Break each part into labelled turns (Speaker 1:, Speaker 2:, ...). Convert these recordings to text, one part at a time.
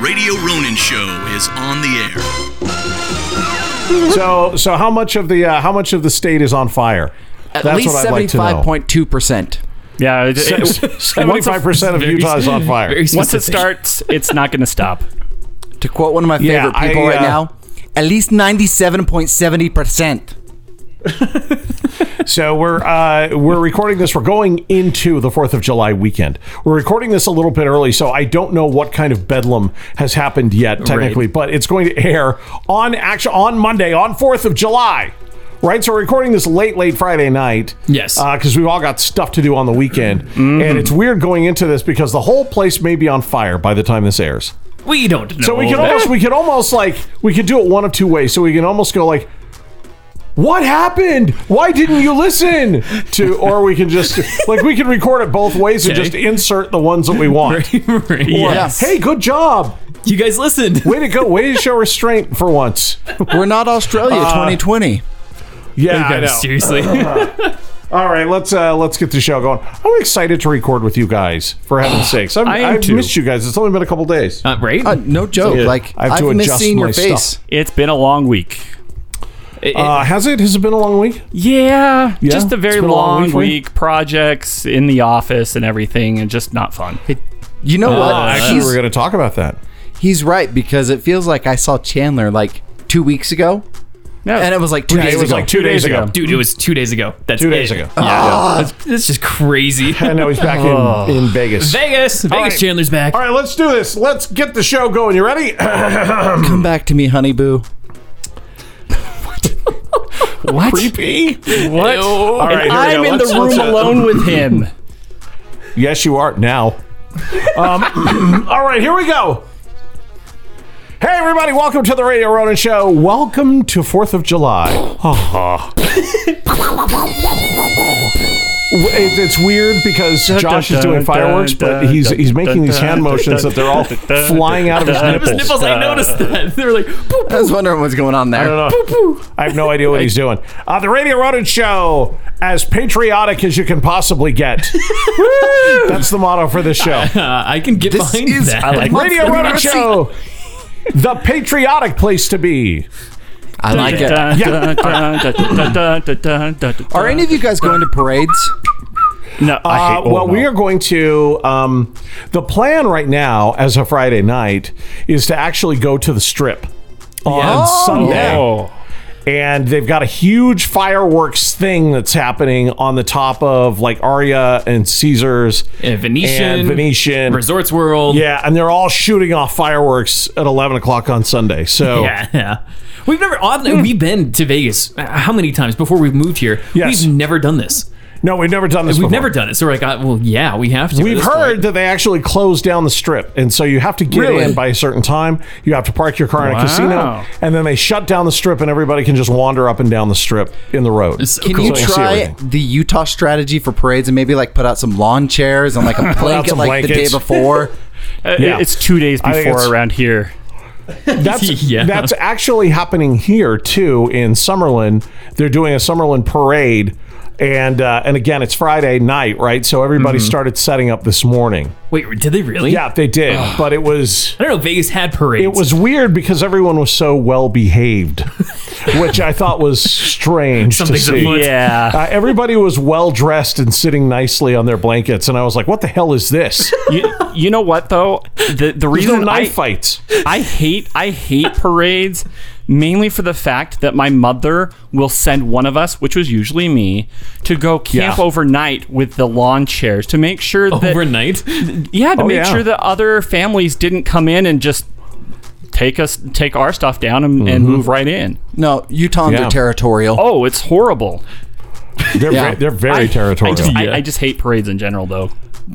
Speaker 1: Radio Ronin Show is on the air.
Speaker 2: So, so how much of the uh, how much of the state is on fire?
Speaker 3: At
Speaker 2: That's
Speaker 3: least
Speaker 2: what I'd like to know.
Speaker 3: seventy-five point two percent.
Speaker 4: Yeah, it- it- once it-
Speaker 2: Seventy-five percent of
Speaker 4: very-
Speaker 2: Utah is on fire.
Speaker 3: very-
Speaker 4: Once it starts, it's not going to stop.
Speaker 3: To quote one of my
Speaker 2: Yeah,
Speaker 3: favorite people
Speaker 2: I,
Speaker 3: right
Speaker 2: uh,
Speaker 3: now, at least ninety-seven point seventy percent.
Speaker 2: So we're uh, we're recording this. We're going into the Fourth of July weekend. We're recording this a little bit early, so I don't know what kind of bedlam has happened yet, technically, but it's going to air on actually on Monday on Fourth of July. Right, so we're recording this late, late Friday night.
Speaker 4: Yes.
Speaker 2: because we've all got stuff to do on the weekend,
Speaker 3: Mm-hmm.
Speaker 2: and it's weird going into this because the whole place may be on fire by the time this airs.
Speaker 4: We don't know.
Speaker 2: So we can
Speaker 4: that.
Speaker 2: almost we can almost like we could do it one of two ways. So we can almost go like what happened? Why didn't you listen? To or we can just like we can record it both ways and
Speaker 5: Okay.
Speaker 2: just insert the ones that we want.
Speaker 5: Right.
Speaker 2: Or,
Speaker 3: Yes.
Speaker 2: Hey, good job.
Speaker 5: You guys listened.
Speaker 2: Way to go. Way to show restraint for once.
Speaker 3: We're not Australia twenty twenty.
Speaker 2: Yeah, I
Speaker 5: No,
Speaker 2: know.
Speaker 5: seriously.
Speaker 2: All right, let's uh let's get the show going. I'm excited to record with you guys. For heaven's sakes, I've,
Speaker 5: I am
Speaker 2: I've
Speaker 5: too.
Speaker 2: missed you guys. It's only been a couple days.
Speaker 5: Uh, right?
Speaker 3: Uh, no joke.
Speaker 2: Yeah.
Speaker 3: Like
Speaker 2: I have
Speaker 3: I've
Speaker 2: to
Speaker 3: missed
Speaker 2: adjust
Speaker 3: seeing
Speaker 2: my
Speaker 3: your
Speaker 2: stuff.
Speaker 3: face.
Speaker 4: It's been a long week.
Speaker 5: It-
Speaker 2: Uh, has it? Has it been a long week?
Speaker 4: Yeah,
Speaker 2: Yeah,
Speaker 4: just a
Speaker 2: it's
Speaker 4: very
Speaker 2: been a
Speaker 4: long,
Speaker 2: long week
Speaker 4: week.
Speaker 2: for you?
Speaker 4: Projects in the office and everything, and just not fun.
Speaker 3: You
Speaker 2: Uh,
Speaker 3: know what?
Speaker 2: Actually,
Speaker 3: he's,
Speaker 2: we're going to talk about that.
Speaker 3: he's right because it feels like I saw Chandler like two weeks ago,
Speaker 4: Yeah.
Speaker 3: and it was like two days
Speaker 2: it was
Speaker 3: ago.
Speaker 2: like two days ago.
Speaker 5: dude, it was two days ago. That's
Speaker 2: Two days
Speaker 5: it.
Speaker 2: ago.
Speaker 5: Yeah. That's, that's just crazy.
Speaker 2: And now he's back
Speaker 4: Oh.
Speaker 2: in, in Vegas.
Speaker 5: Vegas. Vegas
Speaker 2: right.
Speaker 5: Chandler's back.
Speaker 2: All right, let's do this. Let's get the show going. You ready?
Speaker 4: Oh,
Speaker 3: Come back to me, honey boo.
Speaker 4: what?
Speaker 2: Creepy.
Speaker 4: What?
Speaker 2: All right,
Speaker 4: and
Speaker 2: here we go.
Speaker 4: I'm in the
Speaker 2: Let's- let's,
Speaker 4: room
Speaker 2: uh,
Speaker 4: alone with him.
Speaker 2: Yes, you are now. Um, all right, here we go. Hey, everybody, welcome to the Radio Ronin Show. Welcome to 4th of July. Ah. W- it- It's weird because Josh is doing fireworks, but he's he's making these hand motions that they're all flying out of his
Speaker 5: It was
Speaker 2: nipples.
Speaker 5: nipples. I noticed that. They were like, boop.
Speaker 3: I was wondering what's going on there.
Speaker 2: I don't know. I have no idea what he's doing. Uh, the Radio Ronin Show, as patriotic as you can possibly get. Woo! That's the motto for this show.
Speaker 5: Uh, I can get behind
Speaker 3: is-
Speaker 5: that.
Speaker 3: I like
Speaker 5: Right?
Speaker 2: Radio Ronin Show, the patriotic place to be.
Speaker 3: I like it. Are any of you guys going to parades?
Speaker 4: No, I
Speaker 2: Uh,
Speaker 4: hate, oh,
Speaker 2: well,
Speaker 4: no.
Speaker 2: we are going to. Um, the plan right now, as a Friday night, is to actually go to the strip on Sunday.
Speaker 4: Oh,
Speaker 2: and they've got a huge fireworks thing that's happening on the top of like Aria and Caesars
Speaker 5: And Venetian.
Speaker 2: and Venetian
Speaker 5: Resorts World.
Speaker 2: Yeah, and they're all shooting off fireworks at eleven o'clock on Sunday. So
Speaker 5: Yeah, yeah. We've never, oddly,
Speaker 2: Hmm.
Speaker 5: we've been to Vegas uh, how many times before we've moved here?
Speaker 2: Yes.
Speaker 5: We've never done this.
Speaker 2: no, we've never done this.
Speaker 5: We've
Speaker 2: before.
Speaker 5: never done it. So we're like, uh, well, yeah, we have to. at
Speaker 2: We've
Speaker 5: this
Speaker 2: heard
Speaker 5: point.
Speaker 2: that they actually close down the strip, and so you have to get
Speaker 3: Really?
Speaker 2: in by a certain time. You have to park your car in a
Speaker 4: Wow.
Speaker 2: casino, and then they shut down the strip, and everybody can just wander up and down the strip in the road.
Speaker 5: It's so
Speaker 3: Can
Speaker 5: cool.
Speaker 3: you
Speaker 2: So you see
Speaker 3: try
Speaker 2: everything.
Speaker 3: the Utah strategy for parades and maybe like put out some lawn chairs and like a blanket
Speaker 2: some
Speaker 3: like the day
Speaker 2: blankets.
Speaker 3: before?
Speaker 4: Uh,
Speaker 2: Yeah.
Speaker 4: it's two days
Speaker 2: I think
Speaker 4: before
Speaker 2: it's-
Speaker 4: around here.
Speaker 2: That's
Speaker 5: Yeah.
Speaker 2: that's actually happening here too in Summerlin. They're doing a Summerlin parade, and uh, and again it's Friday night, right? So everybody started setting up this morning.
Speaker 5: Wait, did they really?
Speaker 2: Yeah, they did, but it was
Speaker 5: I don't know. Vegas had parades.
Speaker 2: it was weird because everyone was so well behaved, which I thought was strange to
Speaker 5: Something's
Speaker 2: see.
Speaker 5: afoot.
Speaker 4: Yeah,
Speaker 2: Uh, everybody was well dressed and sitting nicely on their blankets, and I was like, "What the hell is this?
Speaker 4: you, you know what though? The the
Speaker 2: These are
Speaker 4: reason I,
Speaker 2: knife fights."
Speaker 4: I hate I hate parades mainly for the fact that my mother will send one of us, which was usually me, to go camp
Speaker 2: Yeah.
Speaker 4: overnight with the lawn chairs to make sure that
Speaker 5: overnight.
Speaker 4: yeah to make
Speaker 2: yeah.
Speaker 4: sure that other families didn't come in and just take us take our stuff down and, and move right in.
Speaker 3: No, Utahns
Speaker 2: Yeah.
Speaker 3: are territorial.
Speaker 4: Oh, it's horrible.
Speaker 2: They're
Speaker 3: Yeah.
Speaker 2: very, they're very
Speaker 4: I-
Speaker 2: territorial.
Speaker 4: I just, I-
Speaker 5: Yeah.
Speaker 4: I just hate parades in general though.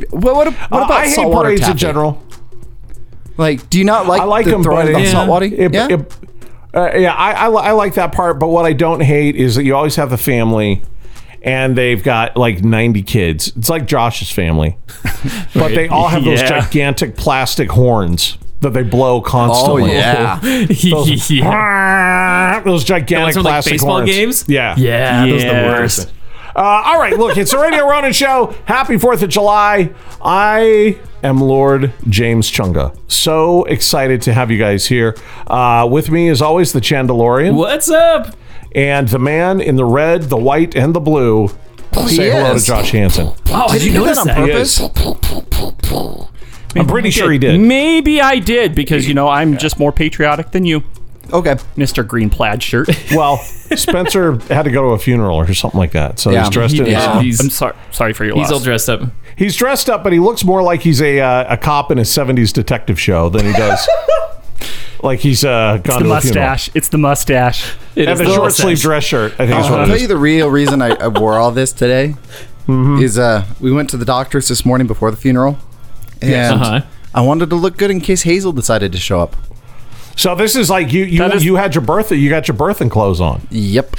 Speaker 3: What, what, what
Speaker 2: Uh,
Speaker 3: about
Speaker 2: I hate
Speaker 3: saltwater
Speaker 2: parades in
Speaker 3: taffy?
Speaker 2: general.
Speaker 3: Like, do you not like,
Speaker 2: I like
Speaker 3: the
Speaker 2: them, but
Speaker 3: throwing
Speaker 2: it-
Speaker 3: of
Speaker 2: Yeah.
Speaker 3: saltwater?
Speaker 2: It-
Speaker 3: yeah.
Speaker 2: it- uh, yeah, I, I, li- I like that part, but what I don't hate is that you always have the family and they've got like 90 kids. It's like Josh's family. but they all have those
Speaker 4: Yeah.
Speaker 2: gigantic plastic horns that they blow
Speaker 3: oh
Speaker 2: constantly.
Speaker 3: yeah.
Speaker 5: yeah.
Speaker 2: Those gigantic
Speaker 5: Ones from, like,
Speaker 2: plastic
Speaker 5: baseball
Speaker 2: horns.
Speaker 5: games?
Speaker 2: Yeah.
Speaker 5: Yeah, those are the worst.
Speaker 2: Uh, all right, look, it's the Radio Ronin Show. Happy 4th of July. I am Lord James Chunga. So excited to have you guys here. Uh, with me, as always, the Chandelorian
Speaker 5: What's up?
Speaker 2: and the man in the red, the white, and the blue. Say hello to
Speaker 3: is.
Speaker 2: Josh Hansen.
Speaker 5: Oh, I
Speaker 3: Did you
Speaker 5: didn't
Speaker 3: do that on
Speaker 5: notice that.
Speaker 2: Yes.
Speaker 3: purpose?
Speaker 2: I'm pretty sure he did.
Speaker 4: Maybe I did because you know I'm just more patriotic than you,
Speaker 3: Okay.
Speaker 4: Mister Green Plaid Shirt.
Speaker 2: Well, Spencer had to go to a funeral or something like that, so
Speaker 3: Yeah,
Speaker 2: he's dressed
Speaker 5: he
Speaker 2: in.
Speaker 5: did.
Speaker 2: his-
Speaker 5: He's-
Speaker 4: I'm sorry, sorry for your
Speaker 5: He's all
Speaker 4: loss.
Speaker 5: dressed up.
Speaker 2: He's dressed up, but he looks more like he's a uh, a cop in a '70s detective show than he does. like he's uh, gone
Speaker 4: The
Speaker 2: to a funeral.
Speaker 4: mustache. It's the mustache.
Speaker 5: It
Speaker 2: And
Speaker 5: is
Speaker 2: a
Speaker 5: the
Speaker 2: short
Speaker 5: mustache.
Speaker 2: sleeve dress shirt. I think is
Speaker 3: I'll
Speaker 2: what
Speaker 3: tell
Speaker 2: it
Speaker 3: you
Speaker 2: is.
Speaker 3: the real reason I, I wore all this today
Speaker 2: Mm-hmm.
Speaker 3: is uh, we went to the doctor's this morning before the funeral, and
Speaker 5: Uh-huh.
Speaker 3: I wanted to look good in case Hazel decided to show up.
Speaker 2: So this is like you you
Speaker 4: That is-
Speaker 2: you had your birth you got your birthing clothes on.
Speaker 3: Yep.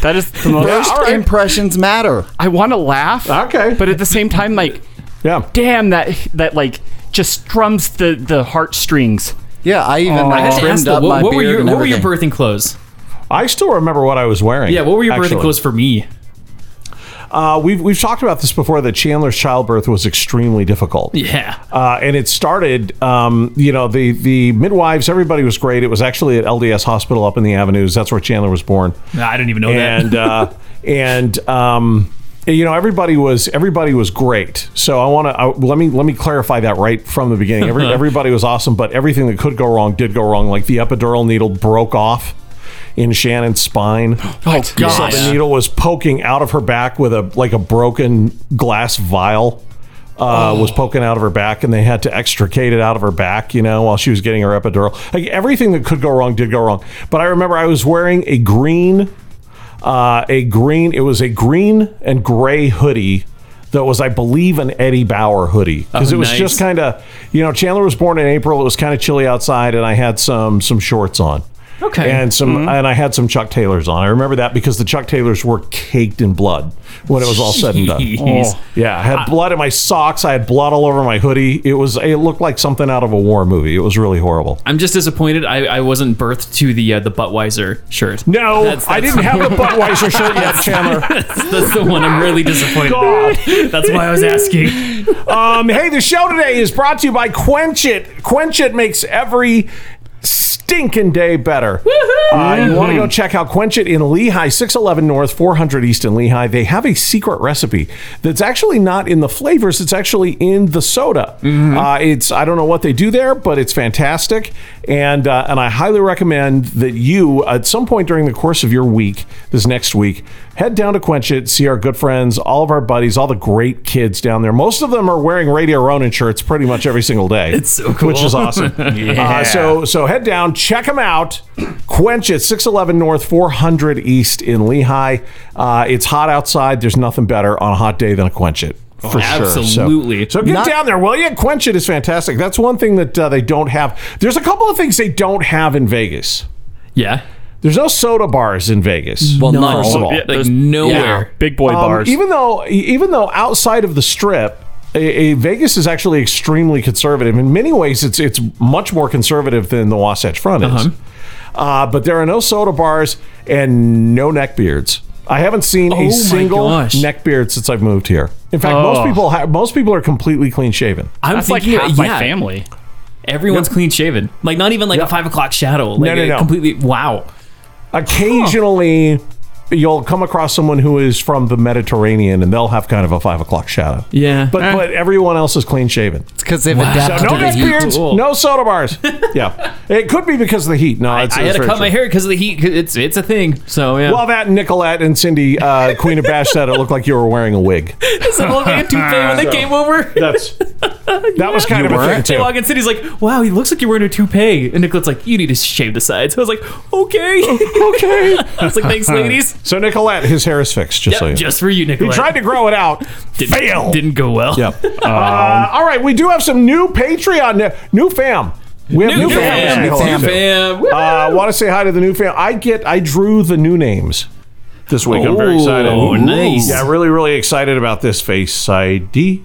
Speaker 4: That is the most.
Speaker 3: First
Speaker 2: alright.
Speaker 3: impressions matter.
Speaker 4: I want to laugh.
Speaker 2: Okay.
Speaker 4: But at the same time, like,
Speaker 2: Yeah.
Speaker 4: damn that that like just strums the the heartstrings.
Speaker 3: Yeah, I even
Speaker 5: I
Speaker 3: like,
Speaker 5: had to ask
Speaker 3: trimmed
Speaker 5: though,
Speaker 3: up my
Speaker 5: what, what were
Speaker 3: beard
Speaker 5: your
Speaker 3: and
Speaker 5: what were your
Speaker 3: everything.
Speaker 5: birthing clothes?
Speaker 2: I still remember what I was wearing.
Speaker 5: Yeah, what were your
Speaker 2: actually.
Speaker 5: birthing clothes for me?
Speaker 2: Uh, we've we've talked about this before. That Chandler's childbirth was extremely difficult.
Speaker 5: Yeah.
Speaker 2: Uh, and it started, um, you know, the the midwives, everybody was great. It was actually at LDS Hospital up in the Avenues. That's where Chandler was born.
Speaker 5: Nah, I didn't even know that.
Speaker 2: and uh, and um, you know everybody was everybody was great. So I want to let me let me clarify that right from the beginning.
Speaker 5: Uh-huh.
Speaker 2: Every, everybody was awesome, but everything that could go wrong did go wrong. Like the epidural needle broke off in Shannon's spine.
Speaker 5: Oh
Speaker 2: So the needle was poking out of her back with a like a broken glass vial. Uh, Was poking out of her back, and they had to extricate it out of her back, you know, while she was getting her epidural. Like everything that could go wrong did go wrong. But I remember I was wearing a green, uh, a green. It was a green and gray hoodie that was, I believe, an Eddie Bauer hoodie because
Speaker 5: Oh,
Speaker 2: it was
Speaker 5: nice.
Speaker 2: just kind of, you know, Chandler was born in April. It was kind of chilly outside, and I had some some shorts on.
Speaker 5: Okay. Mm-hmm.
Speaker 2: And some and I had some Chuck Taylors on. I remember that because the Chuck Taylors were caked in blood when it was all said and done.
Speaker 5: Jeez.
Speaker 4: Oh.
Speaker 2: Yeah, I had
Speaker 5: Ah.
Speaker 2: blood in my socks. I had blood all over my hoodie. It was it looked like something out of a war movie. It was really horrible.
Speaker 5: I'm just disappointed. I, I wasn't birthed to the uh, the Buttweiser shirt.
Speaker 2: No,
Speaker 5: That's-
Speaker 2: I
Speaker 5: that's-
Speaker 2: didn't have the Budweiser shirt yet, Chandler.
Speaker 5: That's, that's the one I'm really disappointed.
Speaker 2: God.
Speaker 5: about. That's why I was asking.
Speaker 2: Um, hey, the show today is brought to you by Quench It. Quench It makes every stinking day better. Uh, you want to go check out Quench It in Lehigh, 611 North, 400 East in Lehigh. They have a secret recipe that's actually not in the flavors, it's actually in the soda. Uh, it's I don't know what they do there, but it's fantastic. And, uh, and I highly recommend that you, at some point during the course of your week, this next week, head down to Quench It, see our good friends, all of our buddies, all the great kids down there. Most of them are wearing Radio Ronin shirts pretty much every single day. It's
Speaker 5: so cool.
Speaker 2: Which is awesome. yeah. so, so head down, check them out. Quench It, 611 North, 400 East in Lehigh. Uh, it's hot outside. There's nothing better on a hot day than a Quench It. Oh, For sure. So-
Speaker 5: Absolutely.
Speaker 2: So, get
Speaker 3: Not-
Speaker 2: down there, will you? Quench It is fantastic. That's one thing that uh, they don't have. There's a couple of things they don't have in Vegas.
Speaker 5: Yeah.
Speaker 2: There's no soda bars in Vegas. Well,
Speaker 3: no.
Speaker 2: first of all.
Speaker 4: Yeah,
Speaker 5: Like
Speaker 4: there's-
Speaker 5: nowhere.
Speaker 4: Big boy
Speaker 2: Um,
Speaker 4: bars.
Speaker 2: Even though, even though outside of the strip, a, a Vegas is actually extremely conservative. In many ways, it's it's much more conservative than the Wasatch Front is.
Speaker 5: Uh-huh.
Speaker 2: uh but there are no soda bars and no neck beards. I haven't seen
Speaker 5: Oh my
Speaker 2: a single
Speaker 5: gosh.
Speaker 2: neck beard since I've moved here. In fact, most
Speaker 4: Oh.
Speaker 2: people ha- most people are completely clean shaven.
Speaker 5: I'm
Speaker 4: That's like
Speaker 5: thinking-
Speaker 4: half
Speaker 5: yeah,
Speaker 4: my family.
Speaker 5: Everyone's clean shaven. Like not even like a five o'clock shadow. Like
Speaker 2: no,
Speaker 5: a
Speaker 2: no.
Speaker 5: Completely. Wow.
Speaker 2: Occasionally. You'll come across someone who is from the Mediterranean, and they'll have kind of a five o'clock shadow.
Speaker 5: Yeah. Eh.
Speaker 2: but but everyone else is clean shaven.
Speaker 3: It's because they've adapted
Speaker 2: No
Speaker 3: to the
Speaker 2: neck
Speaker 3: heat.
Speaker 2: beards,
Speaker 5: Cool.
Speaker 2: no soda bars. Yeah, it could be because of the heat. No,
Speaker 5: I,
Speaker 2: it's,
Speaker 5: I
Speaker 2: it's
Speaker 5: had to
Speaker 2: very
Speaker 5: cut
Speaker 2: true.
Speaker 5: my hair because of the heat. 'cause It's it's a thing. So yeah.
Speaker 2: Well, that and Nicolette and Cindy, uh, Queen of Bash, said it looked like you were wearing a wig.
Speaker 5: so well, they had toupee when they came over.
Speaker 2: That's that was kind of a thing
Speaker 5: They
Speaker 2: too.
Speaker 5: walk in, Cindy's like, "Wow, he looks like you're wearing a toupee," and Nicolette's like, "You need to shave the sides." I was like, "Okay, okay." I was like, "Thanks, ladies."
Speaker 2: So Nicolette, his hair is fixed. Just
Speaker 5: Yep,
Speaker 2: so you. know.
Speaker 5: just for you,
Speaker 2: he
Speaker 5: Nicolette.
Speaker 2: tried to grow it out,
Speaker 5: Didn't-
Speaker 2: failed.
Speaker 5: Didn't Um, go well.
Speaker 2: Yeah. Uh, all right, we do have some new Patreon, new fam. We have new,
Speaker 5: New fam,
Speaker 2: fam.
Speaker 5: new fam. Woo!
Speaker 2: Uh, I want to say hi to the new fam. I get, I drew the new names this week. I'm very excited.
Speaker 5: Oh, nice.
Speaker 2: Yeah, really, really excited about this face ID.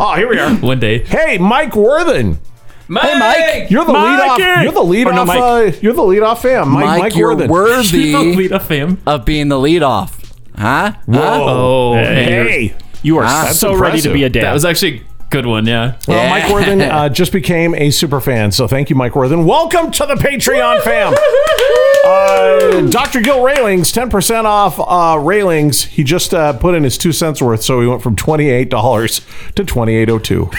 Speaker 2: oh, here we are.
Speaker 5: One day,
Speaker 2: Hey, Mike Worthen.
Speaker 5: Mike,
Speaker 3: Mike.
Speaker 2: You're the lead off.
Speaker 5: Mikey!
Speaker 2: You're the lead
Speaker 5: Or no,
Speaker 2: off.
Speaker 5: Mike.
Speaker 2: Uh, you're the lead off fam. Mike,
Speaker 3: Mike,
Speaker 2: Mike
Speaker 3: you're
Speaker 2: Worthen.
Speaker 5: You're the
Speaker 3: worthy
Speaker 5: lead of fam.
Speaker 3: of being the lead off. Huh? Huh?
Speaker 2: Whoa.
Speaker 5: Oh,
Speaker 2: Hey.
Speaker 4: You are
Speaker 3: Ah.
Speaker 4: so
Speaker 2: That's
Speaker 4: ready to be
Speaker 2: Ah,
Speaker 4: a
Speaker 2: impressive.
Speaker 4: dad.
Speaker 5: that was actually Good one, yeah.
Speaker 2: Uh, Mike Worthen uh, just became a super fan, so thank you, Mike Worthen. Welcome to the Patreon fam. Uh, Dr. Gil Railings, 10% off uh, Railings. He just uh, put in his two cents worth, so he went from $28 to $28.02.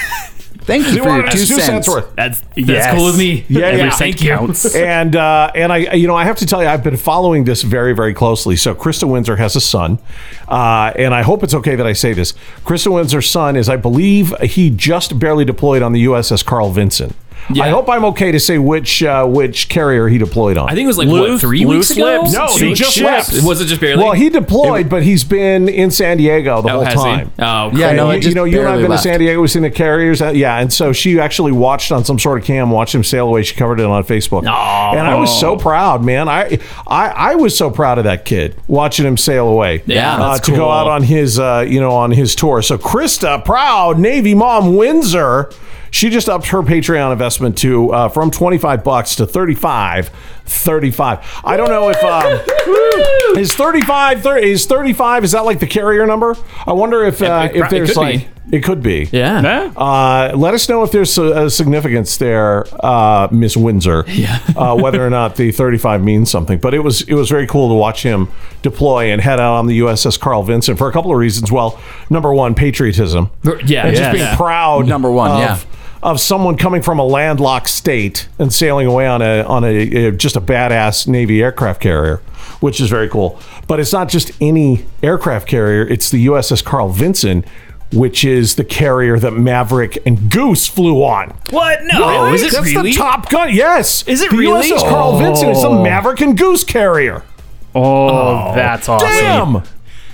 Speaker 3: Thank you for your two cents.
Speaker 5: That's that's
Speaker 2: Yes.
Speaker 5: cool with me.
Speaker 2: Yeah,
Speaker 5: Every
Speaker 2: yeah.
Speaker 5: cent counts.
Speaker 2: and uh, and I you know I have to tell you I've been following this very very closely. So Krista Windsor has a son, uh, and I hope it's okay that I say this. Krista Windsor's son is I believe he just barely deployed on the USS Carl Vinson. I hope I'm okay to say which uh, which carrier he deployed on.
Speaker 5: I think it was like what
Speaker 4: Loose-
Speaker 5: three
Speaker 4: loose
Speaker 5: weeks ago.
Speaker 4: lips?
Speaker 2: no,
Speaker 5: Two
Speaker 2: he
Speaker 5: weeks?
Speaker 2: just left.
Speaker 5: Was it just barely?
Speaker 2: Well, he deployed, but he's been in San Diego the
Speaker 5: Oh,
Speaker 2: whole
Speaker 5: has he?
Speaker 2: time.
Speaker 5: Oh,
Speaker 3: Yeah,
Speaker 5: cool.
Speaker 2: And
Speaker 3: no,
Speaker 2: you,
Speaker 3: it just
Speaker 2: you know, you and I've
Speaker 3: barely
Speaker 2: been
Speaker 3: left.
Speaker 2: to San Diego. was in the carriers. uh, yeah, and so she actually watched on some sort of cam, watched him sail away. She covered it on Facebook. And I was so proud, man. I, I I was so proud of that kid watching him sail away.
Speaker 5: Yeah,
Speaker 2: uh,
Speaker 5: that's
Speaker 2: to go
Speaker 5: cool.
Speaker 2: out on his uh, you know on his tour. So Krista, proud Navy mom Windsor. She just upped her Patreon investment to uh, from 25 bucks to 35 35. I don't know if um, is 35 30, is 35 is that like the carrier number? I wonder if uh, if
Speaker 5: it pro- it
Speaker 2: there's
Speaker 5: could
Speaker 2: like
Speaker 5: be.
Speaker 2: it could be.
Speaker 5: yeah.
Speaker 2: Uh, let us know if there's a, a significance there, uh, Miss Windsor. Yeah. uh, whether or not the 35 means something, but it was it was very cool to watch him deploy and head out on the USS Carl Vinson for a couple of reasons. Well, number one, patriotism.
Speaker 5: Yeah,
Speaker 2: And
Speaker 5: yeah.
Speaker 2: just being proud.
Speaker 3: Number one,
Speaker 2: of,
Speaker 3: yeah.
Speaker 2: Of someone coming from a landlocked state and sailing away on a on a, uh just a badass Navy aircraft carrier, which is very cool. But it's not just any aircraft carrier; it's the USS Carl Vinson, which is the carrier that Maverick and Goose flew on.
Speaker 5: What? No.
Speaker 2: What?
Speaker 5: Oh, Is it
Speaker 2: That's
Speaker 5: really?
Speaker 2: the Top Gun. Yes,
Speaker 5: Is it
Speaker 2: the
Speaker 5: really? Oh.
Speaker 2: USS Carl Vinson is the Maverick and Goose carrier.
Speaker 4: Oh, that's awesome.
Speaker 2: Damn,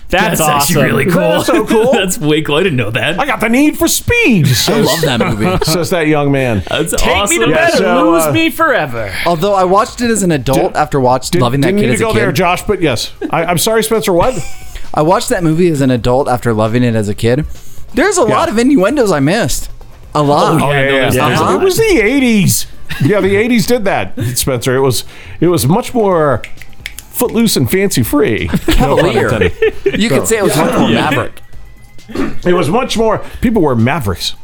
Speaker 4: That's,
Speaker 5: That's
Speaker 4: awesome.
Speaker 5: actually really cool.
Speaker 2: That's so cool.
Speaker 5: That's way cool. I didn't know that.
Speaker 2: I got the need for speed.
Speaker 3: I
Speaker 2: Says,
Speaker 3: love that movie.
Speaker 2: says that young man.
Speaker 5: That's
Speaker 4: Take
Speaker 5: awesome.
Speaker 4: me to bed
Speaker 2: so,
Speaker 4: and lose
Speaker 2: uh,
Speaker 4: me forever.
Speaker 3: Although I watched it as an adult after watched
Speaker 2: Did-
Speaker 3: loving that
Speaker 2: didn't
Speaker 3: kid
Speaker 2: need
Speaker 3: as
Speaker 2: to
Speaker 3: a
Speaker 2: go
Speaker 3: kid.
Speaker 2: there, Josh. But yes, I, I'm sorry, Spencer. What?
Speaker 3: I watched that movie as an adult after loving it as a kid. There's a lot of innuendos I missed. A lot.
Speaker 2: Oh,
Speaker 3: Uh-huh.
Speaker 5: yeah. there's-
Speaker 3: Oh, there's a
Speaker 2: It
Speaker 3: lot.
Speaker 2: was the '80s. Yeah, the '80s did that, Spencer. It was it was much more footloose and fancy free.
Speaker 3: Cavalier. You could say it was much more maverick.
Speaker 2: It was much more. People were mavericks.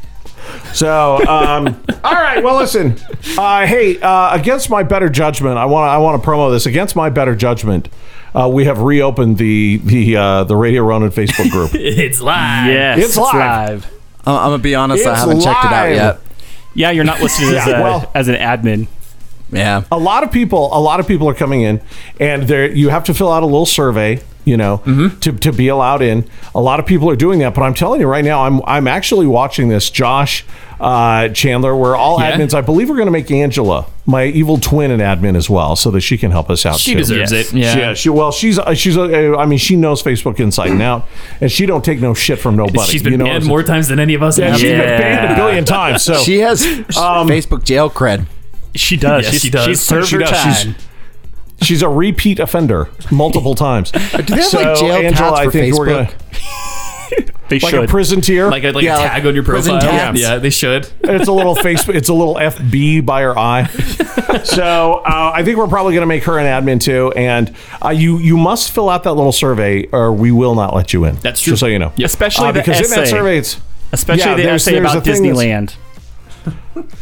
Speaker 2: So, um, all right. Well, listen. Uh, hey, uh, against my better judgment, I want I want to promo this. Against my better judgment, uh, we have reopened the the uh, the Radio Ronin Facebook group.
Speaker 5: It's live.
Speaker 4: Yes,
Speaker 2: It's live.
Speaker 3: I'm, I'm gonna be honest. I
Speaker 2: It's
Speaker 3: haven't checked it out
Speaker 2: live.
Speaker 3: yet.
Speaker 4: Yeah, you're not listed as,
Speaker 2: Yeah,
Speaker 4: a,
Speaker 2: well-
Speaker 4: as an admin.
Speaker 3: Yeah.
Speaker 2: a lot of people a lot of people are coming in and there you have to fill out a little survey you know
Speaker 5: Mm-hmm.
Speaker 2: to, to be allowed in a lot of people are doing that but i'm telling you right now i'm i'm actually watching this josh uh, chandler we're all
Speaker 5: Yeah.
Speaker 2: admins i believe we're going to make angela my evil twin an admin as well so that she can help us out
Speaker 5: She
Speaker 2: too.
Speaker 5: deserves
Speaker 4: Yes.
Speaker 5: it. Yeah.
Speaker 2: yeah, she well, she's uh, she's uh, I mean, she knows Facebook inside and out, and she don't take no shit from nobody.
Speaker 5: She's been
Speaker 2: you know,
Speaker 5: banned more times than any of us.
Speaker 2: Yeah,
Speaker 5: have.
Speaker 2: she's been banned a billion times. So
Speaker 3: She has Facebook jail cred.
Speaker 4: She does.
Speaker 5: Yes,
Speaker 4: she's,
Speaker 5: she does.
Speaker 4: She's served
Speaker 2: She
Speaker 4: her
Speaker 2: does. She's-
Speaker 4: time.
Speaker 2: she's a repeat offender multiple times. Do
Speaker 3: they have, like, jail pads for Facebook?
Speaker 4: They
Speaker 2: like a
Speaker 4: should.
Speaker 2: prison tier.
Speaker 5: Like a, like
Speaker 3: Yeah,
Speaker 5: a
Speaker 3: like
Speaker 5: tag on your
Speaker 3: prison
Speaker 5: profile. Yeah.
Speaker 3: tabs.
Speaker 5: yeah, they should.
Speaker 2: it's a little Facebook. It's a little FB by her eye. so uh, I think we're probably going to make her an admin too. And uh, you you must fill out that little survey, or we will not let you in.
Speaker 5: That's true.
Speaker 2: Just so you know.
Speaker 5: Yep.
Speaker 4: Especially
Speaker 2: Uh,
Speaker 4: the
Speaker 2: because in
Speaker 4: essay.
Speaker 2: that survey, it's
Speaker 4: especially
Speaker 2: yeah,
Speaker 4: the
Speaker 2: there's-
Speaker 4: essay
Speaker 2: there's
Speaker 4: about
Speaker 2: a thing that's-
Speaker 4: Disneyland.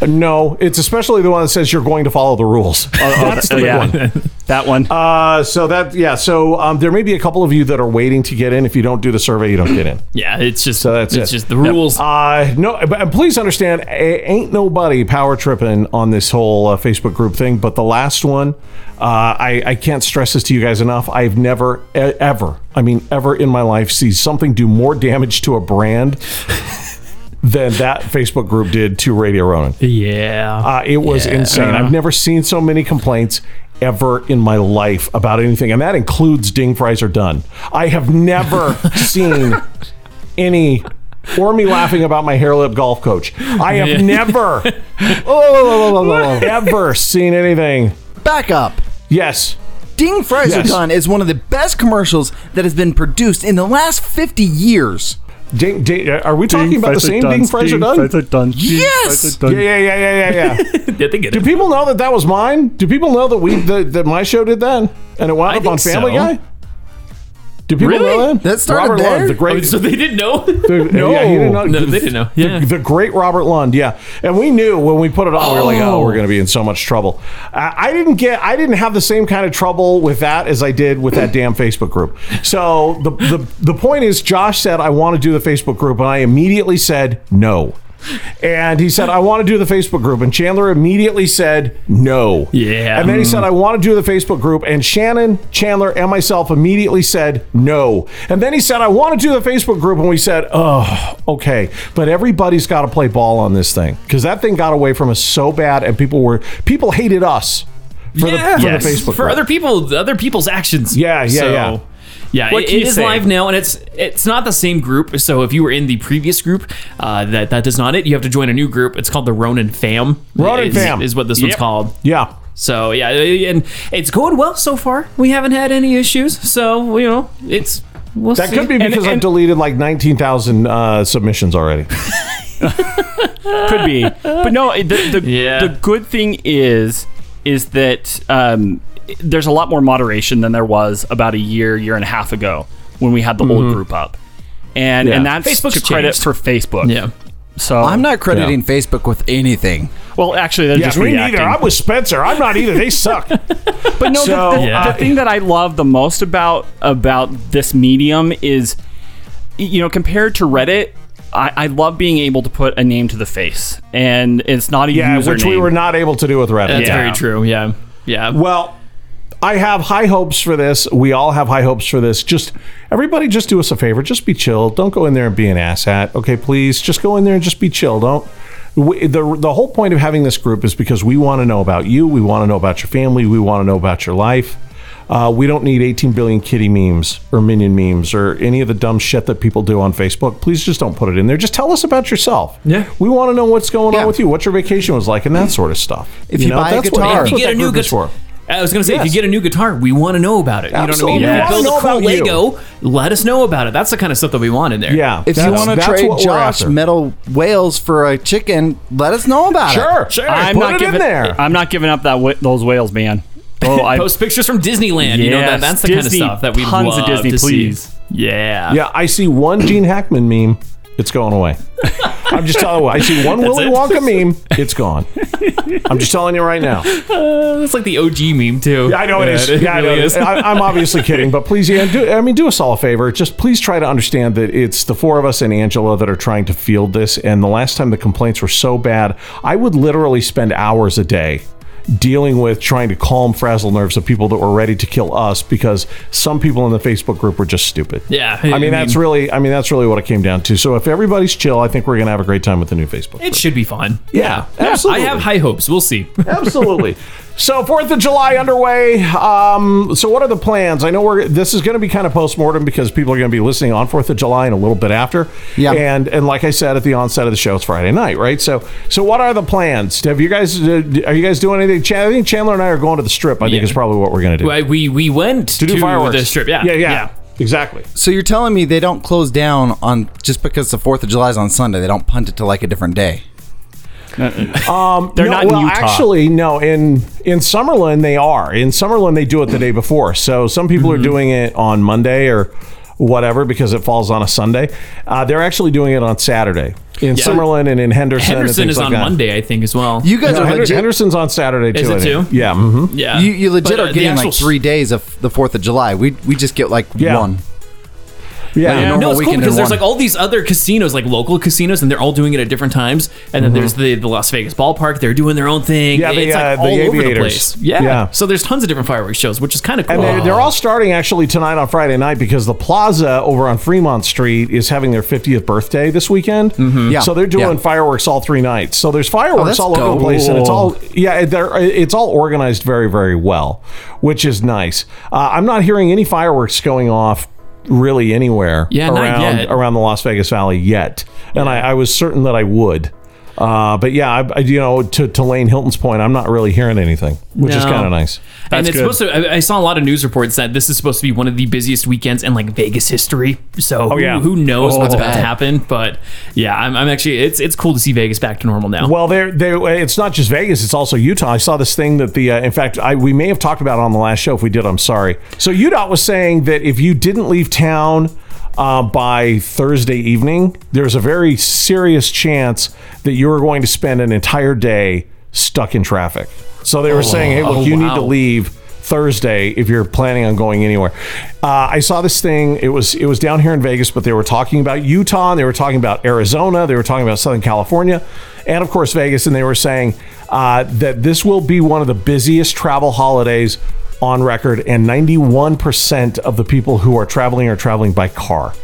Speaker 2: uh, no, it's especially the one that says you're going to follow the rules. That's the big
Speaker 4: yeah.
Speaker 2: one.
Speaker 4: That one.
Speaker 2: Uh, so that yeah, so um, there may be a couple of you that are waiting to get in. If you don't do the survey, you don't get in.
Speaker 5: Yeah, it's just
Speaker 2: So that's
Speaker 5: it's
Speaker 2: it.
Speaker 5: just the rules.
Speaker 2: Uh, no, but and please understand, a- ain't nobody power tripping on this whole uh, Facebook group thing. But the last one, uh, I, I can't stress this to you guys enough. I've never, e- ever, I mean, ever in my life, seen something do more damage to a brand than that Facebook group did to Radio Ronin.
Speaker 5: yeah.
Speaker 2: Uh, it was insane. I've never seen so many complaints ever in my life about anything, and that includes ding fries are done. I have never seen any. Or me laughing about my hair lip golf coach. I have never,
Speaker 3: Oh,
Speaker 2: ever seen anything.
Speaker 3: back up.
Speaker 2: Yes,
Speaker 3: Ding fries
Speaker 2: Yes.
Speaker 3: are done is one of the best commercials that has been produced in the last 50 years.
Speaker 2: ding, ding, are we talking about the same ding fries are done?
Speaker 3: Yes.
Speaker 2: Yeah, yeah, yeah, yeah, yeah, yeah.
Speaker 5: Did they get
Speaker 2: Do
Speaker 5: it?
Speaker 2: people know that that was mine? Do people know that we that, that my show did that and it wound up
Speaker 5: think
Speaker 2: on Family
Speaker 5: so.
Speaker 2: Guy? Do people
Speaker 5: Really?
Speaker 2: know that?
Speaker 3: That started
Speaker 2: Robert
Speaker 3: there?
Speaker 2: Lund, the great.
Speaker 5: Oh, so they didn't know?
Speaker 2: no, yeah, he did not,
Speaker 5: No, they didn't know.
Speaker 2: The,
Speaker 5: Yeah.
Speaker 2: the great Robert Lund, yeah. And we knew when we put it on, we were like, oh, we're going to be in so much trouble. I, I didn't get, I didn't have the same kind of trouble with that as I did with that damn Facebook group. So the the the point is, Josh said I want to do the Facebook group, and I immediately said no. And he said, I want to do the Facebook group. And Chandler immediately said, no.
Speaker 5: Yeah.
Speaker 2: And then he said, I want to do the Facebook group. And Shannon, Chandler, and myself immediately said, no. And then he said, I want to do the Facebook group. And we said, oh, okay. But everybody's got to play ball on this thing because that thing got away from us so bad. And people were, people hated us for, the, for
Speaker 5: Yes.
Speaker 2: the Facebook
Speaker 5: for
Speaker 2: group.
Speaker 5: other people, the other people's actions.
Speaker 2: Yeah, yeah,
Speaker 5: So,
Speaker 2: yeah.
Speaker 5: yeah,
Speaker 4: What
Speaker 5: it-
Speaker 4: can
Speaker 5: it
Speaker 4: you
Speaker 5: is
Speaker 4: say?
Speaker 5: live now, and it's it's not the same group. So if you were in the previous group, uh, that that does not it. You have to join a new group. It's called the Ronin Fam.
Speaker 2: Ronin
Speaker 5: is,
Speaker 2: Fam.
Speaker 5: is what this one's
Speaker 4: Yep.
Speaker 5: called.
Speaker 2: yeah.
Speaker 5: So yeah, and it's going well so far. We haven't had any issues. So you know, it's we'll
Speaker 2: That
Speaker 5: see.
Speaker 2: could be because I've
Speaker 4: and-
Speaker 2: deleted like 19,000 uh, submissions already.
Speaker 4: could be. But no, it- the the,
Speaker 5: Yeah.
Speaker 4: the good thing is is that um, there's a lot more moderation than there was about a year, year and a half ago when we had the old group up. And and
Speaker 5: Yeah.
Speaker 4: that's
Speaker 5: Facebook's
Speaker 4: to credit
Speaker 5: changed.
Speaker 4: for Facebook.
Speaker 5: yeah.
Speaker 4: So
Speaker 3: I'm not crediting
Speaker 2: Yeah.
Speaker 3: Facebook with anything.
Speaker 4: well actually they're just
Speaker 2: me
Speaker 4: reacting.
Speaker 2: neither. I'm with Spencer. I'm not either. They suck.
Speaker 4: But no,
Speaker 2: So,
Speaker 4: the, the,
Speaker 5: Yeah.
Speaker 4: the thing that I love the most about about this medium is, y- you know, compared to Reddit, I, I love being able to put a name to the face, and it's not a
Speaker 2: Yeah,
Speaker 4: username.
Speaker 2: which we were not able to do with Reddit.
Speaker 5: That's
Speaker 4: Yeah.
Speaker 5: very true. Yeah. Yeah.
Speaker 2: Well, I have high hopes for this. We all have high hopes for this. Just everybody, just do us a favor. Just be chill. Don't go in there and be an asshat. Okay, please. Just go in there and just be chill. Don't. We, the The whole point of having this group is because we want to know about you. We want to know about your family. We want to know about your life. Uh, we don't need 18 billion kitty memes or minion memes or any of the dumb shit that people do on Facebook. Please just don't put it in there. Just tell us about yourself.
Speaker 5: Yeah.
Speaker 2: We want to know what's going
Speaker 3: Yeah.
Speaker 2: on with you, what your vacation was like, and that sort of stuff.
Speaker 3: If you buy a
Speaker 2: that's what-
Speaker 3: guitar-
Speaker 2: that's
Speaker 5: If you
Speaker 2: what
Speaker 5: get
Speaker 2: that
Speaker 5: a new
Speaker 2: group is
Speaker 5: guitar.
Speaker 2: for.
Speaker 5: I was gonna say, if
Speaker 2: Yes.
Speaker 5: you get a new guitar, we want to know about it. You
Speaker 2: Absolutely.
Speaker 5: know
Speaker 2: We
Speaker 5: what
Speaker 4: wanna
Speaker 5: I mean? If you
Speaker 2: know
Speaker 5: build a cool
Speaker 2: about you.
Speaker 5: Lego, let us know about it. That's the kind of stuff that we want in there.
Speaker 2: Yeah.
Speaker 3: If you
Speaker 2: that's-
Speaker 3: want to
Speaker 2: that's
Speaker 3: trade
Speaker 2: what we're
Speaker 3: Josh
Speaker 2: after.
Speaker 3: Metal Whales for a chicken, let us know about
Speaker 2: Sure,
Speaker 3: it.
Speaker 2: sure.
Speaker 4: I'm
Speaker 2: put
Speaker 4: not
Speaker 2: it
Speaker 4: giving
Speaker 2: in there.
Speaker 4: I'm not giving up that wh- those whales, man. Oh, I
Speaker 5: Post pictures from Disneyland. you know that,
Speaker 4: Yes,
Speaker 5: that's the
Speaker 4: Disney,
Speaker 5: kind of stuff that we
Speaker 4: tons of
Speaker 5: love
Speaker 4: Disney,
Speaker 5: to see.
Speaker 4: please.
Speaker 5: Yeah.
Speaker 2: yeah, I see one Gene Hackman meme. It's going away. I'm just telling you. I see one Willy
Speaker 5: it.
Speaker 2: Wonka meme. It's gone. I'm just telling you right now.
Speaker 5: Uh, that's like the OG meme too.
Speaker 2: I know it is. Yeah, I know
Speaker 5: really
Speaker 2: it is. I, I'm obviously kidding, but please, yeah, do, I mean, do us all a favor. Just please try to understand that it's the four of us and Angela that are trying to field this. And the last time the complaints were so bad, I would literally spend hours a day dealing with trying to calm frazzle nerves of people that were ready to kill us because some people in the Facebook group were just stupid.
Speaker 5: Yeah,
Speaker 2: I mean,
Speaker 5: I mean-
Speaker 2: that's really, I mean, that's really what it came down to. So if everybody's chill, I think we're gonna have a great time with the new Facebook.
Speaker 5: It should be fun.
Speaker 2: Yeah, absolutely.
Speaker 5: I have high hopes. We'll see.
Speaker 2: Absolutely. So Fourth of July underway. Um, so what are the plans? I know we're this is going to be kind of post mortem because people are going to be listening on Fourth of July and a little bit after.
Speaker 3: Yeah.
Speaker 2: And and like I said at the onset of the show, it's Friday night, right? So so what are the plans? Have you guys uh, are you guys doing anything? Chan- I think Chandler and I are going to the strip. I think
Speaker 5: Yeah.
Speaker 2: is probably what we're going to do.
Speaker 5: Well, we we went
Speaker 2: to
Speaker 5: to,
Speaker 2: do fireworks.
Speaker 5: the strip. Yeah,
Speaker 2: yeah, yeah, exactly.
Speaker 3: So you're telling me they don't close down on just because the 4th of July is on Sunday, they don't punt it to like a different day.
Speaker 4: They're
Speaker 2: No,
Speaker 4: not in
Speaker 2: well,
Speaker 4: Utah.
Speaker 2: Actually, no. In in Summerlin, they are. In Summerlin, they do it the day before. So some people
Speaker 5: Mm-hmm.
Speaker 2: are doing it on Monday or whatever because it falls on a Sunday. Uh, they're actually doing it on Saturday in Summerlin and in Henderson.
Speaker 5: Henderson
Speaker 2: and things
Speaker 5: is
Speaker 2: like
Speaker 5: on
Speaker 2: that.
Speaker 5: Monday, I think, as well.
Speaker 3: You guys
Speaker 2: No,
Speaker 3: are
Speaker 2: Hender-
Speaker 3: legit.
Speaker 2: Henderson's on Saturday too.
Speaker 5: Is it
Speaker 2: I think.
Speaker 5: too?
Speaker 2: Yeah. mhm.
Speaker 5: yeah,
Speaker 3: you, you legit
Speaker 5: But, uh,
Speaker 3: are
Speaker 5: the
Speaker 3: getting
Speaker 5: actual
Speaker 3: like
Speaker 5: s-
Speaker 3: three days of the 4th of July. We, we just get like
Speaker 2: Yeah.
Speaker 3: one.
Speaker 2: Yeah.
Speaker 3: Yeah. normal
Speaker 5: No, it's cool
Speaker 3: weekend
Speaker 5: because
Speaker 3: in
Speaker 5: there's
Speaker 3: one.
Speaker 5: like all these other casinos, like local casinos, and they're all doing it at different times. And then there's the, the Las Vegas ballpark; they're doing their own thing.
Speaker 2: Mm-hmm. Yeah, the,
Speaker 5: it's like
Speaker 2: uh,
Speaker 5: all
Speaker 2: the
Speaker 5: over the
Speaker 2: aviators.
Speaker 5: place. Yeah.
Speaker 2: Yeah.
Speaker 5: so there's tons of different fireworks shows, which is kind of cool.
Speaker 2: And they, they're all starting actually tonight on Friday night because the plaza over on Fremont Street is having their 50th birthday this weekend. Mm-hmm.
Speaker 3: Yeah.
Speaker 2: So they're doing
Speaker 3: Yeah. Oh,
Speaker 2: fireworks all three nights. So there's fireworks
Speaker 3: that's
Speaker 2: all over the
Speaker 3: dope.
Speaker 2: place, and it's all yeah, they're, it's all organized very very well, which is nice. Uh, I'm not hearing any fireworks going off really anywhere
Speaker 5: Yeah, not
Speaker 2: around
Speaker 5: yet.
Speaker 2: around the Las Vegas Valley yet, and I, I was certain that I would. Uh, but yeah, I, I- you know, to, to Lane Hilton's point, I'm not really hearing anything, which is
Speaker 5: No.
Speaker 2: kind of nice.
Speaker 5: and
Speaker 4: That's
Speaker 5: it's
Speaker 4: good.
Speaker 5: supposed to. I, I saw a lot of news reports that this is supposed to be one of the busiest weekends in like Vegas history. So who,
Speaker 2: yeah.
Speaker 5: who knows what's
Speaker 3: Oh.
Speaker 5: about to happen? But yeah, I'm, I'm actually it's it's cool to see Vegas back to normal now.
Speaker 2: Well, there, there. It's not just Vegas; it's also Utah. I saw this thing that the. Uh, in fact, I we may have talked about it on the last show. If we did, I'm sorry. So UDOT was saying that if you didn't leave town uh, by Thursday evening, there's a very serious chance that you are going to spend an entire day stuck in traffic. So they were saying, "Hey, look,
Speaker 5: oh,
Speaker 2: you need
Speaker 5: wow.
Speaker 2: to leave." Thursday, if you're planning on going anywhere, uh, I saw this thing. It was it was down here in Vegas, but they were talking about Utah, and they were talking about Arizona, they were talking about Southern California, and of course Vegas. And they were saying uh, that this will be one of the busiest travel holidays on record, and 91% of the people who are traveling are traveling by car.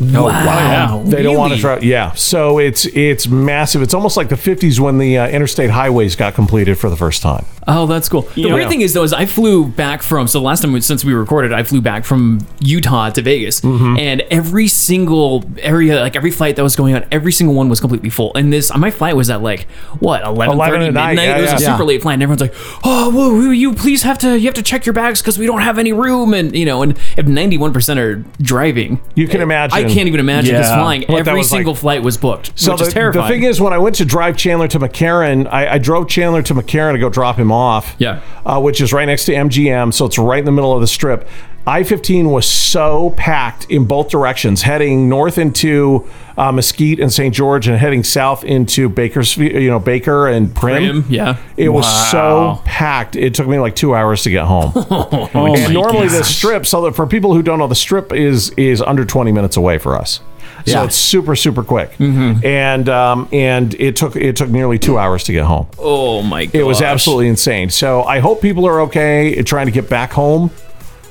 Speaker 3: Oh,
Speaker 5: wow, wow.
Speaker 2: They don't want to
Speaker 5: Oh, Really?
Speaker 2: travel. Yeah, so it's it's massive. It's almost like the 50s when the uh, interstate highways got completed for the first time.
Speaker 5: Oh, that's cool. The
Speaker 4: Yeah.
Speaker 5: weird thing is though is I flew back from so the last time we- since we recorded, I flew back from Utah to Vegas,
Speaker 2: Mm-hmm.
Speaker 5: and every single area, like every flight that was going on, every single one was completely full. And this, my flight was at like what 11,
Speaker 2: 11 at night.
Speaker 5: midnight.
Speaker 2: Yeah,
Speaker 5: it was
Speaker 2: yeah.
Speaker 5: a super late flight, and everyone's like, "Oh, whoa, whoa, you please have to you have to check your bags because we don't have any room." And you know, and if ninety one percent are driving,
Speaker 2: You can imagine.
Speaker 5: I can't even imagine this
Speaker 4: Yeah.
Speaker 5: flying.
Speaker 2: What that
Speaker 5: every
Speaker 2: was like.
Speaker 5: single flight was booked,
Speaker 2: So
Speaker 5: which
Speaker 2: the,
Speaker 5: is terrifying.
Speaker 2: the thing is, when I went to drive Chandler to McCarran, I, I drove Chandler to McCarran to go drop him off.
Speaker 5: Yeah.
Speaker 2: uh, which is right next to MGM, so it's right in the middle of the strip. I-15 was so packed in both directions, heading north into uh, Mesquite and St. George, and heading south into Bakersfield. You know, Baker and Prim.
Speaker 5: Prim, yeah.
Speaker 2: it was so packed. It took me like two hours to get home. and normally the strip, so that for people who don't know, the strip is is under 20 minutes away for us. So
Speaker 3: Yeah.
Speaker 2: it's super super quick, and um, and it took it took nearly two hours to get home.
Speaker 5: oh my god,
Speaker 2: It was absolutely insane. So I hope people are okay and trying to get back home.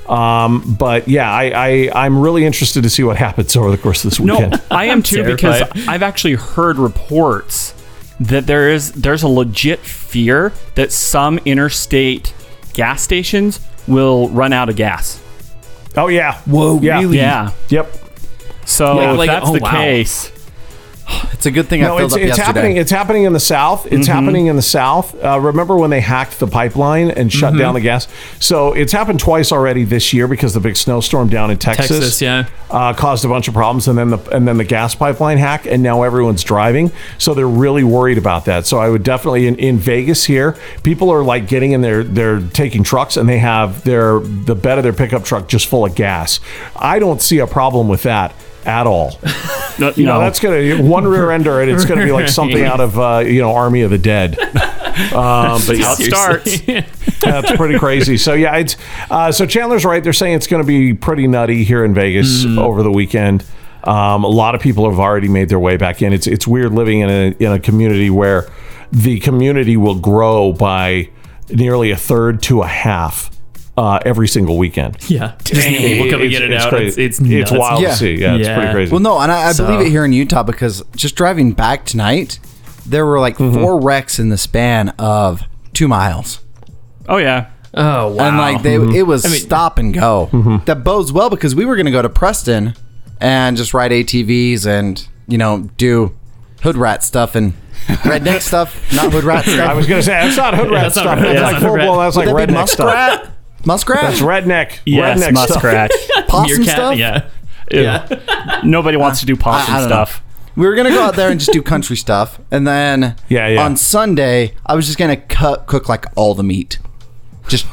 Speaker 2: Um, but yeah, I, I I'm really interested to see what happens over the course of this
Speaker 4: No,
Speaker 2: weekend.
Speaker 4: I am too because
Speaker 5: Terrified.
Speaker 4: I've actually heard reports that there is there's a legit fear that some interstate gas stations will run out of gas.
Speaker 2: Oh yeah, whoa, yeah,
Speaker 5: really?
Speaker 4: Yeah.
Speaker 2: yep.
Speaker 4: So
Speaker 5: Yeah,
Speaker 4: if
Speaker 5: like-
Speaker 4: that's
Speaker 5: oh,
Speaker 4: the
Speaker 5: wow.
Speaker 4: case.
Speaker 3: It's a good thing I
Speaker 2: No,
Speaker 3: filled
Speaker 2: it's,
Speaker 3: up
Speaker 2: it's
Speaker 3: yesterday. Mm-hmm.
Speaker 2: happening. It's happening in the South. It's happening in the South. Uh, remember when they hacked the pipeline and
Speaker 3: Mm-hmm.
Speaker 2: shut down the gas? So it's happened twice already this year because the big snowstorm down in Texas,
Speaker 5: Texas, yeah.
Speaker 2: uh, caused a bunch of problems, and then the and then the gas pipeline hack, and now everyone's driving. So they're really worried about that. So I would definitely in, in Vegas here, people are like getting in their they're taking trucks and they have their the bed of their pickup truck just full of gas. I don't see a problem with that at all.
Speaker 4: No,
Speaker 2: No, that's gonna one rear ender, and it's gonna be like something out of uh, you know Army of the Dead. Um, but
Speaker 4: how it starts.
Speaker 2: that's pretty crazy. So yeah, it's uh, so Chandler's right. They're saying it's gonna be pretty nutty here in Vegas
Speaker 5: Mm.
Speaker 2: over the weekend. Um, a lot of people have already made their way back in. It's it's weird living in a in a community where the community will grow by nearly a third to a half uh, every single weekend.
Speaker 5: yeah. Just need to look up and get it out. It's,
Speaker 2: crazy.
Speaker 5: it's, nuts.
Speaker 2: wild
Speaker 3: Yeah.
Speaker 2: to see. Yeah, it's
Speaker 5: Yeah.
Speaker 2: pretty crazy.
Speaker 3: Well, no, and I, I
Speaker 5: So-
Speaker 3: believe it here in Utah because just driving back tonight, there were like
Speaker 2: Mm-hmm.
Speaker 3: four wrecks in the span of two miles,
Speaker 4: Oh yeah.
Speaker 5: Oh wow!
Speaker 3: and like they,
Speaker 2: Mm-hmm.
Speaker 3: it was stop and go. That bodes well because we were going to go to Preston and just ride ATVs and you know do hood rat stuff and redneck stuff, not hood rat stuff.
Speaker 2: I was gonna say that's not hood rat
Speaker 5: that's not
Speaker 2: stuff.
Speaker 5: hood-
Speaker 2: That's
Speaker 5: yeah,
Speaker 2: like
Speaker 5: that's not
Speaker 2: full
Speaker 5: hood rat.
Speaker 2: blown. That's like
Speaker 3: Would that be
Speaker 2: redneck stuff.
Speaker 3: muskrat, muskrat,
Speaker 2: That's redneck.
Speaker 4: Yes,
Speaker 2: redneck stuff.
Speaker 4: muskrat.
Speaker 3: possum
Speaker 5: meerkat.
Speaker 3: stuff.
Speaker 5: Yeah,
Speaker 4: Ew.
Speaker 5: yeah.
Speaker 4: Nobody wants to do possum
Speaker 3: I don't know.
Speaker 4: stuff.
Speaker 3: We were gonna go out there and just do country stuff, and then
Speaker 2: Yeah, yeah.
Speaker 3: on Sunday I was just gonna cut, cook like all the meat, just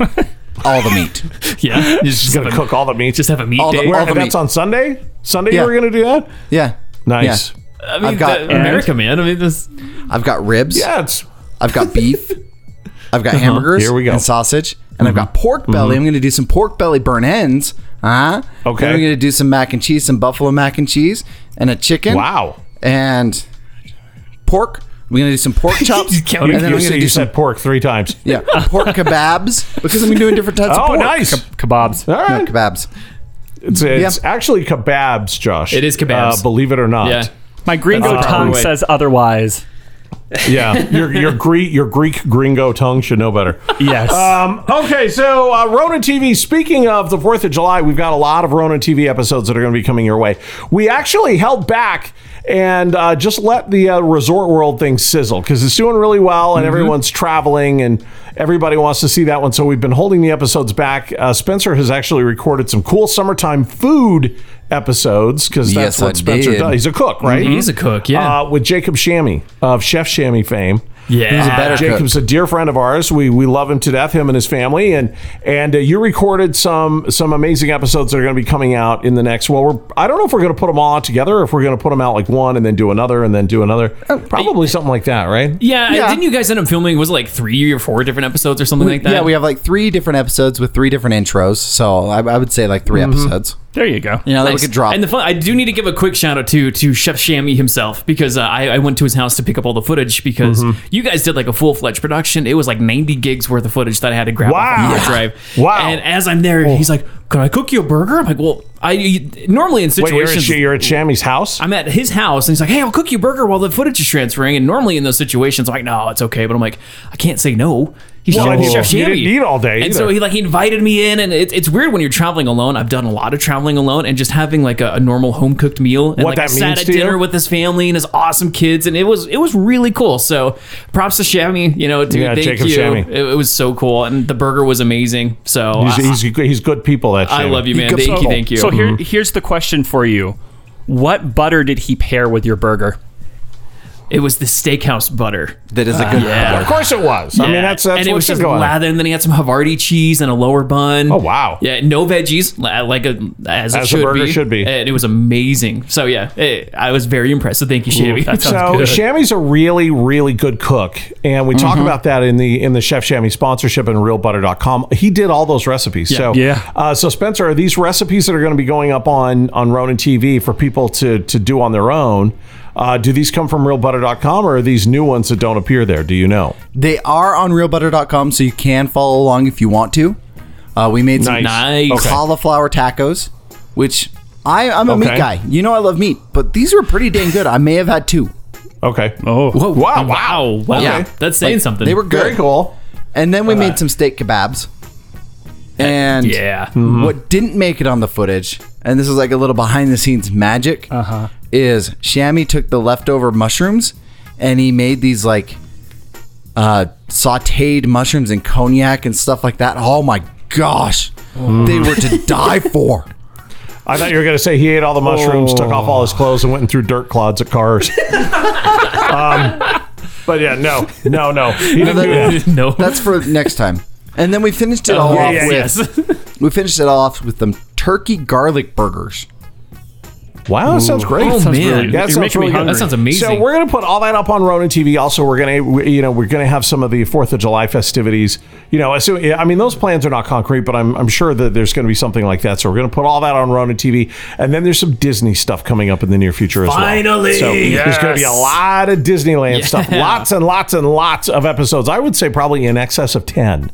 Speaker 3: all the meat.
Speaker 5: yeah. You just,
Speaker 2: Just gonna cook all the meat.
Speaker 5: just have a meat
Speaker 3: All the-
Speaker 5: day.
Speaker 2: Where-
Speaker 3: all the
Speaker 2: that's
Speaker 3: meat.
Speaker 2: on Sunday. Sunday
Speaker 3: Yeah.
Speaker 2: you were gonna do that.
Speaker 3: Yeah,
Speaker 2: Nice.
Speaker 3: Yeah.
Speaker 5: I mean,
Speaker 3: I've got-
Speaker 5: the- America, man. I mean, this.
Speaker 3: I've got ribs.
Speaker 2: Yeah, it's
Speaker 3: I've got beef. I've got hamburgers.
Speaker 2: Here we go. Mm-hmm.
Speaker 3: And sausage, and I've got pork belly. I'm gonna do some pork belly burn ends. Uh huh.
Speaker 2: Okay.
Speaker 3: Then I'm gonna do some mac and cheese, some buffalo mac and cheese, and a chicken.
Speaker 2: wow.
Speaker 3: And pork. We're gonna do some pork chops.
Speaker 5: You counted.
Speaker 2: You,
Speaker 3: and then
Speaker 2: you
Speaker 3: I'm
Speaker 2: said-
Speaker 3: gonna do
Speaker 2: you
Speaker 3: some
Speaker 2: said pork three times.
Speaker 3: yeah pork kebabs because I'm doing different types of
Speaker 2: Oh,
Speaker 3: pork.
Speaker 2: nice.
Speaker 4: Kebabs.
Speaker 2: All
Speaker 3: No,
Speaker 2: right.
Speaker 3: kebabs.
Speaker 2: It's, it's
Speaker 3: Yeah.
Speaker 2: actually kebabs, Josh.
Speaker 5: It is kebabs.
Speaker 2: Uh, believe it or not.
Speaker 5: Yeah.
Speaker 4: My gringo
Speaker 5: That's the proper
Speaker 4: tongue
Speaker 5: way.
Speaker 4: says otherwise.
Speaker 2: Yeah, your your Greek your Greek gringo tongue should know better.
Speaker 4: Yes.
Speaker 2: Um, okay, so uh, Ronan TV. Speaking of the Fourth of July, we've got a lot of Ronan TV episodes that are going to be coming your way. We actually held back and uh, just let the uh, Resort World thing sizzle because it's doing really well
Speaker 3: Mm-hmm.
Speaker 2: and everyone's traveling and everybody wants to see that one. So we've been holding the episodes back. Uh, Spencer has actually recorded some cool summertime food episodes because that's
Speaker 3: Yes,
Speaker 2: what
Speaker 3: I
Speaker 2: Spencer
Speaker 3: did. Mm-hmm.
Speaker 2: does. He's a cook, right?
Speaker 5: He's a cook, yeah.
Speaker 2: uh, with Jacob Shammy of Chef Shammy fame.
Speaker 5: yeah.
Speaker 3: He's a better cook.
Speaker 2: Jacob's a dear friend of ours. We we love him to death, him and his family. And and uh, you recorded some some amazing episodes that are going to be coming out in the next. Well, we're I don't know if we're going to put them all out together, or if we're going to put them out like one and then do another and then do another.
Speaker 5: Uh,
Speaker 2: Probably something like that, right?
Speaker 5: yeah,
Speaker 3: Yeah.
Speaker 5: Didn't you guys end up filming? Was it like three or four different episodes or something like that?
Speaker 3: Yeah, we have like three different episodes with three different intros. So I, I would say like
Speaker 2: Mm-hmm.
Speaker 3: 3 episodes.
Speaker 4: there you go.
Speaker 3: You know, that
Speaker 5: Nice.
Speaker 3: we could drop.
Speaker 5: And the fun, I do need to give a quick shout out to to Chef Shammy himself because uh, I, I went to his house to pick up all the footage because
Speaker 3: Mm-hmm.
Speaker 5: you guys did like a full fledged production. It was like 90 gigs worth of footage that I had to grab off
Speaker 2: Wow.
Speaker 5: of the hard drive.
Speaker 2: Wow.
Speaker 5: And as I'm there,
Speaker 3: Oh.
Speaker 5: he's like, "Can I cook you a burger?" I'm like, "Well, I you- normally in
Speaker 2: Wait, you're at,
Speaker 5: situations."
Speaker 2: Sh- you're at Shammy's house.
Speaker 5: I'm at his house and he's like, "Hey, I'll cook you a burger while the footage is transferring." And normally in those situations, I'm like, "No, it's okay," but I'm like, "I can't say no." He's
Speaker 2: Well,
Speaker 5: just
Speaker 2: and
Speaker 5: Chef
Speaker 2: you didn't
Speaker 5: Shammy.
Speaker 2: eat all day
Speaker 5: and so
Speaker 2: either.
Speaker 5: he like he invited me in, and it, it's weird when you're traveling alone. I've done a lot of traveling alone, and just having like a, a normal home cooked meal. And
Speaker 2: What
Speaker 5: like
Speaker 2: that
Speaker 5: I sat
Speaker 2: means
Speaker 5: at
Speaker 2: to you?
Speaker 5: dinner with his family and his awesome kids, and it was it was really cool. So props to Shammy, you know, dude,
Speaker 2: Yeah,
Speaker 5: thank
Speaker 2: Jacob
Speaker 5: you.
Speaker 2: Shammy.
Speaker 5: It, it was so cool, and the burger was amazing. So I,
Speaker 2: he's, he's, he's good people. That
Speaker 5: I
Speaker 2: Shammy. Oh,
Speaker 5: love you, man. Thank you, thank you.
Speaker 4: So here, here's the question for you: What butter did he pair with your burger?
Speaker 5: it was the steakhouse butter.
Speaker 3: that is a good.
Speaker 5: Uh, Yeah.
Speaker 2: Of course it was. I mean, that's that's what
Speaker 5: and it was
Speaker 2: should
Speaker 5: just
Speaker 2: go on.
Speaker 5: lather, and then he had some Havarti cheese and a lower bun.
Speaker 2: Oh, wow.
Speaker 5: Yeah, no veggies, li- like a as, it
Speaker 2: As a
Speaker 5: should
Speaker 2: burger
Speaker 5: be.
Speaker 2: should be.
Speaker 5: and it was amazing. So yeah, eh, I was very impressed. So thank you, Shabby. That sounds
Speaker 2: so
Speaker 5: good.
Speaker 2: Shammy's a really, really good cook, and we talk about that in the in the Chef Shammy sponsorship and RealButter.com. He did all those recipes. So
Speaker 4: Yeah.
Speaker 2: Uh, so Spencer, are these recipes that are going to be going up on on Ronin TV for people to to do on their own? Uh, do these come from RealButter.com or are these new ones that don't appear there? Do you know?
Speaker 3: They are on realbutter.com, so you can follow along if you want to. Uh, we made some
Speaker 5: Nice. Okay.
Speaker 3: cauliflower tacos, which I, I'm a
Speaker 2: Okay.
Speaker 3: meat guy. You know I love meat, but these were pretty dang good. I may have had two.
Speaker 2: Okay.
Speaker 4: Oh,
Speaker 2: Wow! Wow!
Speaker 5: wow, wow,
Speaker 3: Yeah.
Speaker 5: that's saying
Speaker 3: Like,
Speaker 5: something.
Speaker 3: They were good.
Speaker 2: Very cool.
Speaker 3: And then we made some steak kebabs. And
Speaker 5: yeah.
Speaker 3: what didn't make it on the footage, and this is like a little behind the scenes magic, uh-huh. is Shammy took the leftover mushrooms and he made these like uh, sauteed mushrooms and cognac and stuff like that. Oh my gosh, they were to die for.
Speaker 2: I thought you were going to say he ate all the mushrooms, took off all his
Speaker 5: Oh.
Speaker 2: clothes, and went and threw dirt clods at cars. um, but yeah, no, no, no, he didn't do that.
Speaker 5: no,
Speaker 3: That's for next time. And then we finished it
Speaker 5: Oh,
Speaker 3: all
Speaker 2: yeah,
Speaker 3: off
Speaker 2: yeah,
Speaker 3: with we finished it all off with them turkey garlic burgers.
Speaker 2: Wow, that sounds great.
Speaker 5: Oh, man.
Speaker 2: really good.
Speaker 5: You're
Speaker 2: that sounds
Speaker 4: making me
Speaker 2: really good.
Speaker 4: hungry.
Speaker 5: That sounds amazing.
Speaker 2: So we're gonna put all that up on Ronin TV. Also, we're gonna we, you know we're gonna have some of the Fourth of July festivities. You know, so, I mean those plans are not concrete, but I'm I'm sure that there's gonna be something like that. So we're gonna put all that on Ronin TV, and then there's some Disney stuff coming up in the near future as
Speaker 5: Finally!
Speaker 2: well. So there's gonna be a
Speaker 5: Yes.
Speaker 2: lot of Disneyland stuff,
Speaker 5: Yeah.
Speaker 2: lots and lots and lots of episodes. I would say probably in excess of ten.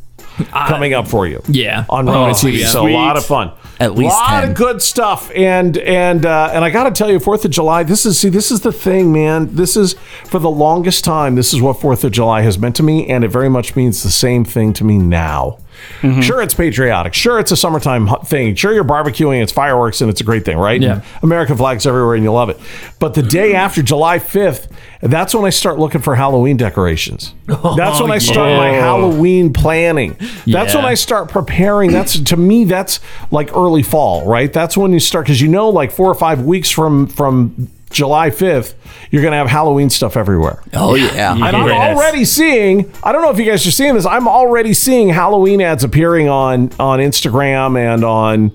Speaker 2: Coming up for you,
Speaker 5: yeah.
Speaker 2: on Ronin
Speaker 5: Oh,
Speaker 2: TV.
Speaker 5: yeah.
Speaker 2: So a lot of fun,
Speaker 3: At least
Speaker 2: a lot
Speaker 3: 10.
Speaker 2: of good stuff. And and uh, and I got to tell you, Fourth of July. This is see, this is the thing, man. This is for the longest time. This is what Fourth of July has meant to me, and it very much means the same thing to me now.
Speaker 5: Mm-hmm.
Speaker 2: Sure, it's patriotic. Sure, it's a summertime hu- thing. Sure, you're barbecuing, it's fireworks, and it's a great thing, right?
Speaker 5: Yeah. Mm-hmm.
Speaker 2: And American flags everywhere, and you love it. But the day after July 5th, that's when I start looking for Halloween decorations. That's when I start my Halloween planning. That's when
Speaker 5: Oh, Yeah.
Speaker 2: I start preparing. That's to me, that's like early fall, right? That's when you start because you know, like four or five weeks from from July 5th, you're gonna have Halloween stuff everywhere.
Speaker 3: Oh yeah.
Speaker 2: And I'm
Speaker 4: Very nice.
Speaker 2: already seeing. I don't know if you guys are seeing this. I'm already seeing Halloween ads appearing on on Instagram and on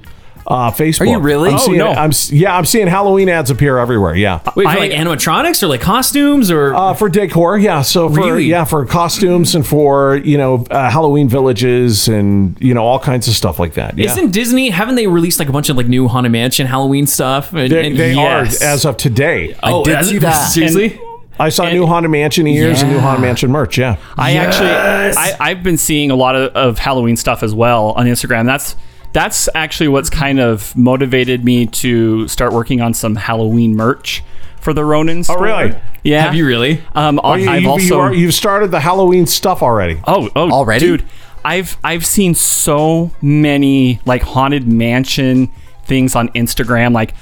Speaker 2: uh, Facebook. Are
Speaker 3: you really?
Speaker 2: I'm
Speaker 3: Oh,
Speaker 2: seeing,
Speaker 4: no.
Speaker 2: I'm s- yeah, I'm seeing Halloween ads appear everywhere. Yeah.
Speaker 5: Wait, for
Speaker 4: I-
Speaker 5: like animatronics or like costumes or
Speaker 2: Uh, for decor, yeah. So for
Speaker 5: Really?
Speaker 2: yeah, for costumes and for you know uh, Halloween villages and you know all kinds of stuff like that. Yeah.
Speaker 5: isn't Disney? Haven't they released like a bunch of like new Haunted Mansion Halloween stuff? And,
Speaker 2: they
Speaker 5: and-
Speaker 2: they
Speaker 5: Yes.
Speaker 2: are as of today.
Speaker 5: oh,
Speaker 3: did
Speaker 5: as-
Speaker 3: see that.
Speaker 5: seriously.
Speaker 2: I saw new Haunted Mansion ears and new Haunted Mansion merch. Yeah.
Speaker 4: I actually, I, I've been seeing a lot of, of Halloween stuff as well on Instagram. That's that's actually what's kind of motivated me to start working on some Halloween merch. for the Ronin store.
Speaker 2: Oh, really?
Speaker 4: Yeah.
Speaker 5: Have you really?
Speaker 4: Um,
Speaker 2: Oh, you,
Speaker 4: I've
Speaker 2: you,
Speaker 4: also
Speaker 2: you are, you've started the Halloween stuff already.
Speaker 4: Oh, oh,
Speaker 3: Already?
Speaker 4: dude. I've I've seen so many like haunted mansion things on Instagram. Like,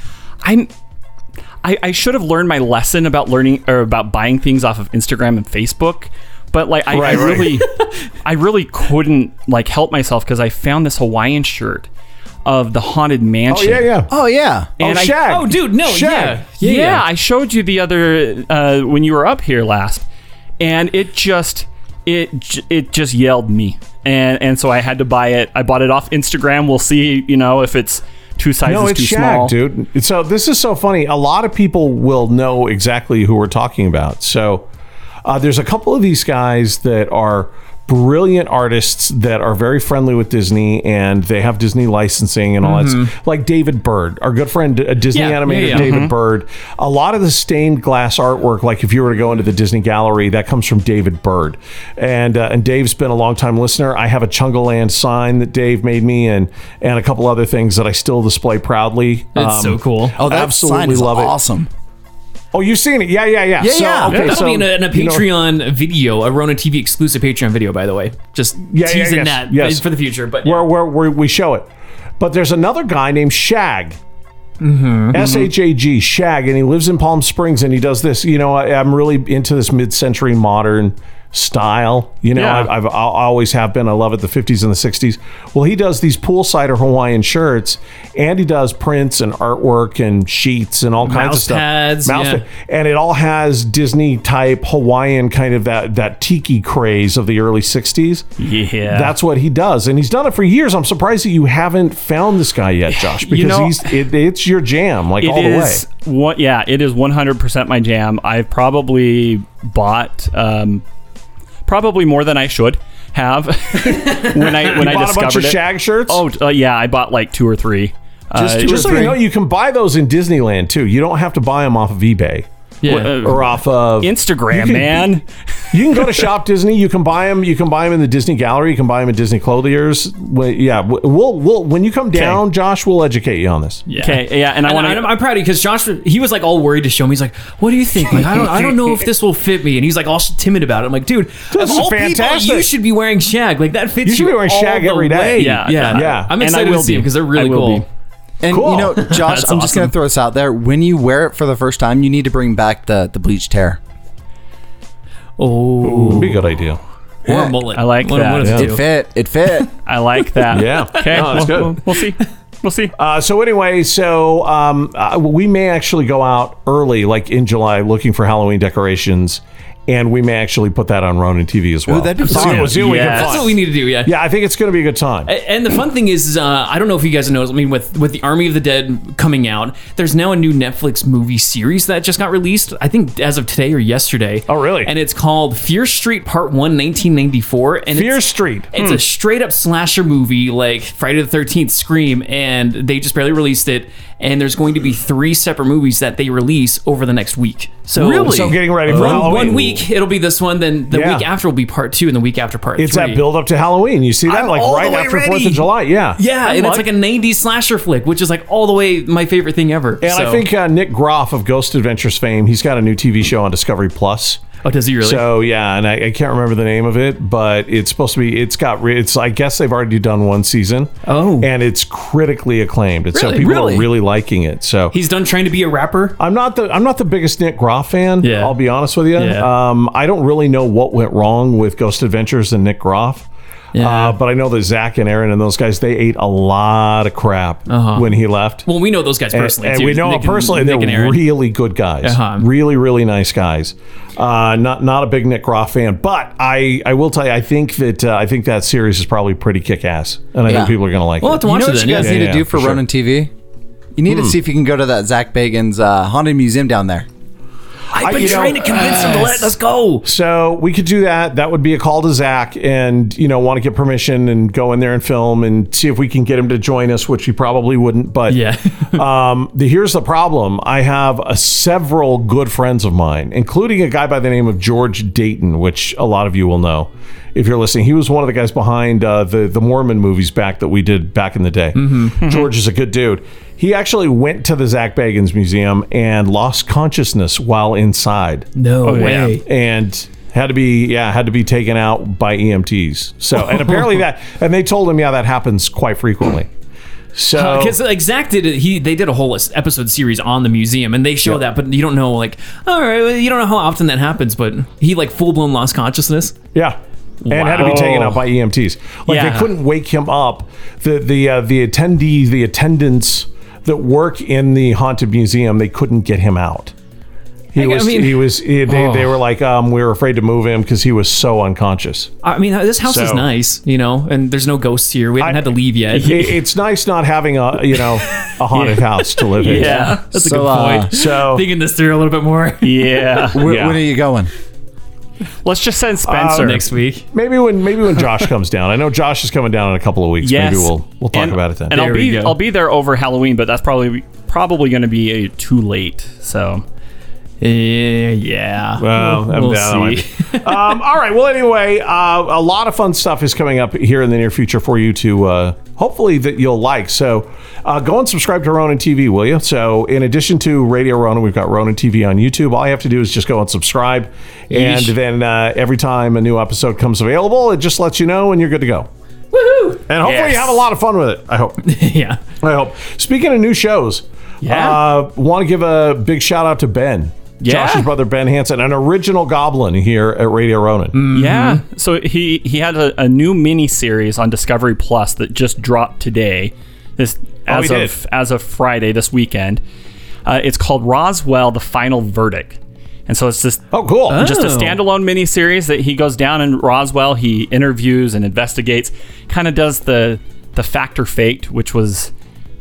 Speaker 4: I'm. I, I should have learned my lesson about learning or about buying things off of Instagram and Facebook, but like I,
Speaker 2: Right,
Speaker 4: I
Speaker 2: right.
Speaker 4: really, I really couldn't like help myself because I found this Hawaiian shirt of the haunted
Speaker 2: Oh
Speaker 4: mansion.
Speaker 2: yeah, yeah.
Speaker 3: Oh yeah.
Speaker 4: And
Speaker 2: oh,
Speaker 4: I-
Speaker 2: Shag.
Speaker 5: Oh, dude, no,
Speaker 2: Shag.
Speaker 5: yeah,
Speaker 4: Yeah,
Speaker 5: yeah, yeah.
Speaker 4: I showed you the other uh, when you were up here last, and it just it j- it just yelled me, and and so I had to buy it. I bought it off Instagram. We'll see, you know, if it's two sizes
Speaker 2: No, it's
Speaker 4: too
Speaker 2: Shag,
Speaker 4: small.
Speaker 2: dude. So this is so funny. A lot of people will know exactly who we're talking about. So uh, there's a couple of these guys that are brilliant artists that are very friendly with Disney and they have Disney licensing and all that. s- Like David Bird, our good friend, uh, Disney
Speaker 5: Mm-hmm. Yeah, yeah,
Speaker 2: animator
Speaker 5: yeah.
Speaker 2: David Bird. A lot of the stained glass artwork, like if you were to go into the Disney Gallery, that comes from David Bird. And uh, and Dave's been a longtime listener. I have a Chungaland sign that Dave made me, and and a couple other things that I still display proudly.
Speaker 5: That's so cool.
Speaker 3: Oh, that
Speaker 2: absolutely
Speaker 3: sign is
Speaker 2: love it.
Speaker 3: awesome.
Speaker 2: Oh, you've seen it? Yeah, yeah, yeah.
Speaker 3: Yeah,
Speaker 2: so,
Speaker 3: yeah.
Speaker 2: Okay,
Speaker 5: That'll
Speaker 2: so
Speaker 5: be in a, in a
Speaker 2: um, you know-
Speaker 5: Patreon video, a Rona TV exclusive Patreon video, by the way. Just
Speaker 2: Yeah, yeah,
Speaker 5: teasing
Speaker 2: yes,
Speaker 5: that uh,
Speaker 2: yes.
Speaker 5: for the future. But
Speaker 2: where, where, where we show it. But there's another guy named Shag.
Speaker 5: Mm-hmm.
Speaker 2: S H A G, Shag, and he lives in Palm Springs and he does this. You know, I, I'm really into this mid century modern style. You know,
Speaker 4: Yeah.
Speaker 2: I've, I've, I always have been. I love it, the 50s and the 60s. Well, he does these poolsider Hawaiian shirts and he does prints and artwork and sheets and all kinds
Speaker 5: Mouse
Speaker 2: of stuff.
Speaker 5: pads, yeah.
Speaker 2: pa- and it all has Disney type Hawaiian kind of that, that tiki craze of the early 60s.
Speaker 4: Yeah,
Speaker 2: That's what he does, and he's done it for years. I'm surprised that you haven't found this guy yet, Josh, because
Speaker 4: know-
Speaker 2: he's it, it's your jam, like all
Speaker 4: It
Speaker 2: the way.
Speaker 4: is what? Yeah, it is 100% my jam. I've probably bought um, probably more than I should have when I when
Speaker 2: You
Speaker 4: I
Speaker 2: bought a
Speaker 4: discovered
Speaker 2: bunch of
Speaker 4: it.
Speaker 2: Shag shirts.
Speaker 4: Oh uh, yeah, I bought like two or three.
Speaker 2: just,
Speaker 4: Uh,
Speaker 2: just so you know, you can buy those in Disneyland too. You don't have to buy them off of eBay
Speaker 5: yeah.
Speaker 4: uh,
Speaker 2: or off of
Speaker 4: Instagram,
Speaker 2: You can-
Speaker 4: man.
Speaker 2: You can go to Shop Disney. You can buy them. You can buy them in the Disney Gallery. You can buy them at Disney Clothiers. Well, yeah, we'll we'll when you come down, Josh, we'll educate you on this.
Speaker 4: Okay, yeah, and I
Speaker 5: And
Speaker 4: want
Speaker 5: I- I'm,
Speaker 4: to.
Speaker 5: I'm proud of because Josh, he was like all worried to show me. He's like, "What do you think? Like, I don't, I don't know if this will fit me." And he's like all timid about it. I'm like, "Dude,
Speaker 2: This
Speaker 5: of
Speaker 2: is
Speaker 5: all
Speaker 2: fantastic.
Speaker 5: people, you should be wearing shag. Like that fits you.
Speaker 2: You should be wearing
Speaker 5: all
Speaker 2: shag
Speaker 5: the
Speaker 2: every day.
Speaker 5: way."
Speaker 4: Yeah,
Speaker 5: yeah,
Speaker 2: yeah.
Speaker 5: I'm
Speaker 4: And I
Speaker 5: excited
Speaker 4: will
Speaker 5: to see
Speaker 4: be.
Speaker 5: because they're really
Speaker 4: I will
Speaker 5: cool.
Speaker 4: be.
Speaker 3: And
Speaker 2: Cool.
Speaker 3: you know, Josh, I'm
Speaker 5: That's
Speaker 3: just gonna
Speaker 5: awesome.
Speaker 3: throw this out there. When you wear it for the first time, you need to bring back the the bleached hair.
Speaker 5: Oh,
Speaker 2: Be a good idea.
Speaker 5: or a Oh, mullet.
Speaker 4: I like
Speaker 5: What-
Speaker 4: that.
Speaker 5: what does it
Speaker 2: Yeah.
Speaker 5: do?
Speaker 3: It fit. It fit.
Speaker 4: I like that.
Speaker 2: Yeah.
Speaker 4: Okay.
Speaker 2: No, that's
Speaker 4: we'll,
Speaker 2: good.
Speaker 4: We'll, we'll see. We'll see.
Speaker 2: Uh, so anyway, so um, uh, we may actually go out early, like in July, looking for Halloween decorations, and we may actually put that on Ronin TV as well.
Speaker 3: Ooh, that'd be
Speaker 2: So
Speaker 3: fun.
Speaker 2: we'll see what we can
Speaker 4: Yeah.
Speaker 5: That's
Speaker 2: find.
Speaker 5: what we need to do. Yeah.
Speaker 2: Yeah, I think it's going to be a good time.
Speaker 5: A- And the fun thing is, is, uh, I don't know if you guys know. I mean, with with the Army of the Dead coming out, there's now a new Netflix movie series that just got released. I think as of today or yesterday.
Speaker 2: Oh, really?
Speaker 5: And it's called Fear Street Part One, 1994. And
Speaker 2: Fear
Speaker 5: it's,
Speaker 2: Street. Hmm.
Speaker 5: It's a straight up slasher movie, like Friday the Thirteenth, Scream, and they just barely released it. And there's going to be three separate movies that they release over the next week. So
Speaker 2: Really? So getting ready for
Speaker 5: one,
Speaker 2: Halloween.
Speaker 5: one week it'll be this one, then the
Speaker 2: Yeah.
Speaker 5: week after will be part two, and the week after part
Speaker 2: It's
Speaker 5: three.
Speaker 2: that build up to Halloween. You see that,
Speaker 3: I'm
Speaker 2: like
Speaker 3: all the
Speaker 2: right
Speaker 3: way
Speaker 2: after
Speaker 3: ready.
Speaker 2: Fourth of July. Yeah.
Speaker 5: Yeah, and
Speaker 4: like-
Speaker 5: it's like a 90s slasher flick, which is like all the way my favorite thing ever.
Speaker 2: And I
Speaker 5: so-
Speaker 2: think uh, Nick Groff of Ghost Adventures fame, he's got a new TV show on Discovery Plus.
Speaker 5: Oh, does he really?
Speaker 2: So yeah, and I, I can't remember the name of it, but it's supposed to be. It's got. re- It's I guess they've already done one season.
Speaker 5: Oh.
Speaker 2: and it's critically acclaimed, and so
Speaker 5: Really?
Speaker 2: people
Speaker 5: Really?
Speaker 2: are really liking it. So
Speaker 5: He's done trying to be a rapper.
Speaker 2: I'm not the I'm not the biggest Nick Groff fan.
Speaker 5: Yeah.
Speaker 2: I'll be honest with you.
Speaker 5: Yeah.
Speaker 2: Um, I don't really know what went wrong with Ghost Adventures and Nick Groff.
Speaker 5: Yeah.
Speaker 2: Uh, but I know that Zach and Aaron and those guys, they ate a lot of crap
Speaker 5: Uh-huh.
Speaker 2: when he left.
Speaker 5: Well, we know those guys personally.
Speaker 2: and
Speaker 5: too,
Speaker 2: we know
Speaker 5: Nick
Speaker 2: him personally.
Speaker 5: Nick and
Speaker 2: they're
Speaker 5: Aaron.
Speaker 2: really good guys.
Speaker 5: Uh-huh.
Speaker 2: Really, really nice guys. Uh, not not a big Nick Groff fan, but I, I will tell you, I think that uh, I think that series is probably pretty kick ass, and I
Speaker 3: Yeah.
Speaker 2: think people are going to like
Speaker 5: We'll have
Speaker 2: it.
Speaker 5: to
Speaker 3: you
Speaker 5: watch
Speaker 3: know
Speaker 5: it
Speaker 3: what
Speaker 5: then.
Speaker 3: you guys
Speaker 5: yeah. Hmm.
Speaker 2: yeah,
Speaker 3: need
Speaker 2: yeah,
Speaker 3: to do
Speaker 2: for
Speaker 3: for
Speaker 2: sure.
Speaker 3: Ronin TV? You need to see if you can go to that Zach Bagans uh, haunted museum down there.
Speaker 5: I've been
Speaker 2: you know,
Speaker 5: trying to convince him to let us go.
Speaker 2: So we could do that. That would be a call to Zach, and you know, want to get permission and go in there and film and see if we can get him to join us, which he probably wouldn't. But
Speaker 5: Yeah.
Speaker 2: um, the, here's the problem: I have uh several good friends of mine, including a guy by the name of George Dayton, which a lot of you will know if you're listening. He was one of the guys behind uh, the the Mormon movies back that we did back in the day. George is a good dude. He actually went to the Zach Bagans Museum and lost consciousness while inside,
Speaker 5: No
Speaker 4: yeah.
Speaker 5: way.
Speaker 2: and had to be yeah had to be taken out by EMTs. So and apparently that and they told him yeah that happens quite frequently. So
Speaker 5: Because like Zach did, it- he they did a whole episode series on the museum, and they show that, but you don't know like, all right, well, you don't know how often that happens, but he like full blown lost consciousness.
Speaker 2: Yeah. And had to be
Speaker 5: Wow.
Speaker 2: taken out by EMTs. Like they
Speaker 5: Yeah.
Speaker 2: couldn't wake him up. The the uh, the attendees, the attendants that work in the haunted museum, they couldn't get him out. He
Speaker 5: I
Speaker 2: was
Speaker 5: mean- oh.
Speaker 2: he was he- they, they were like um we were afraid to move him because he was so unconscious.
Speaker 5: I mean, this house is
Speaker 2: So-
Speaker 5: nice, you know, and there's no ghosts here. We haven't
Speaker 2: I-
Speaker 5: had to leave yet.
Speaker 2: It- it's nice not having a you know a haunted house to live in.
Speaker 4: Yeah.
Speaker 5: that's
Speaker 3: So,
Speaker 5: a
Speaker 3: uh,
Speaker 5: good point.
Speaker 2: So
Speaker 5: Thinking this through a little bit more
Speaker 4: Yeah.
Speaker 3: Where,
Speaker 2: Yeah.
Speaker 3: When are you going?
Speaker 4: Let's just send Spencer.
Speaker 5: next week.
Speaker 2: maybe when maybe when Josh comes down, I know Josh is coming down in a couple of weeks.
Speaker 4: Yes.
Speaker 2: Maybe we'll we'll talk
Speaker 4: And-
Speaker 2: about it then.
Speaker 4: And I'll
Speaker 5: There we
Speaker 4: be
Speaker 5: go.
Speaker 4: I'll be there over Halloween, but that's probably probably going to be a too late. So
Speaker 5: Yeah, Eh, yeah.
Speaker 2: Well, Uh, I'm
Speaker 5: we'll
Speaker 2: down
Speaker 5: see.
Speaker 2: on it. um, all right. Well, anyway, uh, a lot of fun stuff is coming up here in the near future for you to uh, hopefully that you'll like. So uh, go and subscribe to Ronan TV, will you? So in addition to Radio Ronan, we've got Ronan TV on YouTube. All you have to do is just go and subscribe, and
Speaker 5: Yeesh.
Speaker 2: then uh, every time a new episode comes available, it just lets you know, and you're good to go.
Speaker 5: Woohoo!
Speaker 2: And hopefully you
Speaker 4: Yes.
Speaker 2: have a lot of fun with it. I hope.
Speaker 5: yeah.
Speaker 2: I hope. Speaking of new shows,
Speaker 5: Yeah.
Speaker 2: uh, want to give a big shout out to Ben.
Speaker 4: Yeah.
Speaker 2: Josh's brother Ben Hansen, an original goblin here at Radio Ronan.
Speaker 5: Mm.
Speaker 4: yeah, so he he had a, a new mini series on Discovery Plus that just dropped today. This as
Speaker 2: Oh, he
Speaker 4: of
Speaker 2: did.
Speaker 4: as of Friday this weekend. Uh, it's called Roswell: The Final Verdict, and so it's just
Speaker 2: Oh, cool.
Speaker 4: just a
Speaker 5: Oh.
Speaker 4: standalone miniseries that he goes down in Roswell. He interviews and investigates, kind of does the the fact or faked, which was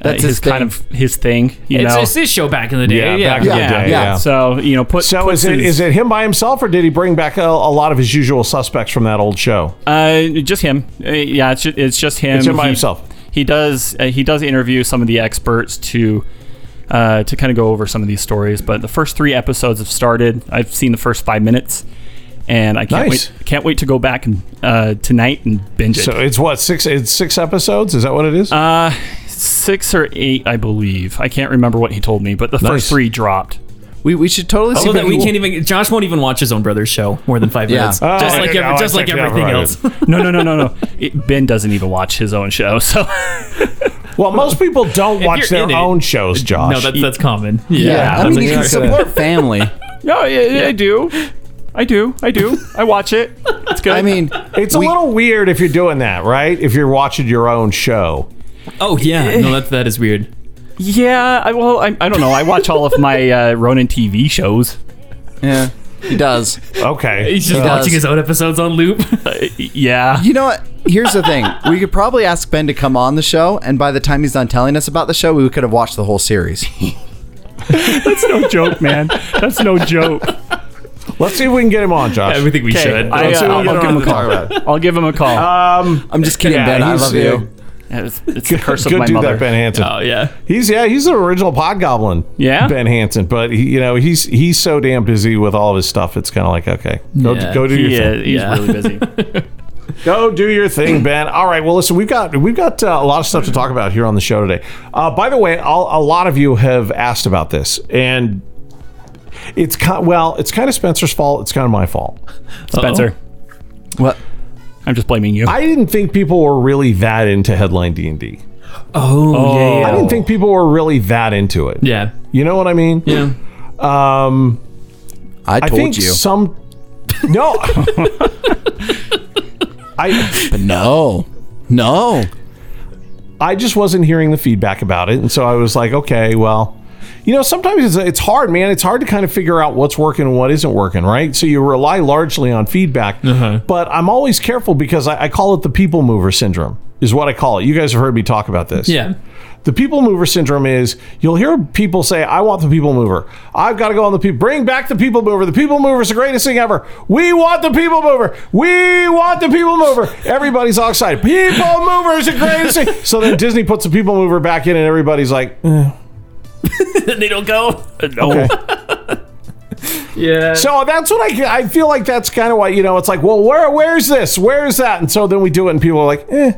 Speaker 4: uh,
Speaker 3: That's his
Speaker 4: kind of
Speaker 3: thing.
Speaker 4: his thing. You
Speaker 5: It's,
Speaker 4: know,
Speaker 5: it's his show back in the day.
Speaker 2: Yeah,
Speaker 5: Yeah,
Speaker 2: back in the
Speaker 4: yeah.
Speaker 2: day, yeah.
Speaker 4: So you know, put
Speaker 2: so is
Speaker 4: puts
Speaker 2: it
Speaker 4: his-
Speaker 2: is it him by himself, or did he bring back a, a lot of his usual suspects from that old show?
Speaker 4: Uh, just him. Uh, yeah, it's just, it's just him.
Speaker 2: It's him by
Speaker 4: He-
Speaker 2: himself.
Speaker 4: He does uh, he does interview some of the experts to uh, to kind of go over some of these stories. But the first three episodes have started. I've seen the first five minutes, and I can't
Speaker 2: Nice.
Speaker 4: wait can't wait to go back and uh, tonight and binge it.
Speaker 2: So it's what six? It's six episodes. Is that what it is?
Speaker 4: uh, six or eight, I believe. I can't remember what he told me, but the
Speaker 2: Nice.
Speaker 4: first three dropped.
Speaker 3: We, we should totally see
Speaker 5: So
Speaker 3: if
Speaker 5: that we
Speaker 3: can-
Speaker 5: can't even. Josh won't even watch his own brother's show more than five
Speaker 3: Yeah.
Speaker 5: minutes.
Speaker 2: Oh,
Speaker 5: just like
Speaker 2: yeah,
Speaker 5: every,
Speaker 2: no,
Speaker 5: just
Speaker 2: I
Speaker 5: like
Speaker 2: checked out
Speaker 5: everything
Speaker 2: Ronan.
Speaker 5: else.
Speaker 4: No, no, no, no, no. It, ben doesn't even watch his own show, so.
Speaker 2: well, most people don't watch
Speaker 5: you're
Speaker 2: their
Speaker 5: in it-
Speaker 2: own shows, Josh.
Speaker 5: No, that's that's common.
Speaker 3: Yeah, I
Speaker 2: that's
Speaker 3: mean you can
Speaker 2: exactly-
Speaker 3: support family.
Speaker 4: No, I, I do. I do. I do. I watch it. It's good.
Speaker 3: I mean,
Speaker 2: it's a
Speaker 3: we-
Speaker 2: little weird if you're doing that, right? If you're watching your own show.
Speaker 5: Oh yeah. No, that that is weird.
Speaker 4: yeah. I, well, I, I don't know. I watch all of my uh, Ronin TV shows.
Speaker 3: yeah, he does.
Speaker 2: Okay.
Speaker 5: He's just
Speaker 3: does.
Speaker 5: watching his own episodes on loop.
Speaker 4: Uh, yeah.
Speaker 3: You know what? Here's the thing. We could probably ask Ben to come on the show, and by the time he's done telling us about the show, we could have watched the whole series.
Speaker 4: That's no joke, man. That's no joke.
Speaker 2: Let's see if we can get him on, Josh.
Speaker 5: Everything we should.
Speaker 4: I,
Speaker 2: Let's see if
Speaker 4: uh,
Speaker 2: we can
Speaker 4: I'll
Speaker 2: get
Speaker 4: give
Speaker 2: him on
Speaker 4: him a
Speaker 2: to talk
Speaker 4: call.
Speaker 2: about it.
Speaker 4: I'll give him a call.
Speaker 2: Um,
Speaker 3: I'm just kidding,
Speaker 2: Yeah,
Speaker 3: Ben. I
Speaker 2: he's,
Speaker 3: love
Speaker 2: uh,
Speaker 3: you.
Speaker 4: it's it's the curse of
Speaker 2: good
Speaker 4: my
Speaker 2: do
Speaker 4: mother.
Speaker 2: that, Ben Hansen.
Speaker 5: oh yeah.
Speaker 2: He's yeah, he's the original Podgoblin.
Speaker 4: Yeah?
Speaker 2: Ben Hansen, but he, you know he's he's so damn busy with all of his stuff. It's kind of like okay, go,
Speaker 5: Yeah.
Speaker 2: go do your
Speaker 4: He, uh,
Speaker 2: thing.
Speaker 4: he's really busy.
Speaker 2: Go do your thing, Ben. All right. Well, listen, we've got we've got uh, a lot of stuff to talk about here on the show today. Uh, by the way, I'll, a lot of you have asked about this, and it's kind well, it's kind of Spencer's fault. It's kind of my fault.
Speaker 4: Spencer,
Speaker 3: What?
Speaker 4: I'm just blaming you.
Speaker 2: I didn't think people were really that into headline D and D.
Speaker 5: Oh, yeah.
Speaker 2: I
Speaker 5: yeah.
Speaker 2: didn't think people were really that into it.
Speaker 5: Yeah.
Speaker 2: You know what I mean?
Speaker 5: Yeah.
Speaker 2: Um,
Speaker 3: I
Speaker 2: I
Speaker 3: told
Speaker 2: think
Speaker 3: you.
Speaker 2: some. No. I
Speaker 3: But no, no.
Speaker 2: I just wasn't hearing the feedback about it, and so I was like, okay, well, you know, sometimes it's it's hard, man. It's hard to kind of figure out what's working and what isn't working, right? So you rely largely on feedback,
Speaker 3: Uh-huh.
Speaker 2: but I'm always careful because I, I call it the people mover syndrome, is what I call it. You guys have heard me talk about this,
Speaker 5: Yeah.
Speaker 2: The people mover syndrome is you'll hear people say, I want the people mover. I've got to go on the people. Bring back the people mover. The people mover is the greatest thing ever. We want the people mover. We want the people mover. Everybody's all excited. People mover is the greatest thing. So then Disney puts the people mover back in, and everybody's like, "Eh."
Speaker 5: they don't go.
Speaker 4: no.
Speaker 5: Yeah.
Speaker 2: so that's what I, I feel like that's kind of why, you know, it's like, well, where where's this? Where's that? And so then we do it, and people are like, eh.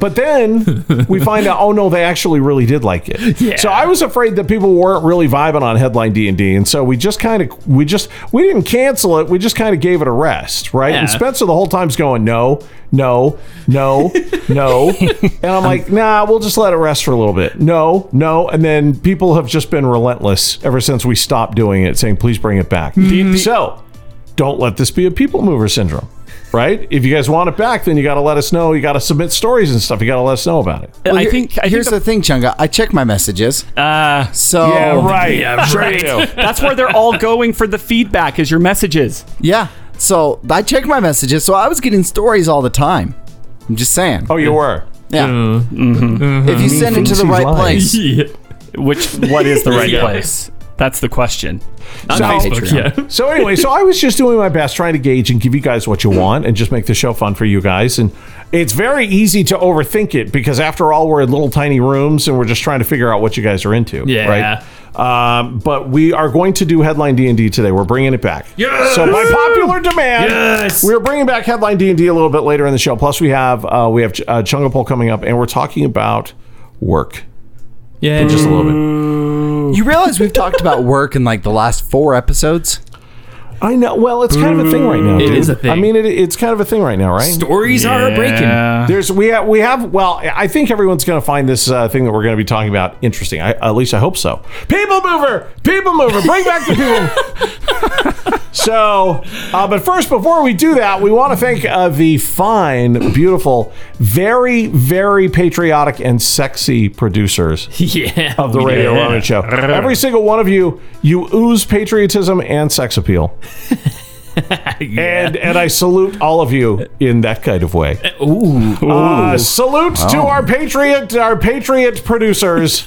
Speaker 2: But then we find out, oh no, they actually really did like it.
Speaker 5: Yeah.
Speaker 2: So I was afraid that people weren't really vibing on Headline D and D, and so we just kind of we just we didn't cancel it. We just kind of gave it a rest, right? And
Speaker 5: Yeah.
Speaker 2: Spencer the whole time's going, no, no, no, no, and I'm like, nah, we'll just let it rest for a little bit. No, no, and then people have just been relentless ever since we stopped doing it, saying, please bring it back. So don't let this be a people mover syndrome. Right? If you guys want it back, then you got to let us know. You got to submit stories and stuff. You got to let us know about it.
Speaker 4: I
Speaker 3: here-
Speaker 4: think I
Speaker 3: here's the
Speaker 4: think
Speaker 3: thing, Chunga. I check my messages.
Speaker 4: uh,
Speaker 3: So
Speaker 2: Oh, right. Sure you do.
Speaker 4: that's where they're all going for the feedback is your messages.
Speaker 3: Yeah. So I check my messages. So I was getting stories all the time. I'm just saying.
Speaker 2: Oh, you were.
Speaker 3: yeah. If you send it to the
Speaker 2: Feces
Speaker 3: right
Speaker 2: lies.
Speaker 3: place.
Speaker 4: Which what is the right
Speaker 5: Yeah.
Speaker 4: place? That's the question.
Speaker 5: on
Speaker 2: So-
Speaker 5: Facebook.
Speaker 3: Patreon.
Speaker 5: Yeah.
Speaker 2: So anyway, so I was just doing my best trying to gauge and give you guys what you
Speaker 5: Hmm.
Speaker 2: want and just make the show fun for you guys. And it's very easy to overthink it because after all, we're in little tiny rooms and we're just trying to figure out what you guys are into.
Speaker 5: Yeah.
Speaker 2: Right. Um, but we are going to do headline D and D today. We're bringing it back.
Speaker 5: Yes!
Speaker 2: So by popular demand,
Speaker 5: Yes!
Speaker 2: we're bringing back headline D and D a little bit later in the show. Plus, we have uh, we have Ch- uh, Chunga Poll coming up, and we're talking about work
Speaker 5: Yeah.
Speaker 2: just a little
Speaker 5: Mm.
Speaker 2: bit.
Speaker 3: You realize we've talked about work in like the last four episodes?
Speaker 2: I know. Well, it's kind of a thing right now.
Speaker 5: It
Speaker 2: dude.
Speaker 5: is a thing.
Speaker 2: I mean, it, it's kind of a thing right now, right?
Speaker 5: stories are breaking.
Speaker 2: There's we have we have well I think everyone's going to find this uh, thing that we're going to be talking about interesting. I, at least I hope so. People mover, people mover, bring back the people. so, uh, but first, before we do that, we want to thank uh, the fine, beautiful, very, very patriotic and sexy producers
Speaker 5: Yeah.
Speaker 2: of the Radio
Speaker 5: Yeah.
Speaker 2: Ronan Show. Every single one of you, you ooze patriotism and sex appeal. And and I salute all of you in that kind of way. Ooh, Uh, salute to our patriot our patriot producers.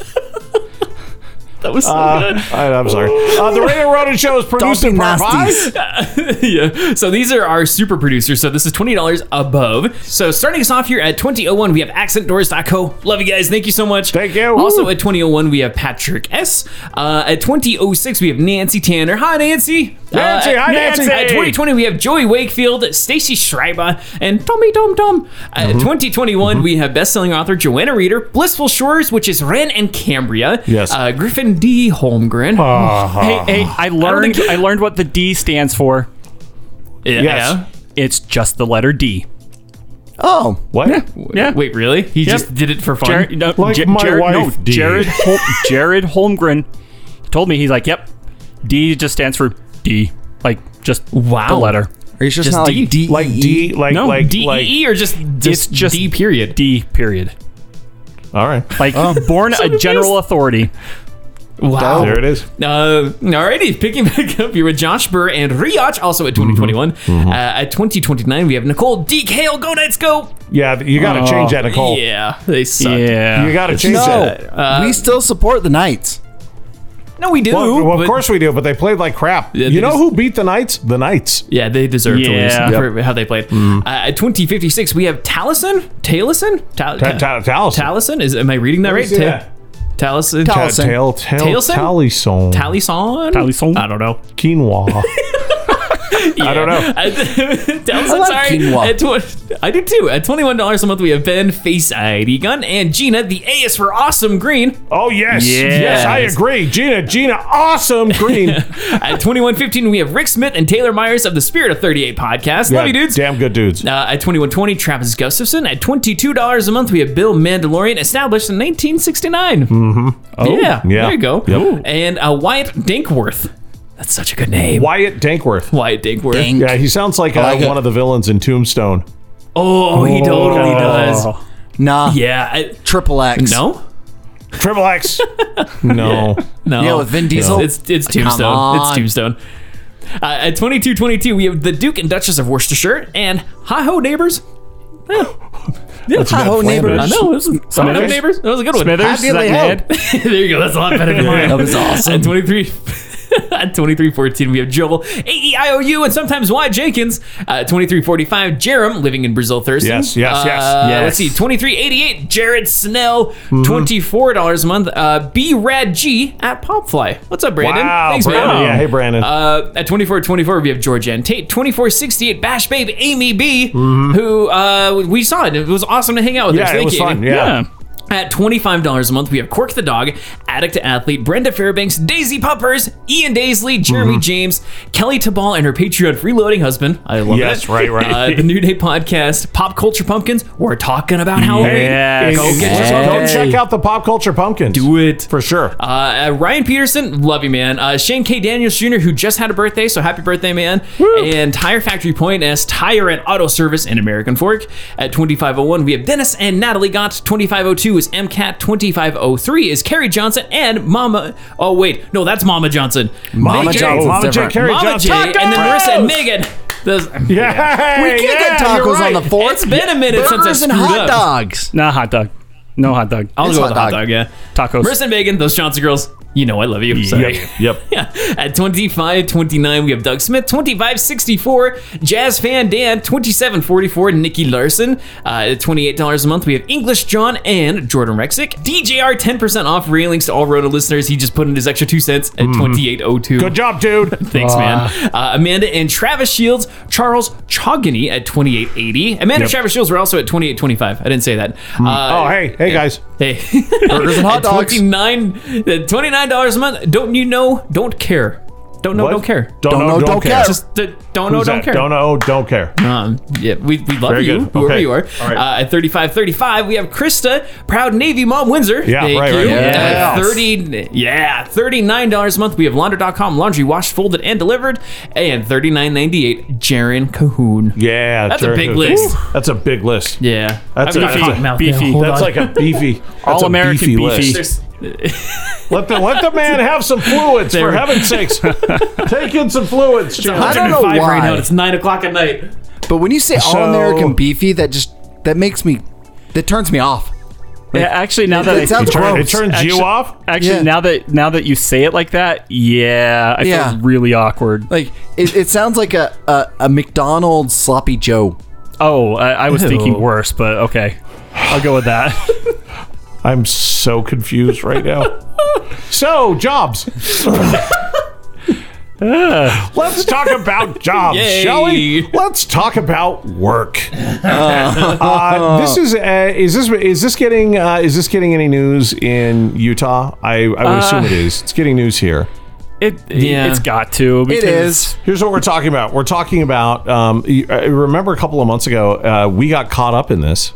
Speaker 5: That was so
Speaker 2: Ah.
Speaker 5: good.
Speaker 2: I, am sorry. Uh, the Radio Ronan Show is produced
Speaker 3: Don't
Speaker 2: and
Speaker 3: be
Speaker 2: brought by
Speaker 3: nasties.
Speaker 5: yeah. So these are our super producers. So this is twenty dollars above. So starting us off here at twenty oh one, we have accentdoors.co. Love you guys. Thank you so much.
Speaker 2: Thank you.
Speaker 5: Also at twenty oh one, we have Patrick S. Uh, at twenty oh six, we have Nancy Tanner. Hi Nancy.
Speaker 2: Nancy,
Speaker 5: Uh,
Speaker 2: hi, Nancy.
Speaker 5: At twenty twenty, we have Joey Wakefield, Stacy Schreiber, and Tommy Tom Tom. At
Speaker 2: Mm-hmm.
Speaker 5: twenty twenty one, we have best-selling author Joanna Reeder, Blissful Shores, which is Ren and Cambria.
Speaker 2: Yes. Oh,
Speaker 5: Uh, Griffin D. Holmgren. Uh-huh.
Speaker 4: Hey, hey, I learned I, learned what the D stands for.
Speaker 5: yeah.
Speaker 2: Yes.
Speaker 4: It's just the letter D.
Speaker 3: Oh,
Speaker 2: What?
Speaker 4: Yeah.
Speaker 5: Wait, really? He just did it for fun.
Speaker 4: Jared, no,
Speaker 2: Like
Speaker 4: Ja-
Speaker 2: my
Speaker 4: Jared, no,
Speaker 2: wife did.
Speaker 4: Jared, Hol- Jared Holmgren told me he's like, "Yep, D just stands for D, like just the
Speaker 5: Wow.
Speaker 4: letter
Speaker 3: are you sure it's
Speaker 5: Just
Speaker 3: not
Speaker 5: D-
Speaker 3: like D? E
Speaker 2: Like D? E Like
Speaker 4: No,
Speaker 2: like
Speaker 5: D
Speaker 2: like?
Speaker 5: E E or just, just
Speaker 4: It's just-
Speaker 5: D period.
Speaker 4: D period."
Speaker 2: All right,
Speaker 4: Like born a general authority.
Speaker 3: Oh.
Speaker 5: Wow.
Speaker 2: there it is.
Speaker 5: Uh, alrighty, picking back up here with Josh Burr and Riach, also
Speaker 2: Mm-hmm.
Speaker 5: at 2021. Uh, at 2029, we have Nicole D. Hale. Go Knights, go!
Speaker 2: Yeah, you got to change that, Nicole.
Speaker 5: Uh, Yeah, they suck. uh,
Speaker 4: Yeah,
Speaker 2: You got to change
Speaker 3: No,
Speaker 2: that.
Speaker 3: we still support the Knights.
Speaker 5: No, we do.
Speaker 2: Well, well,
Speaker 5: but-
Speaker 2: of course we do, but they played like crap.
Speaker 5: Yeah,
Speaker 2: you
Speaker 5: they
Speaker 2: know
Speaker 5: just-
Speaker 2: who beat the Knights? The Knights.
Speaker 5: Yeah, they deserve
Speaker 4: Yeah.
Speaker 5: to lose for how they played.
Speaker 2: Mm-hmm.
Speaker 5: Uh, at 2056, we have Taliesin? Taliesin? Tal-
Speaker 2: Ta- Uh, ta- Taliesin.
Speaker 5: Taliesin? Is, am I reading that right?
Speaker 2: see
Speaker 5: Ta-
Speaker 2: that.
Speaker 5: Taliesin?
Speaker 2: Ta-
Speaker 3: Taliesin.
Speaker 2: Tal- tal-
Speaker 5: Taliesin?
Speaker 2: Taliesin.
Speaker 5: Taliesin?
Speaker 4: Taliesin?
Speaker 5: I don't know.
Speaker 2: Quinoa. I don't know.
Speaker 5: I, Dallas,
Speaker 3: I
Speaker 5: I'm
Speaker 3: like
Speaker 5: sorry.
Speaker 3: quinoa.
Speaker 5: At tw- I do too. At twenty one dollars a month, we have Ben, Face ID Gun, and Gina. The A is for Awesome Green.
Speaker 2: Oh yes. yes,
Speaker 4: Yes.
Speaker 2: I agree. Gina, Gina, awesome green.
Speaker 5: At twenty one fifteen, we have Rick Smith and Taylor Myers of the Spirit of Thirty Eight podcast.
Speaker 2: Yeah,
Speaker 5: Love you, dudes.
Speaker 2: Damn good dudes.
Speaker 5: Uh, at twenty one twenty, Travis Gustafson. At twenty two dollars a month, we have Bill Mandalorian, established in nineteen sixty nine. Mm-hmm. Oh, yeah,
Speaker 2: yeah.
Speaker 5: There you go.
Speaker 2: Yep.
Speaker 5: And uh, Wyatt Dinkworth. That's such a good name.
Speaker 2: Wyatt Dankworth.
Speaker 5: Wyatt Dinkworth.
Speaker 3: Dang.
Speaker 2: Yeah, he sounds like, uh,
Speaker 3: like it.
Speaker 2: one of the villains in Tombstone.
Speaker 5: Oh, he totally
Speaker 2: Oh.
Speaker 5: does.
Speaker 3: Nah.
Speaker 5: Yeah. I,
Speaker 3: Triple X.
Speaker 5: no.
Speaker 2: Triple X. no.
Speaker 5: No.
Speaker 3: Yeah, with Vin Diesel.
Speaker 5: It's it's Tombstone.
Speaker 3: on.
Speaker 5: It's Tombstone. Uh, at twenty two twenty two, we have the Duke and Duchess of Worcestershire and Hi Ho Neighbors.
Speaker 2: That's about
Speaker 3: Hi-ho,
Speaker 2: Flanders.
Speaker 3: neighbors.
Speaker 5: I know. It was, some of them neighbors. That was a good one.
Speaker 4: Smithers, is
Speaker 3: Ideally
Speaker 4: that
Speaker 3: help.
Speaker 4: Ned?
Speaker 5: there you go. That's a lot better than mine.
Speaker 3: That was awesome.
Speaker 5: At 23, at 2314, we have Joel, E AEIOU, and sometimes Y. Jenkins. Uh, 2345, Jerem, living in Brazil Thurston.
Speaker 2: Yes, yes,
Speaker 5: Uh,
Speaker 2: yes, Mm-hmm.
Speaker 4: yes.
Speaker 5: Let's see, 2388, Jared Snell, $24 a month. Uh, B. Rad G at Popfly. What's up, Brandon?
Speaker 2: Wow,
Speaker 5: Thanks,
Speaker 2: Brandon.
Speaker 5: Brandon.
Speaker 2: Yeah, hey, Brandon.
Speaker 5: Uh, at 24-24, we have George Ann Tate. 24-68, Bash Babe Amy B, who uh, we saw. It It was awesome to hang out with her.
Speaker 2: Mm-hmm. yeah,
Speaker 5: so
Speaker 2: it
Speaker 5: thank
Speaker 2: was
Speaker 5: you,
Speaker 2: fun.
Speaker 5: Amy.
Speaker 2: Yeah.
Speaker 5: At $25 a month, we have Cork the Dog, Addict to Athlete, Brenda Fairbanks, Daisy Puppers, Ian Daisley, Jeremy
Speaker 2: Mm-hmm.
Speaker 5: James, Kelly Tabal, and her Patreon freeloading husband. I love
Speaker 2: Yes,
Speaker 5: it.
Speaker 2: right, right.
Speaker 5: Uh, the New Day Podcast, Pop Culture Pumpkins. We're talking about Halloween.
Speaker 4: Yes.
Speaker 5: Go get
Speaker 2: so
Speaker 5: your
Speaker 2: go
Speaker 5: pumpkin.
Speaker 2: check out the pop culture pumpkins.
Speaker 5: Do it.
Speaker 2: for sure.
Speaker 5: Uh, uh, Ryan Peterson, love you, man. Uh, Shane K. Daniels Jr., who just had a birthday, so happy birthday, man. And Tire Factory Point as Tire and Auto Service in American Fork. At 2501, we have Dennis and Natalie Gott. 2502 is MCAT. 2503 is Carrie Johnson and Mama. Oh, wait. No, that's Mama Johnson.
Speaker 3: Mama
Speaker 5: Megan-
Speaker 3: Johnson's
Speaker 2: Mama J.
Speaker 3: different.
Speaker 2: Carey
Speaker 5: Mama J.
Speaker 2: Johnson.
Speaker 5: And then Marissa and Megan. Those-
Speaker 2: Yeah,
Speaker 3: We can't
Speaker 2: yeah,
Speaker 3: get tacos
Speaker 2: you're
Speaker 3: on
Speaker 2: right.
Speaker 3: the fourth.
Speaker 5: It's been a minute since I
Speaker 3: Burgers and
Speaker 5: screwed
Speaker 3: hot
Speaker 5: up.
Speaker 3: dogs.
Speaker 4: Nah, hot dog. No hot dog.
Speaker 5: I'll
Speaker 3: It's
Speaker 5: go with
Speaker 3: hot
Speaker 5: the hot
Speaker 3: dog.
Speaker 5: dog, yeah.
Speaker 4: Tacos.
Speaker 5: Marissa and Megan, those Johnson girls, you know I love you. Sorry.
Speaker 2: Yep, yep.
Speaker 5: Yeah. At 25 29, we have Doug Smith. 25 64, Jazz Fan Dan. 27 44, Nikki Larson. Uh, at $28 a month, we have English John and Jordan Rexic. DJR 10% off railings to all Rona listeners. He just put in his extra two cents at 2802.
Speaker 2: Mm-hmm. Good job, Ah. dude.
Speaker 5: Thanks, man. Uh, Amanda and Travis Shields, Charles Chogany at 2880. Amanda and Travis Shields were also at 2825. I didn't say that. Uh,
Speaker 2: Oh, hey, hey, guys.
Speaker 5: Hey.
Speaker 3: Burgers and hot
Speaker 5: At
Speaker 3: dogs.
Speaker 5: 29 at $29 a month. Don't you know? Don't care. Don't know,
Speaker 2: What?
Speaker 5: don't care.
Speaker 2: Don't, know, don't, care.
Speaker 5: Just d- don't know,
Speaker 2: Who's
Speaker 5: don't
Speaker 2: that?
Speaker 5: care.
Speaker 2: Don't know, don't care.
Speaker 5: Um, yeah, we, we love
Speaker 2: Very
Speaker 5: you,
Speaker 2: good.
Speaker 5: whoever
Speaker 2: Okay.
Speaker 5: you are.
Speaker 2: All right.
Speaker 5: Uh, at 35 35, we have Krista, proud Navy mom Windsor.
Speaker 2: Yeah,
Speaker 5: Thank
Speaker 2: right,
Speaker 5: you.
Speaker 2: right.
Speaker 5: At
Speaker 2: Yes.
Speaker 5: 30, yeah, $39 a month. We have launder.com, laundry washed, folded, and delivered. And $39.98, Jaren Cahoon.
Speaker 2: Yeah,
Speaker 5: That's a
Speaker 2: sure.
Speaker 5: big list.
Speaker 2: That's a big list.
Speaker 5: Yeah.
Speaker 2: That's
Speaker 5: I've
Speaker 2: a-
Speaker 5: got
Speaker 2: that's a
Speaker 5: mouth now.
Speaker 4: beefy.
Speaker 5: Hold
Speaker 2: That's
Speaker 5: on.
Speaker 2: like a beefy, that's
Speaker 4: All
Speaker 2: a
Speaker 4: American
Speaker 2: beefy,
Speaker 4: beefy.
Speaker 2: list. Let the let the man have some fluids for heaven's sakes. Take in some fluids,
Speaker 3: I
Speaker 2: Jim.
Speaker 3: don't know
Speaker 5: 105 right now,
Speaker 3: why,
Speaker 5: and It's 9 o'clock at night.
Speaker 3: but when you say all
Speaker 2: So-
Speaker 3: American beefy, that just that makes me that turns me off.
Speaker 4: Yeah, actually, now that
Speaker 3: It
Speaker 4: I
Speaker 3: sounds
Speaker 4: think-
Speaker 3: gross.
Speaker 2: It turns you
Speaker 4: Actually-
Speaker 2: off.
Speaker 4: Actually,
Speaker 3: Yeah.
Speaker 4: now that now that you say it like that, yeah, I
Speaker 3: Yeah.
Speaker 4: feel really awkward.
Speaker 3: Like it, it sounds like a, a a McDonald's sloppy Joe.
Speaker 4: Oh, I, I was
Speaker 5: Ew.
Speaker 4: thinking worse, but okay, I'll go with that.
Speaker 2: I'm so confused right now. so, jobs. Let's talk about jobs, shall we?
Speaker 5: Yay.
Speaker 2: Let's talk about work. Uh, this is uh, is this is this getting uh, is this getting any news in Utah? I, I would assume it is. It's getting news here.
Speaker 4: It,
Speaker 5: Yeah.
Speaker 4: it's got to.
Speaker 3: It
Speaker 4: because-
Speaker 3: is.
Speaker 2: Here's what we're talking about. We're talking about. Um, you- I remember a couple of months ago, uh, we got caught up in this.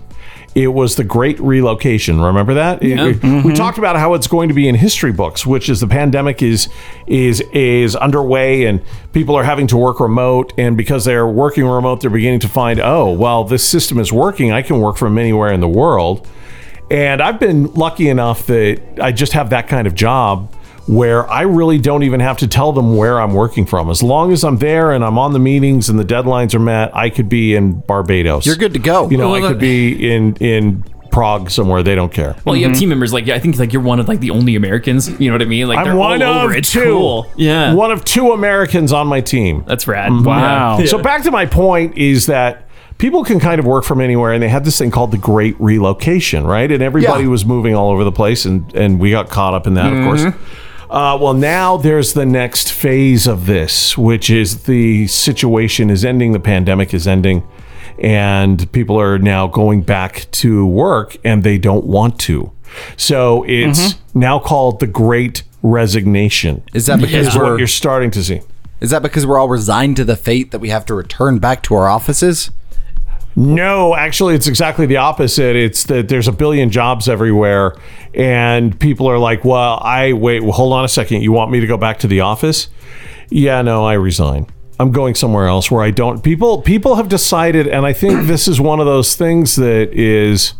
Speaker 2: It was the Great Relocation. Remember that? It- we-
Speaker 3: Mm-hmm.
Speaker 2: We talked about how it's going to be in history books, which is the pandemic is is is underway, and people are having to work remote. And because they're working remote, they're beginning to find, oh, well, this system is working. I can work from anywhere in the world. And I've been lucky enough that I just have that kind of job where I really don't even have to tell them where I'm working from. As long as I'm there and I'm on the meetings and the deadlines are met, I could be in Barbados.
Speaker 3: You're good to go.
Speaker 2: You know,
Speaker 5: Well,
Speaker 2: I could
Speaker 5: that-
Speaker 2: be in in Prague somewhere. They don't care.
Speaker 5: Well, you have team members like yeah, I think like you're one of like the only Americans. You know what I mean? Like
Speaker 2: I'm
Speaker 5: they're
Speaker 2: one
Speaker 5: all
Speaker 2: of
Speaker 5: over. It's
Speaker 2: two.
Speaker 5: cool. Yeah,
Speaker 2: One of two Americans on my team.
Speaker 5: that's rad.
Speaker 2: Mm-hmm.
Speaker 4: Wow.
Speaker 5: Yeah.
Speaker 2: So back to my point is that people can kind of work from anywhere, and they had this thing called the Great Relocation, right? And everybody
Speaker 3: Yeah. Mm-hmm.
Speaker 2: was moving all over the place, and and we got caught up in that, of course. Uh, well, now there's the next phase of this, which is the situation is ending, the pandemic is ending, and people are now going back to work, and they don't want to. So it's now called the Great Resignation.
Speaker 3: Mm-hmm. Is that because
Speaker 2: Is what
Speaker 3: we're
Speaker 2: you're starting to see.
Speaker 3: is that because we're all resigned to the fate that we have to return back to our offices?
Speaker 2: No, actually, it's exactly the opposite. It's that there's a billion jobs everywhere, and people are like, "Well, I wait. Well, hold on a second. You want me to go back to the office? Yeah, no, I resign. I'm going somewhere else where I don't." People, people have decided, and I think this is one of those things that is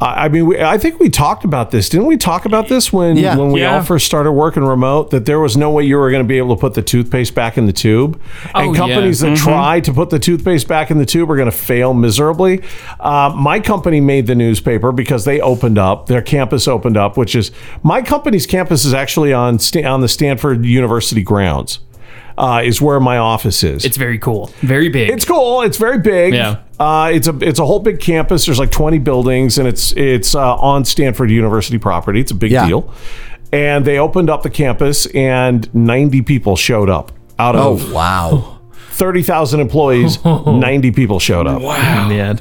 Speaker 2: I I mean, we, I think we talked about this, didn't we? Talk about this when
Speaker 3: Yeah.
Speaker 2: when we
Speaker 4: Yeah.
Speaker 2: all first started working remote that there was no way you were going to be able to put the toothpaste back in the tube, and
Speaker 5: Oh,
Speaker 2: companies
Speaker 5: yeah.
Speaker 2: that try to put the toothpaste back in the tube are going to fail miserably. Uh, my company made the newspaper because they opened up their campus opened up, which is my company's campus is actually on Stan- on the Stanford University grounds, uh, is where my office is.
Speaker 5: It's very cool, very big.
Speaker 2: It's cool. It's very big.
Speaker 5: Yeah.
Speaker 2: Uh, it's a it's a whole big campus. There's like 20 buildings, and it's it's uh, on Stanford University property. It's a big
Speaker 3: Yeah.
Speaker 2: deal. And they opened up the campus, and 90 people showed up. Out of
Speaker 3: Oh wow!
Speaker 2: 30,000 employees, 90 people showed up.
Speaker 5: wow, man.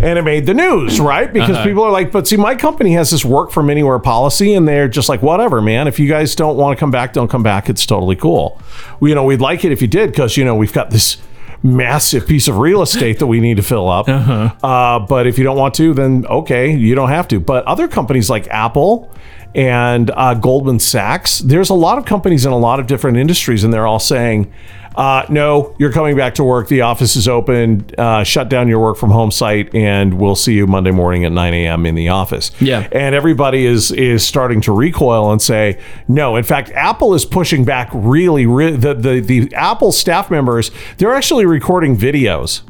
Speaker 2: And it made the news, right? Because people are like, but see, my company has this work from anywhere policy, and they're just like, whatever, man. If you guys don't want to come back, don't come back. It's totally cool. We, you know, we'd like it if you did, because, you know, we've got this massive piece of real estate that we need to fill up. Uh-huh. but if you don't want to, then okay, you don't have to. But other companies like Apple, and uh, Goldman Sachs. There's a lot of companies in a lot of different industries, and they're all saying, uh, "No, you're coming back to work. The office is open. Uh, shut down your work from home site, and we'll see you Monday morning at 9 a.m. in the office."
Speaker 5: Yeah.
Speaker 2: and everybody is is starting to recoil and say, "No." In fact, Apple is pushing back really. re- the, the the Apple staff members they're actually recording videos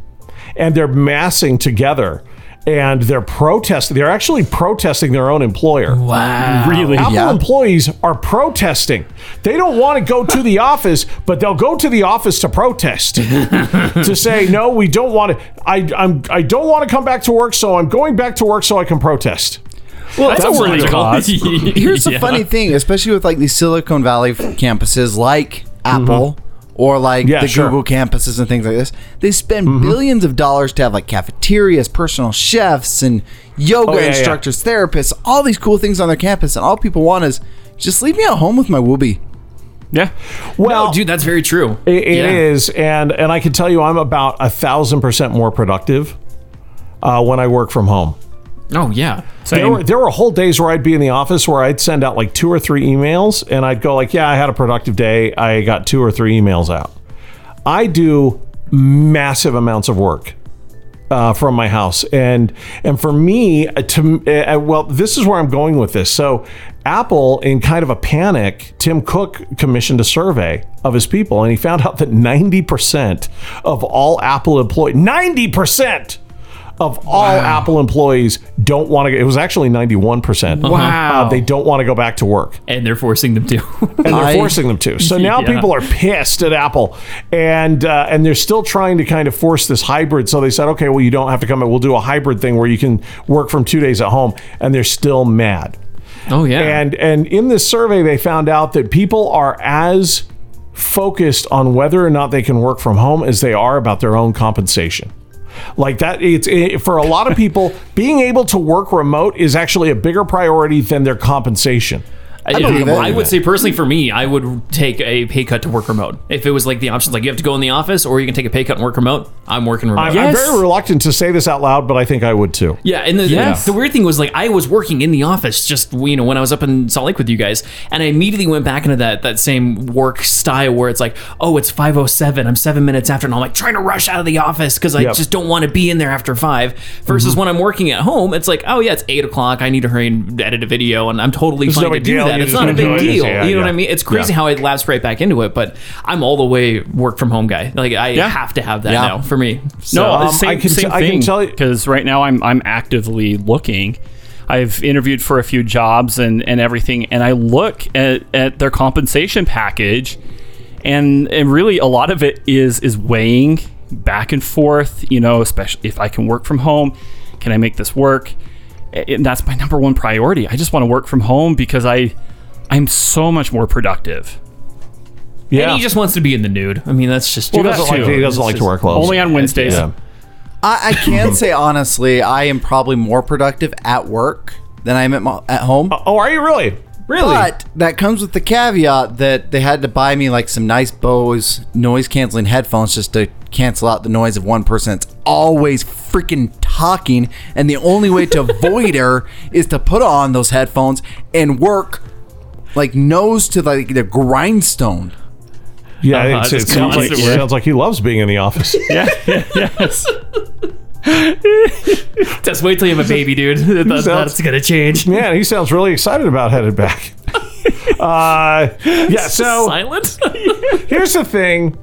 Speaker 2: and they're massing together. And they're protesting. They're actually protesting their own employer.
Speaker 5: Wow.
Speaker 4: Really?
Speaker 2: Apple
Speaker 3: Yeah.
Speaker 2: employees are protesting. They don't want to go to the office, but they'll go to the office to protest to say, "No, we don't want to. I, I'm I don't want to come back to work, so I'm going back to work so I can protest."
Speaker 5: Well, that's,
Speaker 4: a worthy cause.
Speaker 5: Here's
Speaker 3: It's a funny thing, especially with like these Silicon Valley f- campuses, like Apple or like
Speaker 2: Mm-hmm. Yeah,
Speaker 3: the
Speaker 2: sure. Mm-hmm.
Speaker 3: Google campuses and things like this. They spend billions of dollars to have like cafeterias, personal chefs, and yoga
Speaker 2: Oh, yeah, yeah.
Speaker 3: instructors, therapists, all these cool things on their campus, and all people want is just leave me at home with my whoopee.
Speaker 4: Yeah.
Speaker 2: Well,
Speaker 5: Oh, dude, that's very true.
Speaker 2: It it is,
Speaker 5: Yeah.
Speaker 2: and and I can tell you, I'm about a thousand percent more productive uh, when I work from home.
Speaker 5: Oh yeah.
Speaker 2: There were, there were whole days where I'd be in the office where I'd send out like two or three emails and I'd go like, yeah, I had a productive day. I got two or three emails out. I do massive amounts of work uh, from my house, and and for me, uh, to uh, well, this is where I'm going with this. So, Apple, in kind of a panic, Tim Cook commissioned a survey of his people, and he found out that 90 percent of all Apple employees, 90 percent of all Apple employees don't want to. It was actually 91 percent. Uh,
Speaker 4: Wow.
Speaker 2: they don't want to go back to work
Speaker 5: And they're forcing them to.
Speaker 2: and they're
Speaker 3: I-
Speaker 2: forcing them to. So now
Speaker 5: Yeah.
Speaker 2: people are pissed at Apple, and uh, and they're still trying to kind of force this hybrid. So they said, okay, well, you don't have to come. in. We'll do a hybrid thing where you can work from two days at home, and they're still mad.
Speaker 5: oh yeah.
Speaker 2: And and in this survey, they found out that people are as focused on whether or not they can work from home as they are about their own compensation. Like that, it's it, for a lot of people, being able to work remote is actually a bigger priority than their compensation.
Speaker 5: I,
Speaker 3: believe
Speaker 5: I
Speaker 3: it.
Speaker 5: would say personally for me, I would take a pay cut to work remote. If it was like the options, like you have to go in the office or you can take a pay cut and work remote, I'm working remote.
Speaker 2: I'm,
Speaker 5: yeah.
Speaker 2: I'm
Speaker 4: Yes.
Speaker 2: very reluctant to say this out loud, but I think I would too.
Speaker 5: Yeah, and the,
Speaker 4: Yes.
Speaker 5: the weird thing was like I was working in the office just you know when I was up in Salt Lake with you guys, and I immediately went back into that that same work style where it's like, oh, it's five oh seven, I'm seven minutes after, and I'm like trying to rush out of the office because I
Speaker 2: Yep.
Speaker 5: just don't want to be in there after five. Versus
Speaker 2: Mm-hmm.
Speaker 5: when I'm working at home, it's like, oh yeah, it's eight o'clock, I need to hurry and edit a video, and I'm totally fine
Speaker 2: no
Speaker 5: to
Speaker 2: big
Speaker 5: do
Speaker 2: deal,
Speaker 5: that.
Speaker 2: you
Speaker 5: It's
Speaker 2: just
Speaker 5: not a big
Speaker 2: enjoy it.
Speaker 5: deal.
Speaker 2: Yeah,
Speaker 5: you know what
Speaker 2: yeah.
Speaker 5: I mean? It's crazy
Speaker 2: Yeah.
Speaker 5: how I lapsed right back into it, but I'm all the way work from home guy. Like I
Speaker 4: Yeah.
Speaker 5: have to have that
Speaker 3: Yeah.
Speaker 5: now for me. So,
Speaker 4: No,
Speaker 2: um,
Speaker 4: same,
Speaker 2: I can
Speaker 4: same
Speaker 2: t- I can
Speaker 4: thing.
Speaker 2: tell you-
Speaker 4: Because right now I'm I'm actively looking. I've interviewed for a few jobs and, and everything, and I look at, at their compensation package, and and really a lot of it is is weighing back and forth. You know, especially if I can work from home, can I make this work? A- And that's my number one priority. I just want to work from home because I I'm so much more productive.
Speaker 2: Yeah.
Speaker 5: And he just wants to be in the nude. I mean, that's just.
Speaker 2: he doesn't
Speaker 4: that
Speaker 2: like
Speaker 4: too.
Speaker 2: he doesn't
Speaker 5: It's
Speaker 2: like to
Speaker 5: just-
Speaker 2: wear clothes.
Speaker 4: Only on Wednesdays.
Speaker 2: Yeah.
Speaker 3: I, I can say honestly, I am probably more productive at work than I am at, mo- at home.
Speaker 2: Oh, are you really? Really?
Speaker 3: But that comes with the caveat that they had to buy me like some nice Bose noise canceling headphones just to cancel out the noise of one person that's always freaking talking. And the only way to avoid her is to put on those headphones and work like nose to like the grindstone.
Speaker 2: yeah,
Speaker 5: Uh-huh,
Speaker 2: it's- it
Speaker 5: just
Speaker 2: sounds like
Speaker 5: constant
Speaker 2: it
Speaker 5: work.
Speaker 2: sounds like he loves being in the office.
Speaker 4: Yeah. yes.
Speaker 5: Just wait till you have a baby, dude. That- that's gonna change.
Speaker 2: Man, he sounds really excited about headed back. uh, yeah, so
Speaker 5: Silent.
Speaker 2: here's the thing.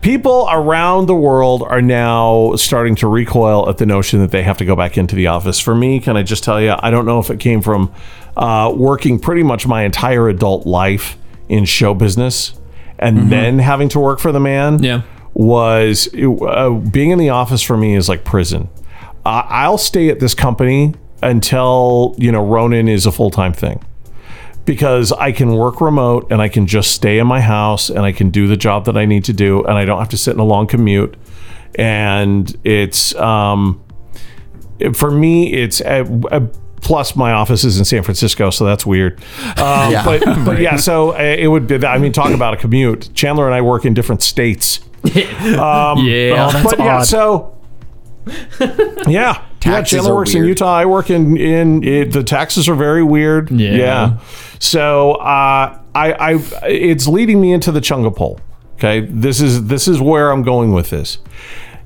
Speaker 2: People around the world are now starting to recoil at the notion that they have to go back into the office. For me, can I just tell you, I don't know if it came from uh, working pretty much my entire adult life in show business and then having to work for the man.
Speaker 5: Yeah.
Speaker 2: Was uh, being in the office for me is like prison. I I'll stay at this company until, you know, Ronin is a full time thing because I can work remote and I can just stay in my house and I can do the job that I need to do and I don't have to sit in a long commute. And it's um, it- for me, it's uh uh plus my office is in San Francisco, so that's weird. Um,
Speaker 3: Yeah.
Speaker 2: But but yeah, so uh, it would be. I mean, talk about a commute. Chandler and I work in different states.
Speaker 5: um, yeah.
Speaker 2: Oh, but yeah, so. yeah, yeah.
Speaker 3: Taxes
Speaker 2: Chandler
Speaker 3: are
Speaker 2: works in
Speaker 3: weird.
Speaker 2: Utah. I work in in it, the taxes are very weird. Yeah, so uh, I I it's leading me into the Chunga poll. Okay, this is this is where I'm going with this.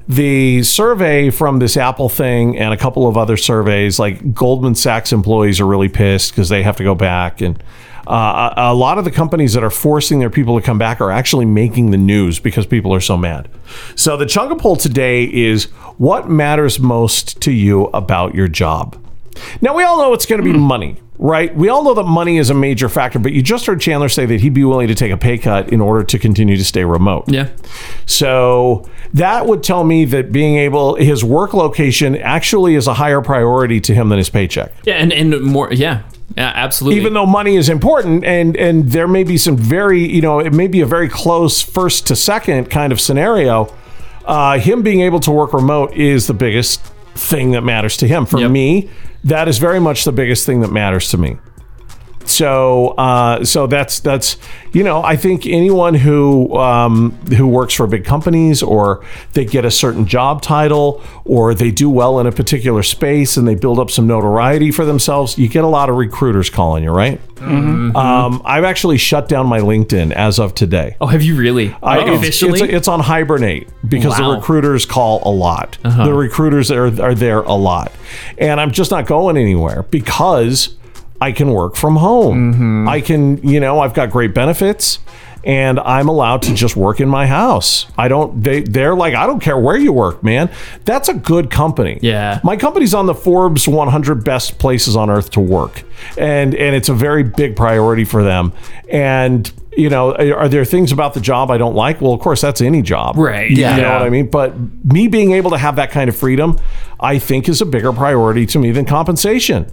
Speaker 2: The survey from this Apple thing and a couple of other surveys, like Goldman Sachs employees are really pissed because they have to go back, and uh, a, a lot of the companies that are forcing their people to come back are actually making the news because people are so mad. So the Chunga poll today is what matters most to you about your job. Now we all know it's going to be money, right? We all know that money is a major factor, but you just heard Chandler say that he'd be willing to take a pay cut in order to continue to stay remote.
Speaker 5: Yeah.
Speaker 2: So that would tell me that being able his work location actually is a higher priority to him than his paycheck.
Speaker 5: Yeah, and, and more. Yeah, yeah absolutely.
Speaker 2: Even though money is important and and there may be some very, you know, it may be a very close first to second kind of scenario. Uh, him being able to work remote is the biggest thing that matters to him. For
Speaker 5: Yep.
Speaker 2: me, that is very much the biggest thing that matters to me. So, uh, so that's that's you know, I think anyone who um, who works for big companies or they get a certain job title or they do well in a particular space and they build up some notoriety for themselves, you get a lot of recruiters calling you, right? Um, I've actually shut down my LinkedIn as of today.
Speaker 5: oh, have you really?
Speaker 2: I-
Speaker 5: Like,
Speaker 2: it's-
Speaker 5: officially?
Speaker 2: it's, it's on hibernate because the
Speaker 5: Wow. Uh-huh.
Speaker 2: recruiters call a lot. The recruiters are are there a lot, and I'm just not going anywhere because I can work from home.
Speaker 5: Mm-hmm.
Speaker 2: I can, you know, I've got great benefits, and I'm allowed to just work in my house. I don't. They they're like, I don't care where you work, man. That's a good company.
Speaker 5: Yeah.
Speaker 2: my company's on the Forbes 100 best places on earth to work, and and it's a very big priority for them. And you know, are there things about the job I don't like? Well, of course, that's any job,
Speaker 5: right.
Speaker 3: Yeah.
Speaker 2: You know what I mean? But me being able to have that kind of freedom, I think, is a bigger priority to me than compensation.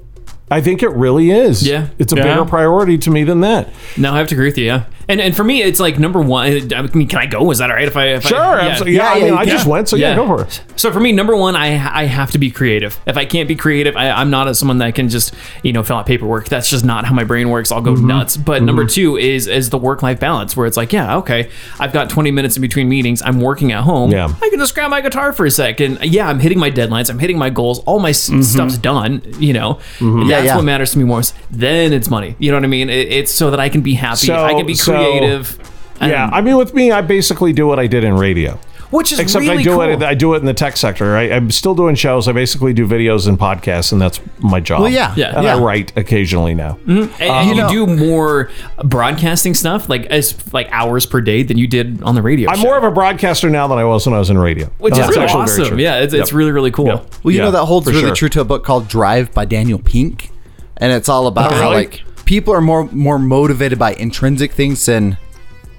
Speaker 2: I think it really is.
Speaker 5: Yeah.
Speaker 2: it's a
Speaker 5: Yeah.
Speaker 2: bigger priority to me than that.
Speaker 5: No, I have to agree with you. Yeah, and and for me, it's like number one. I mean, can I go? Is that all right? If I if
Speaker 2: Sure,
Speaker 5: I,
Speaker 2: yeah, yeah, I
Speaker 3: Yeah,
Speaker 2: mean,
Speaker 3: yeah,
Speaker 2: I just
Speaker 5: yeah.
Speaker 2: went, so yeah, go for it.
Speaker 5: So for me, number one, I I have to be creative. If I can't be creative, I, I'm not someone that can just you know fill out paperwork. That's just not how my brain works. I'll go
Speaker 2: Mm-hmm.
Speaker 5: nuts. But number two is is the work life balance, where it's like, yeah, okay, I've got 20 minutes in between meetings. I'm working at home.
Speaker 2: Yeah.
Speaker 5: I can just grab my guitar for a sec, and yeah, I'm hitting my deadlines. I'm hitting my goals. All my
Speaker 2: Mm-hmm.
Speaker 5: s stuff's done. You know, And that's
Speaker 3: yeah.
Speaker 5: what matters to me more. Then it's money. You know what I mean? It, it's so that I can be happy.
Speaker 2: So-
Speaker 5: I can be
Speaker 2: so-
Speaker 5: creative. and-
Speaker 2: yeah, I mean, with me, I basically do what I did in radio.
Speaker 5: which is
Speaker 2: Except
Speaker 5: really
Speaker 2: I do
Speaker 5: cool.
Speaker 2: it. I do it in the tech sector. I, I'm still doing shows. I basically do videos and podcasts, and that's my job.
Speaker 3: Well, yeah. Yeah.
Speaker 2: And I
Speaker 3: Yeah.
Speaker 2: write occasionally now.
Speaker 5: And,
Speaker 2: Um,
Speaker 5: and you do more broadcasting stuff, like as like hours per day, than you did on the radio.
Speaker 2: I'm
Speaker 5: show,
Speaker 2: more of a broadcaster now than I was when I was in radio.
Speaker 5: which
Speaker 2: And
Speaker 5: is
Speaker 2: that's
Speaker 5: really
Speaker 2: actually very
Speaker 5: awesome.
Speaker 2: true.
Speaker 5: Yeah, it's, it's
Speaker 2: Yep.
Speaker 5: really really cool.
Speaker 2: Yep.
Speaker 3: Well, you
Speaker 2: Yeah,
Speaker 3: know that holds
Speaker 2: for
Speaker 3: really
Speaker 2: sure.
Speaker 3: true to a book called Drive by Daniel Pink, and it's all about
Speaker 2: Oh,
Speaker 3: how
Speaker 2: really?
Speaker 3: like people are more more motivated by intrinsic things than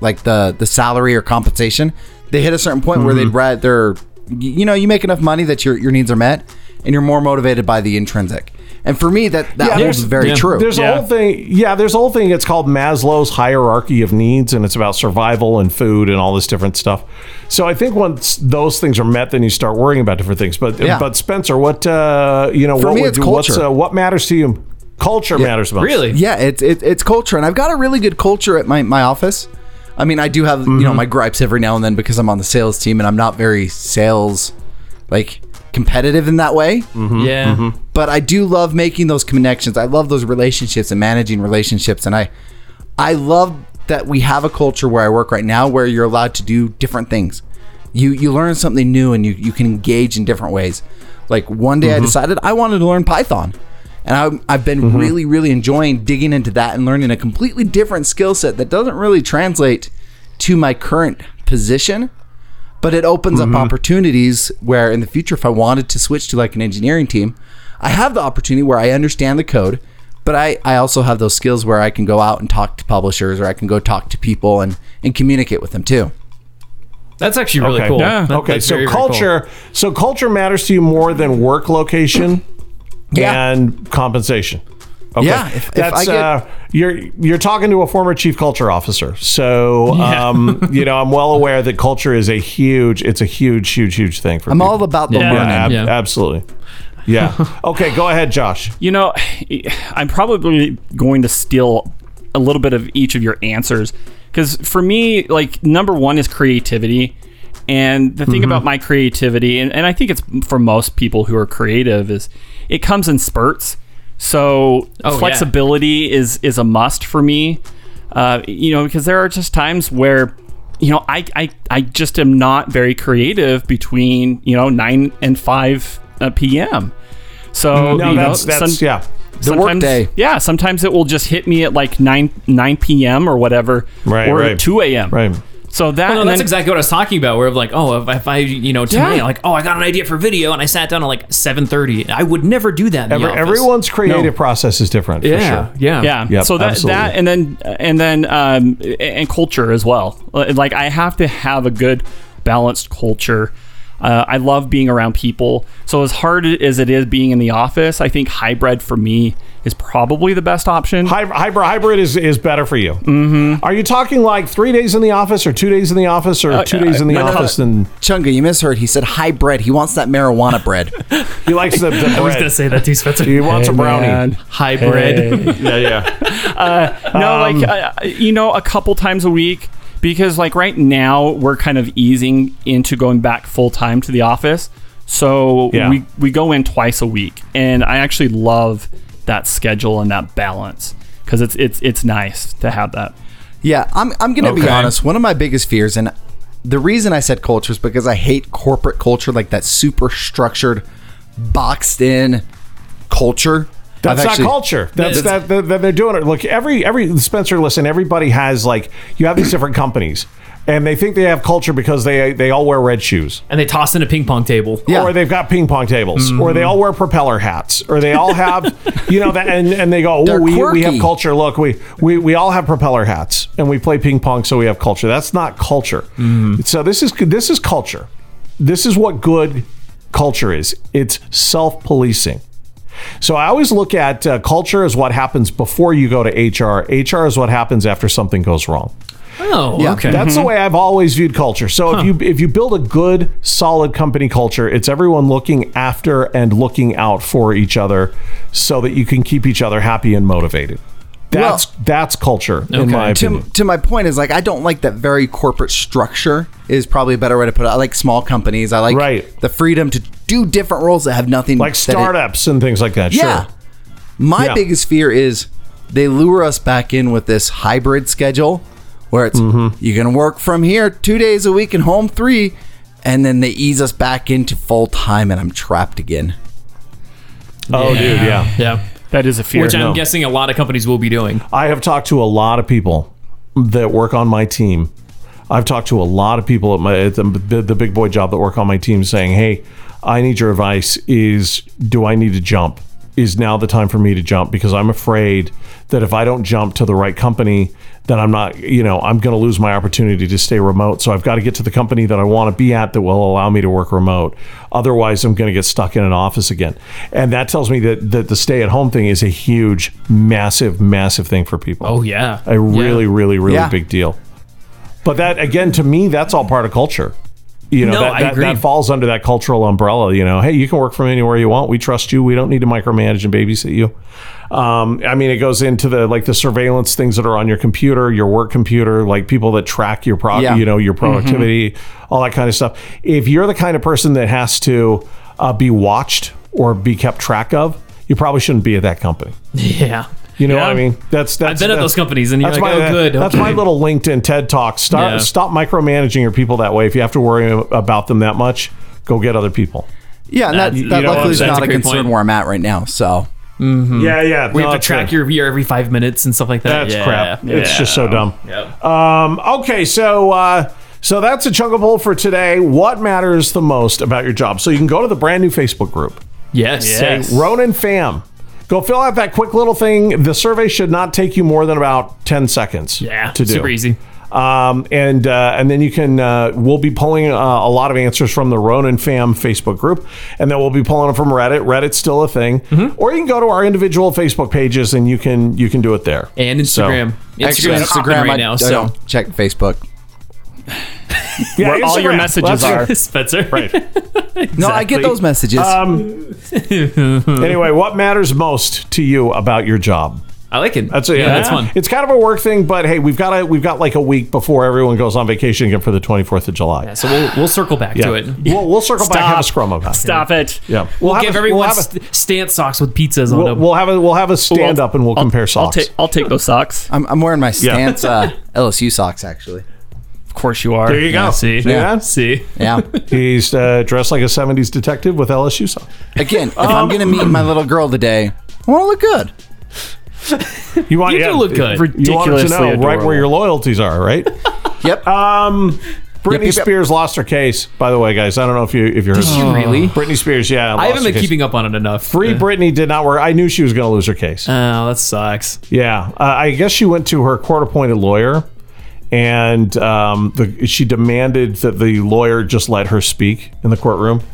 Speaker 3: like the the salary or compensation. They hit a certain point where
Speaker 2: Mm-hmm.
Speaker 3: they'd rather you know you make enough money that your your needs are met, and you're more motivated by the intrinsic. And for me, that that
Speaker 2: there's-
Speaker 3: holds very
Speaker 5: yeah,
Speaker 3: true.
Speaker 2: There's
Speaker 5: Yeah.
Speaker 2: a whole thing. Yeah, there's a whole thing. It's called Maslow's hierarchy of needs, and it's about survival and food and all this different stuff. So I think once those things are met, then you start worrying about different things. But
Speaker 3: Yeah.
Speaker 2: but Spencer, what uh, you know,
Speaker 3: For
Speaker 2: what
Speaker 3: me,
Speaker 2: would-
Speaker 3: it's
Speaker 2: what's
Speaker 3: culture.
Speaker 2: uh, what matters to you? Culture matters most.
Speaker 5: Really?
Speaker 3: Yeah, it's it, it's culture, and I've got a really good culture at my, my office. I mean, I do have you know my gripes every now and then because I'm on the sales team and I'm not very sales like competitive in that way.
Speaker 2: Mm-hmm.
Speaker 5: Yeah,
Speaker 3: But I do love making those connections. I love those relationships and managing relationships, and I I love that we have a culture where I work right now where you're allowed to do different things. You you learn something new and you you can engage in different ways. Like one day I decided I wanted to learn Python. And I, I've been really, really enjoying digging into that and learning a completely different skill set that doesn't really translate to my current position, but it opens
Speaker 5: Mm-hmm.
Speaker 3: up opportunities where in the future, if I wanted to switch to like an engineering team, I have the opportunity where I understand the code, but I, I also have those skills where I can go out and talk to publishers or I can go talk to people and, and communicate with them too.
Speaker 5: That's actually really cool. That-
Speaker 2: okay.
Speaker 5: that's
Speaker 2: So
Speaker 5: very, very cool.
Speaker 2: culture. So culture matters to you more than work location
Speaker 3: Yeah.
Speaker 2: and compensation. Okay.
Speaker 3: Yeah, if- if
Speaker 2: that's
Speaker 3: I get-
Speaker 2: uh, you're you're talking to a former chief culture officer, so um, you know I'm well aware that culture is a huge, it's a huge, huge, huge thing for.
Speaker 3: I'm
Speaker 2: people.
Speaker 3: all about the
Speaker 5: Yeah.
Speaker 2: yeah,
Speaker 3: learning.
Speaker 2: ab-
Speaker 5: Yeah.
Speaker 2: absolutely. Yeah. Okay, go ahead, Josh.
Speaker 4: You know, I'm probably going to steal a little bit of each of your answers because for me, like number one is creativity, and the thing about
Speaker 2: Mm-hmm.
Speaker 4: my creativity, and, and I think it's for most people who are creative, is it comes in spurts. So
Speaker 5: Oh, yeah.
Speaker 4: flexibility is is a must for me. Uh, you know, because there are just times where you know I, I I just am not very creative between you know nine and five uh, p.m. So
Speaker 2: No,
Speaker 4: you
Speaker 2: that's
Speaker 4: know,
Speaker 2: that's
Speaker 4: some-
Speaker 2: yeah.
Speaker 4: the
Speaker 3: workday.
Speaker 4: Yeah, sometimes it will just hit me at like nine nine p.m. or whatever,
Speaker 2: Right,
Speaker 4: or
Speaker 2: right.
Speaker 4: two a.m.
Speaker 2: Right.
Speaker 4: So that
Speaker 5: Well, Oh, no,
Speaker 4: and
Speaker 5: that's
Speaker 4: then-
Speaker 5: exactly what I was talking about. Where I'm like, oh, if, if I, you know, tonight,
Speaker 4: Yeah.
Speaker 5: like, oh, I got an idea for video, and I sat down at like 7:30. I would never do that. In
Speaker 2: Every,
Speaker 5: the office.
Speaker 2: everyone's creative process is different.
Speaker 5: yeah,
Speaker 2: For sure.
Speaker 5: yeah,
Speaker 4: yeah.
Speaker 2: Yep,
Speaker 4: so that
Speaker 2: absolutely.
Speaker 4: that and then and then um, a- and culture as well. Uh, Like I have to have a good balanced culture. Uh, I love being around people. So as hard as it is being in the office, I think hybrid for me is probably the best option.
Speaker 2: Hy- Hybrid, hybrid is, is better for you. Mm-hmm. Are you talking like three days in the office, or two days in the office,
Speaker 5: Oh,
Speaker 2: or two days in the
Speaker 4: no, no.
Speaker 2: office? And
Speaker 3: Chunga, you misheard. He said high bread. He wants that marijuana bread.
Speaker 2: he likes the, the bread.
Speaker 5: I was gonna say that too, Spencer.
Speaker 2: he wants a brownie.
Speaker 4: Man.
Speaker 5: Hybrid.
Speaker 2: Yeah, yeah.
Speaker 4: No, like uh, you know, a couple times a week because like right now we're kind of easing into going back full time to the office. So
Speaker 2: Yeah.
Speaker 4: we we go in twice a week, and I actually love that schedule and that balance because it's it's it's nice to have that.
Speaker 3: Yeah, I'm, I'm going to be
Speaker 2: Okay.
Speaker 3: honest. One of my biggest fears, and the reason I said culture is because I hate corporate culture, like that super structured, boxed in culture.
Speaker 2: That's
Speaker 3: I've
Speaker 2: not
Speaker 3: actually-
Speaker 2: culture. That's, that,
Speaker 5: That's-
Speaker 2: that, that they're doing it. Look, every every Spencer, listen. Everybody has like you have these different companies, and they think they have culture because they they all wear red shoes.
Speaker 5: and they toss in a ping pong table.
Speaker 3: Yeah.
Speaker 2: or they've got ping pong tables, or they all wear propeller hats, or they all have, you know, that, and, and they go, oh,
Speaker 3: They're
Speaker 2: we, we have
Speaker 3: quirky.
Speaker 2: culture. Look, we, we, we all have propeller hats and we play ping pong, so we have culture. That's not culture.
Speaker 3: Mm-hmm.
Speaker 2: So this is this is culture. This is what good culture is. It's self policing. So I always look at uh, culture as what happens before you go to HR. HR is what happens after something goes wrong.
Speaker 5: Oh, okay.
Speaker 2: That's the way I've always viewed culture. So if you if you build a good, solid company culture, it's everyone looking after and looking out for each other, so that you can keep each other happy and motivated. That's that's culture in my
Speaker 3: To,
Speaker 2: opinion.
Speaker 3: to my point is like I don't like that very corporate structure is probably a better way to put it. I like small companies. I like
Speaker 2: Right.
Speaker 3: the freedom to do different roles that have nothing
Speaker 2: like
Speaker 3: that it-
Speaker 2: startups and things like that.
Speaker 3: Yeah.
Speaker 2: Sure.
Speaker 3: My
Speaker 2: Yeah.
Speaker 3: biggest fear is they lure us back in with this hybrid schedule where it's you can work from here two days a week and home three, and then they ease us back into full time and I'm trapped again.
Speaker 2: Oh, dude. Yeah.
Speaker 5: yeah.
Speaker 4: That is a fear.
Speaker 5: Which I'm
Speaker 2: no.
Speaker 5: guessing a lot of companies will be doing.
Speaker 2: I have talked to a lot of people that work on my team. I've talked to a lot of people at my at the, the, the big boy job that work on my team saying, "Hey, I need your advice. Is do I need to jump? Is now the time for me to jump? Because I'm afraid that if I don't jump to the right company, then I'm not. You know, I'm going to lose my opportunity to stay remote. So I've got to get to the company that I want to be at that will allow me to work remote. Otherwise, I'm going to get stuck in an office again. And that tells me that that the stay at home thing is a huge, massive, massive thing for people
Speaker 5: Oh yeah.
Speaker 2: a really, really, really
Speaker 3: Yeah.
Speaker 2: big deal. But that again, to me, that's all part of culture. You know,
Speaker 5: No,
Speaker 2: that,
Speaker 5: I
Speaker 2: that,
Speaker 5: agree.
Speaker 2: that falls under that cultural umbrella. You know, hey, you can work from anywhere you want. We trust you. We don't need to micromanage and babysit you. Um, I mean, it goes into the like the surveillance things that are on your computer, your work computer, like people that track your pro,
Speaker 3: Yeah.
Speaker 2: you know, your
Speaker 5: Mm-hmm.
Speaker 2: productivity, all that kind of stuff. If you're the kind of person that has to uh, be watched or be kept track of, you probably shouldn't be at that company.
Speaker 5: yeah.
Speaker 2: You know,
Speaker 5: Yeah.
Speaker 2: what I mean, that's that's.
Speaker 5: I've been at
Speaker 2: that's-
Speaker 5: those companies, and you're
Speaker 2: that's
Speaker 5: like,
Speaker 2: my,
Speaker 5: oh, good.
Speaker 2: That's
Speaker 5: okay.
Speaker 2: my little LinkedIn TED talk. Stop,
Speaker 5: Yeah.
Speaker 2: stop micromanaging your people that way. If you have to worry about them that much, go get other people.
Speaker 3: Yeah, and that,
Speaker 5: That- you
Speaker 3: that
Speaker 5: know what?
Speaker 3: luckily is
Speaker 5: That's
Speaker 3: not
Speaker 5: a
Speaker 3: a
Speaker 5: great
Speaker 3: concern
Speaker 5: point.
Speaker 3: where I'm at right now. So
Speaker 2: Yeah, yeah.
Speaker 5: Hmm. We have to track your year every five minutes and stuff like that.
Speaker 2: Oh, That's
Speaker 5: Yeah.
Speaker 2: crap. It's
Speaker 5: Yeah.
Speaker 2: just so dumb.
Speaker 5: Yep.
Speaker 2: Um, okay, so uh, so that's a chunk of bull for today. What matters the most about your job? So you can go to the brand new Facebook group,
Speaker 5: yes.
Speaker 4: Yes.
Speaker 2: Ronan Fam. Go fill out that quick little thing. The survey should not take you more than about ten seconds.
Speaker 5: Yeah.
Speaker 2: to do
Speaker 5: Super easy.
Speaker 2: Um, and uh, and then you can uh, we'll be pulling uh, a lot of answers from the Ronan Fam Facebook group, and then we'll be pulling them from Reddit. Reddit's still a thing,
Speaker 4: Mm-hmm.
Speaker 2: or you can go to our individual Facebook pages and you can you can do it there
Speaker 5: And
Speaker 2: So-
Speaker 5: Instagram.
Speaker 3: Actually,
Speaker 5: Instagram's popping
Speaker 3: Instagram
Speaker 5: right
Speaker 3: I,
Speaker 5: now.
Speaker 3: I
Speaker 5: so
Speaker 3: don't check Facebook.
Speaker 2: yeah,
Speaker 4: Where all your
Speaker 2: Instagram.
Speaker 4: messages
Speaker 2: That's-
Speaker 4: are.
Speaker 5: Spencer.
Speaker 2: Right.
Speaker 3: No, I get those messages.
Speaker 5: Um,
Speaker 2: anyway, what matters most to you about your job?
Speaker 5: I like it.
Speaker 2: That's it.
Speaker 5: yeah, That's fun.
Speaker 2: It's kind of a work thing, but hey, we've got a we've got like a week before everyone goes on vacation again for the twenty fourth of July.
Speaker 5: So we'll we'll circle back
Speaker 2: Yeah.
Speaker 5: to it.
Speaker 2: We'll, we'll circle back and have a
Speaker 4: Stop.
Speaker 2: scrum about it.
Speaker 4: Stop it.
Speaker 2: Yeah,
Speaker 5: We'll,
Speaker 2: have
Speaker 5: give
Speaker 2: a-
Speaker 5: everyone
Speaker 2: we'll have a,
Speaker 5: st- Oh, stance socks with pizzas on
Speaker 2: we'll,
Speaker 5: them.
Speaker 2: we'll have a we'll have a stand up and we'll
Speaker 4: I'll-
Speaker 2: compare
Speaker 4: I'll,
Speaker 2: socks.
Speaker 4: take I'll take those socks.
Speaker 3: I'm, I'm wearing my stance uh, LSU socks actually.
Speaker 4: Of course you are.
Speaker 2: There you go.
Speaker 4: Yeah, see.
Speaker 2: Yeah.
Speaker 4: See.
Speaker 3: Yeah.
Speaker 2: He's uh, dressed like a '70s detective with LSU socks.
Speaker 3: Again, if
Speaker 5: Um,
Speaker 3: I'm gonna meet my little girl today, I want to look good.
Speaker 2: You want
Speaker 5: You do
Speaker 2: yeah,
Speaker 5: look good.
Speaker 2: You want her to know
Speaker 4: Ridiculously
Speaker 2: right where your loyalties are, right?
Speaker 3: Yep.
Speaker 2: Britney
Speaker 3: yep, yep.
Speaker 2: Spears lost her case, by the way, guys. I don't know if you if you heard.
Speaker 5: Did you
Speaker 2: this.
Speaker 5: really?
Speaker 2: Britney Spears, yeah.
Speaker 5: I
Speaker 2: lost
Speaker 5: haven't
Speaker 2: her
Speaker 5: been
Speaker 2: case.
Speaker 5: keeping up on it enough.
Speaker 2: Free Britney did not work. I knew she was going to lose her case.
Speaker 5: Oh, that sucks.
Speaker 2: Yeah, uh, I guess she went to her court-appointed lawyer, and um, the, she demanded that the lawyer just let her speak in the courtroom.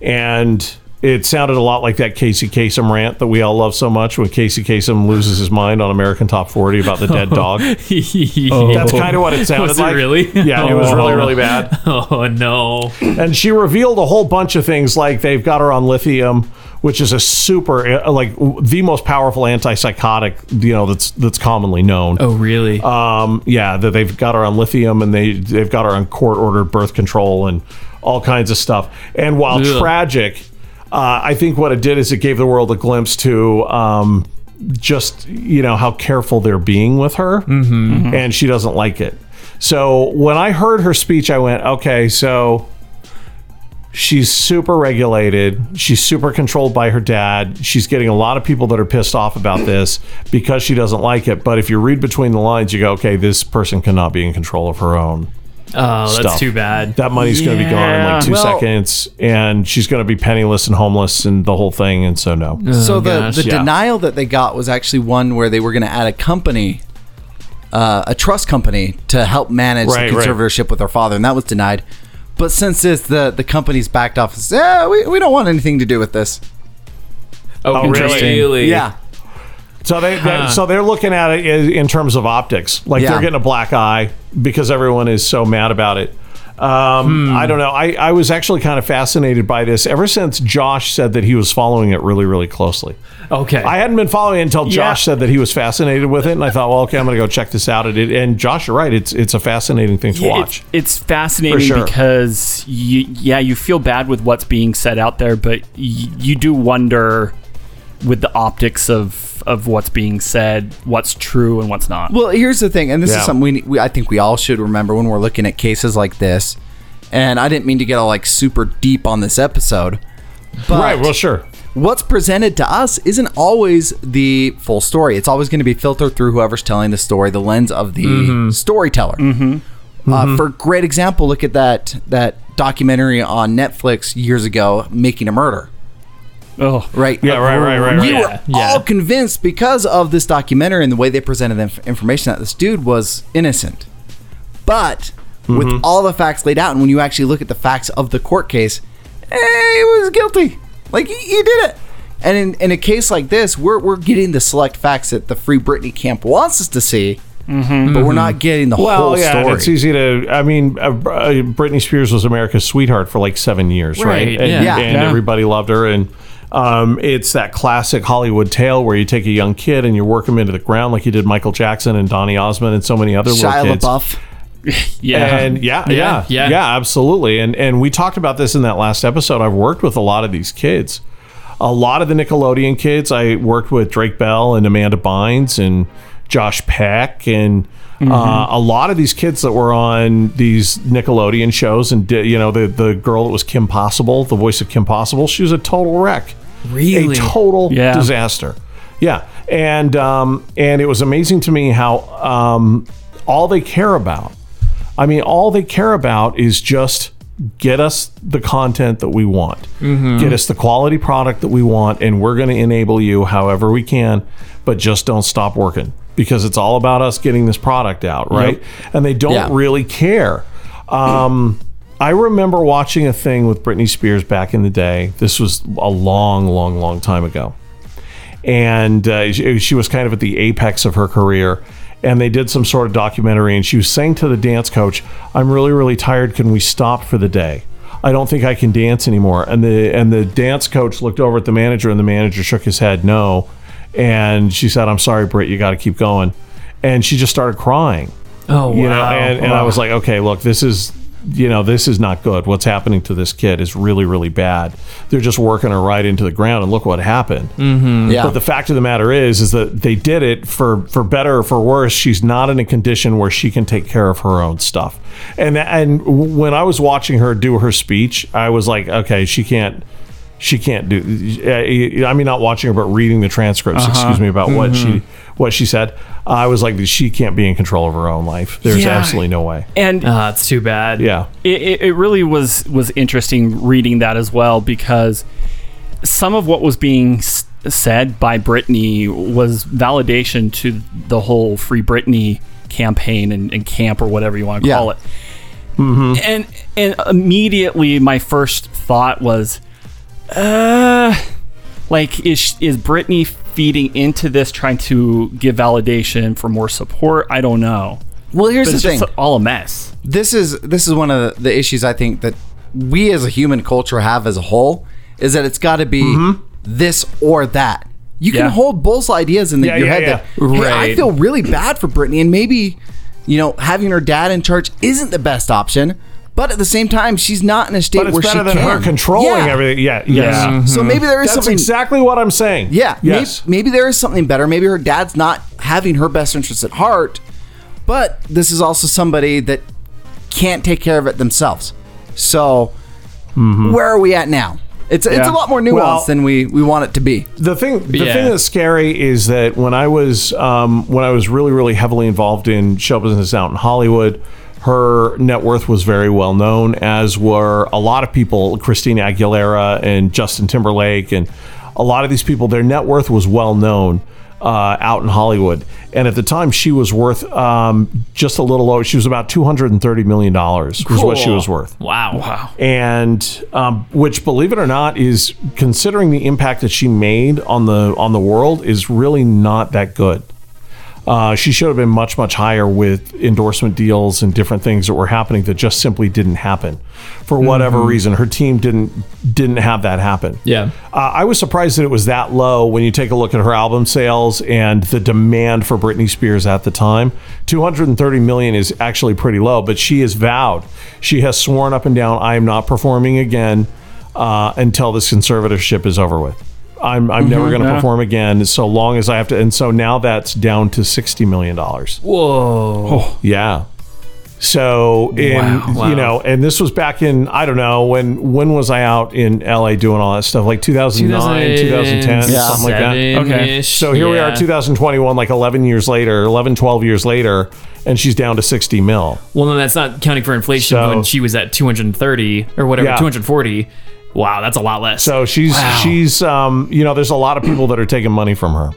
Speaker 2: And it sounded a lot like that Casey Kasem rant that we all love so much when Casey Kasem loses his mind on American Top 40 about the dead dog. Oh. That's kind of what it sounded
Speaker 5: Oh. Was it
Speaker 2: like.
Speaker 5: really?
Speaker 2: Yeah, it was
Speaker 5: Oh.
Speaker 2: really, really bad.
Speaker 5: Oh no.
Speaker 2: And she revealed a whole bunch of things like they've got her on lithium, which is a super uh, like w- the most powerful antipsychotic, you know, that's that's commonly known.
Speaker 5: Oh really?
Speaker 2: Um, yeah, that they've got her on lithium and they they've got her on court ordered birth control and all kinds of stuff. And while
Speaker 5: Ugh.
Speaker 2: tragic, uh, I think what it did is it gave the world a glimpse to um, just you know how careful they're being with her, and she doesn't like it. So when I heard her speech, I went, okay, so she's super regulated. She's super controlled by her dad. She's getting a lot of people that are pissed off about this because she doesn't like it. But if you read between the lines, you go, okay, this person cannot be in control of her own.
Speaker 5: oh, that's
Speaker 2: stuff.
Speaker 5: too bad.
Speaker 2: That money's going to be gone in like two
Speaker 3: Yeah. Well-
Speaker 2: seconds, and she's going to be penniless and homeless and the whole thing. And so, no.
Speaker 3: so the,
Speaker 5: gosh,
Speaker 3: the
Speaker 2: Oh, yeah.
Speaker 3: denial that they got was actually one where they were gonna add a company, uh, a trust company to help manage
Speaker 2: Right,
Speaker 3: the
Speaker 2: right.
Speaker 3: conservatorship with their father, and that was denied. But since this, the the company's backed off. and said, Yeah, we, we don't want anything to do with this.
Speaker 5: Oh,
Speaker 2: Oh, really?
Speaker 5: really?
Speaker 3: Yeah.
Speaker 2: So they, they so they're looking at it in, in terms of optics, like
Speaker 3: Yeah.
Speaker 2: they're getting a black eye because everyone is so mad about it. Um, I don't know. I, I was actually kind of fascinated by this ever since Josh said that he was following it really really closely.
Speaker 5: Okay.
Speaker 2: I hadn't been following it until Josh said that he was fascinated with it, and I thought, well, okay, I'm going to go check this out. And, it, and Josh, you're right. It's it's a fascinating thing to
Speaker 4: Yeah,
Speaker 2: watch.
Speaker 4: It's, it's fascinating
Speaker 2: For sure.
Speaker 4: because you, yeah, you feel bad with what's being said out there, but y- you do wonder with the optics of of what's being said, what's true and what's not.
Speaker 3: Well, here's the thing, and this
Speaker 2: Yeah.
Speaker 3: is something we, we I think we all should remember when we're looking at cases like this. And I didn't mean to get all like super deep on this episode, but
Speaker 2: right. Well, sure.
Speaker 3: what's presented to us isn't always the full story. It's always going to be filtered through whoever's telling the story, the lens of the storyteller. Uh, for great example, look at that that documentary on Netflix years ago, "Making a Murder."
Speaker 4: oh,
Speaker 3: Right?
Speaker 2: Yeah. Right. Right. Right. right.
Speaker 3: you
Speaker 5: Yeah,
Speaker 3: were
Speaker 5: Oh, yeah.
Speaker 3: all convinced because of this documentary and the way they presented the inf- information that this dude was innocent. But with
Speaker 5: Mm-hmm.
Speaker 3: all the facts laid out, and when you actually look at the facts of the court case, eh, he was guilty. Like he, he did it. And in, in a case like this, we're, we're getting the select facts that the Free Britney camp wants us to see, but we're
Speaker 5: Mm-hmm.
Speaker 3: not getting the
Speaker 2: Mm-hmm. Well,
Speaker 3: whole
Speaker 2: yeah, and
Speaker 3: story.
Speaker 2: it's easy to. I mean, uh, Br- uh, Britney Spears was America's sweetheart for like seven years, right?
Speaker 5: Right,
Speaker 2: And,
Speaker 3: yeah.
Speaker 2: and
Speaker 4: Yeah.
Speaker 2: everybody loved her. And um, it's that classic Hollywood tale where you take a young kid and you work him into the ground, like you did Michael Jackson and Donny Osmond and so many other little
Speaker 3: Shia
Speaker 2: kids.
Speaker 3: LaBeouf.
Speaker 4: yeah.
Speaker 2: And yeah,
Speaker 5: Yeah,
Speaker 2: yeah, yeah,
Speaker 5: yeah.
Speaker 2: absolutely. And and we talked about this in that last episode. I've worked with a lot of these kids. a lot of the Nickelodeon kids. I worked with Drake Bell and Amanda Bynes and Josh Peck and uh, a lot of these kids that were on these Nickelodeon shows. And di- you know, the the girl that was Kim Possible, the voice of Kim Possible, she was a total wreck.
Speaker 5: Really?
Speaker 2: a total
Speaker 4: Yeah.
Speaker 2: disaster. Yeah, and um, and it was amazing to me how um, all they care about. I mean, all they care about is just get us the content that we want, get us the quality product that we want, and we're going to enable you however we can. But just don't stop working because it's all about us getting this product out, right? And they don't
Speaker 3: Yeah.
Speaker 2: really care. Um, I remember watching a thing with Britney Spears back in the day. This was a long, long, long time ago. And uh, she, she was kind of at the apex of her career. And they did some sort of documentary, and she was saying to the dance coach, I'm really, really tired. Can we stop for the day? I don't think I can dance anymore. And the and the dance coach looked over at the manager, and the manager shook his head no. And she said, I'm sorry, Britt, you got to keep going. And she just started crying
Speaker 5: Oh, wow.
Speaker 2: you know and, and i was like okay look this is you know this is not good what's happening to this kid is really really bad they're just working her right into the ground and look what happened
Speaker 3: Yeah.
Speaker 2: Mm. but the fact of the matter is is that they did it for for better or for worse she's not in a condition where she can take care of her own stuff and and when i was watching her do her speech i was like okay she can't she can't do i mean not watching her but reading the transcripts excuse me about what she what she said i was like she can't be in control of her own life there's
Speaker 4: Yeah.
Speaker 2: absolutely no way
Speaker 4: And
Speaker 5: Ah, it's too bad.
Speaker 2: yeah
Speaker 4: it, it, it really was was interesting reading that as well because some of what was being s- said by Britney was validation to the whole Free Britney campaign and, and camp or whatever you want to
Speaker 3: Yeah. Mm-hmm.
Speaker 4: call it. And and immediately my first thought was, uh, like is is Britney feeding into this trying to give validation for more support? I don't know.
Speaker 3: Well, here's
Speaker 4: But
Speaker 3: the
Speaker 4: it's
Speaker 3: thing.
Speaker 4: just all a mess.
Speaker 3: this is this is one of the, the issues I think that we as a human culture have as a whole is that it's got to be
Speaker 2: Mm-hmm.
Speaker 3: this or that. You can
Speaker 4: Yeah.
Speaker 3: hold both ideas in the,
Speaker 2: Yeah,
Speaker 3: your
Speaker 2: yeah,
Speaker 3: head.
Speaker 2: yeah.
Speaker 3: That hey, I
Speaker 5: Right.
Speaker 3: feel really bad for Brittany, and maybe you know having her dad in charge isn't the best option. But at the same time, she's not in a state
Speaker 2: but it's
Speaker 3: where
Speaker 2: better
Speaker 3: she
Speaker 2: than
Speaker 3: can.
Speaker 2: her controlling
Speaker 3: Yeah.
Speaker 2: everything yeah yes.
Speaker 4: Yeah.
Speaker 3: So maybe there is
Speaker 2: that's
Speaker 3: something.
Speaker 2: exactly what i'm saying
Speaker 3: Yeah. may-
Speaker 2: yes
Speaker 3: Maybe, there is something better. Maybe her dad's not having her best interests at heart, but this is also somebody that can't take care of it themselves. So, where are we at now? It's, it's
Speaker 4: Yeah.
Speaker 3: a lot more nuanced
Speaker 2: Mm-hmm. Well-
Speaker 3: than we, we want it to be.
Speaker 2: the thing the
Speaker 5: Yeah.
Speaker 2: thing that's scary is that when I was um, when I was really really heavily involved in show business out in Hollywood, her net worth was very well known, as were a lot of people, Christina Aguilera and Justin Timberlake, and a lot of these people. Their net worth was well known. Uh, out in Hollywood, and at the time she was worth um, just a little low. She was about two hundred and thirty million dollars, was what she
Speaker 5: Cool.
Speaker 2: was worth
Speaker 5: Wow. Wow.
Speaker 2: and um, which, believe it or not, is considering the impact that she made on the on the world is really not that good. Uh, she should have been much much higher with endorsement deals and different things that were happening that just simply didn't happen for whatever reason. Her team didn't didn't have that happen.
Speaker 5: Yeah.
Speaker 2: Uh, I was surprised that it was that low when you take a look at her album sales and the demand for Britney Spears at the time. 230 million is actually pretty low, but she is vowed. She has sworn up and down, I am not performing again uh, until this conservatorship is over with. I'm, I'm never going to perform again so long as I have to. And so now that's down to $60 million.
Speaker 5: Whoa.
Speaker 2: Yeah. So in you know, and this was back in I don't know when when was I out in LA doing all that stuff like 2009, 2010, something like that.
Speaker 5: Okay.
Speaker 2: So here we are 2021 like 11 years later, 11 12 years later and she's down to 60 mil.
Speaker 5: Well, then that's not counting for inflation
Speaker 2: So-
Speaker 5: when she was at 230 or whatever,
Speaker 2: Yeah.
Speaker 5: 240. Wow, that's a lot less.
Speaker 2: So she's she's um you know, there's a lot of people that are taking money from her.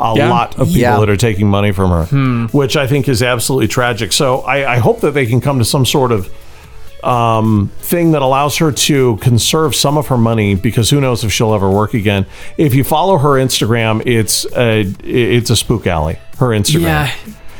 Speaker 2: A
Speaker 4: Yeah.
Speaker 2: lot of people
Speaker 3: Yeah.
Speaker 2: that are taking money from her,
Speaker 5: Hmm.
Speaker 2: which I think is absolutely tragic. So I, I hope that they can come to some sort of um, thing that allows her to conserve some of her money because who knows if she'll ever work again. If you follow her Instagram, it's a it's a spook alley. Her Instagram.
Speaker 5: yeah,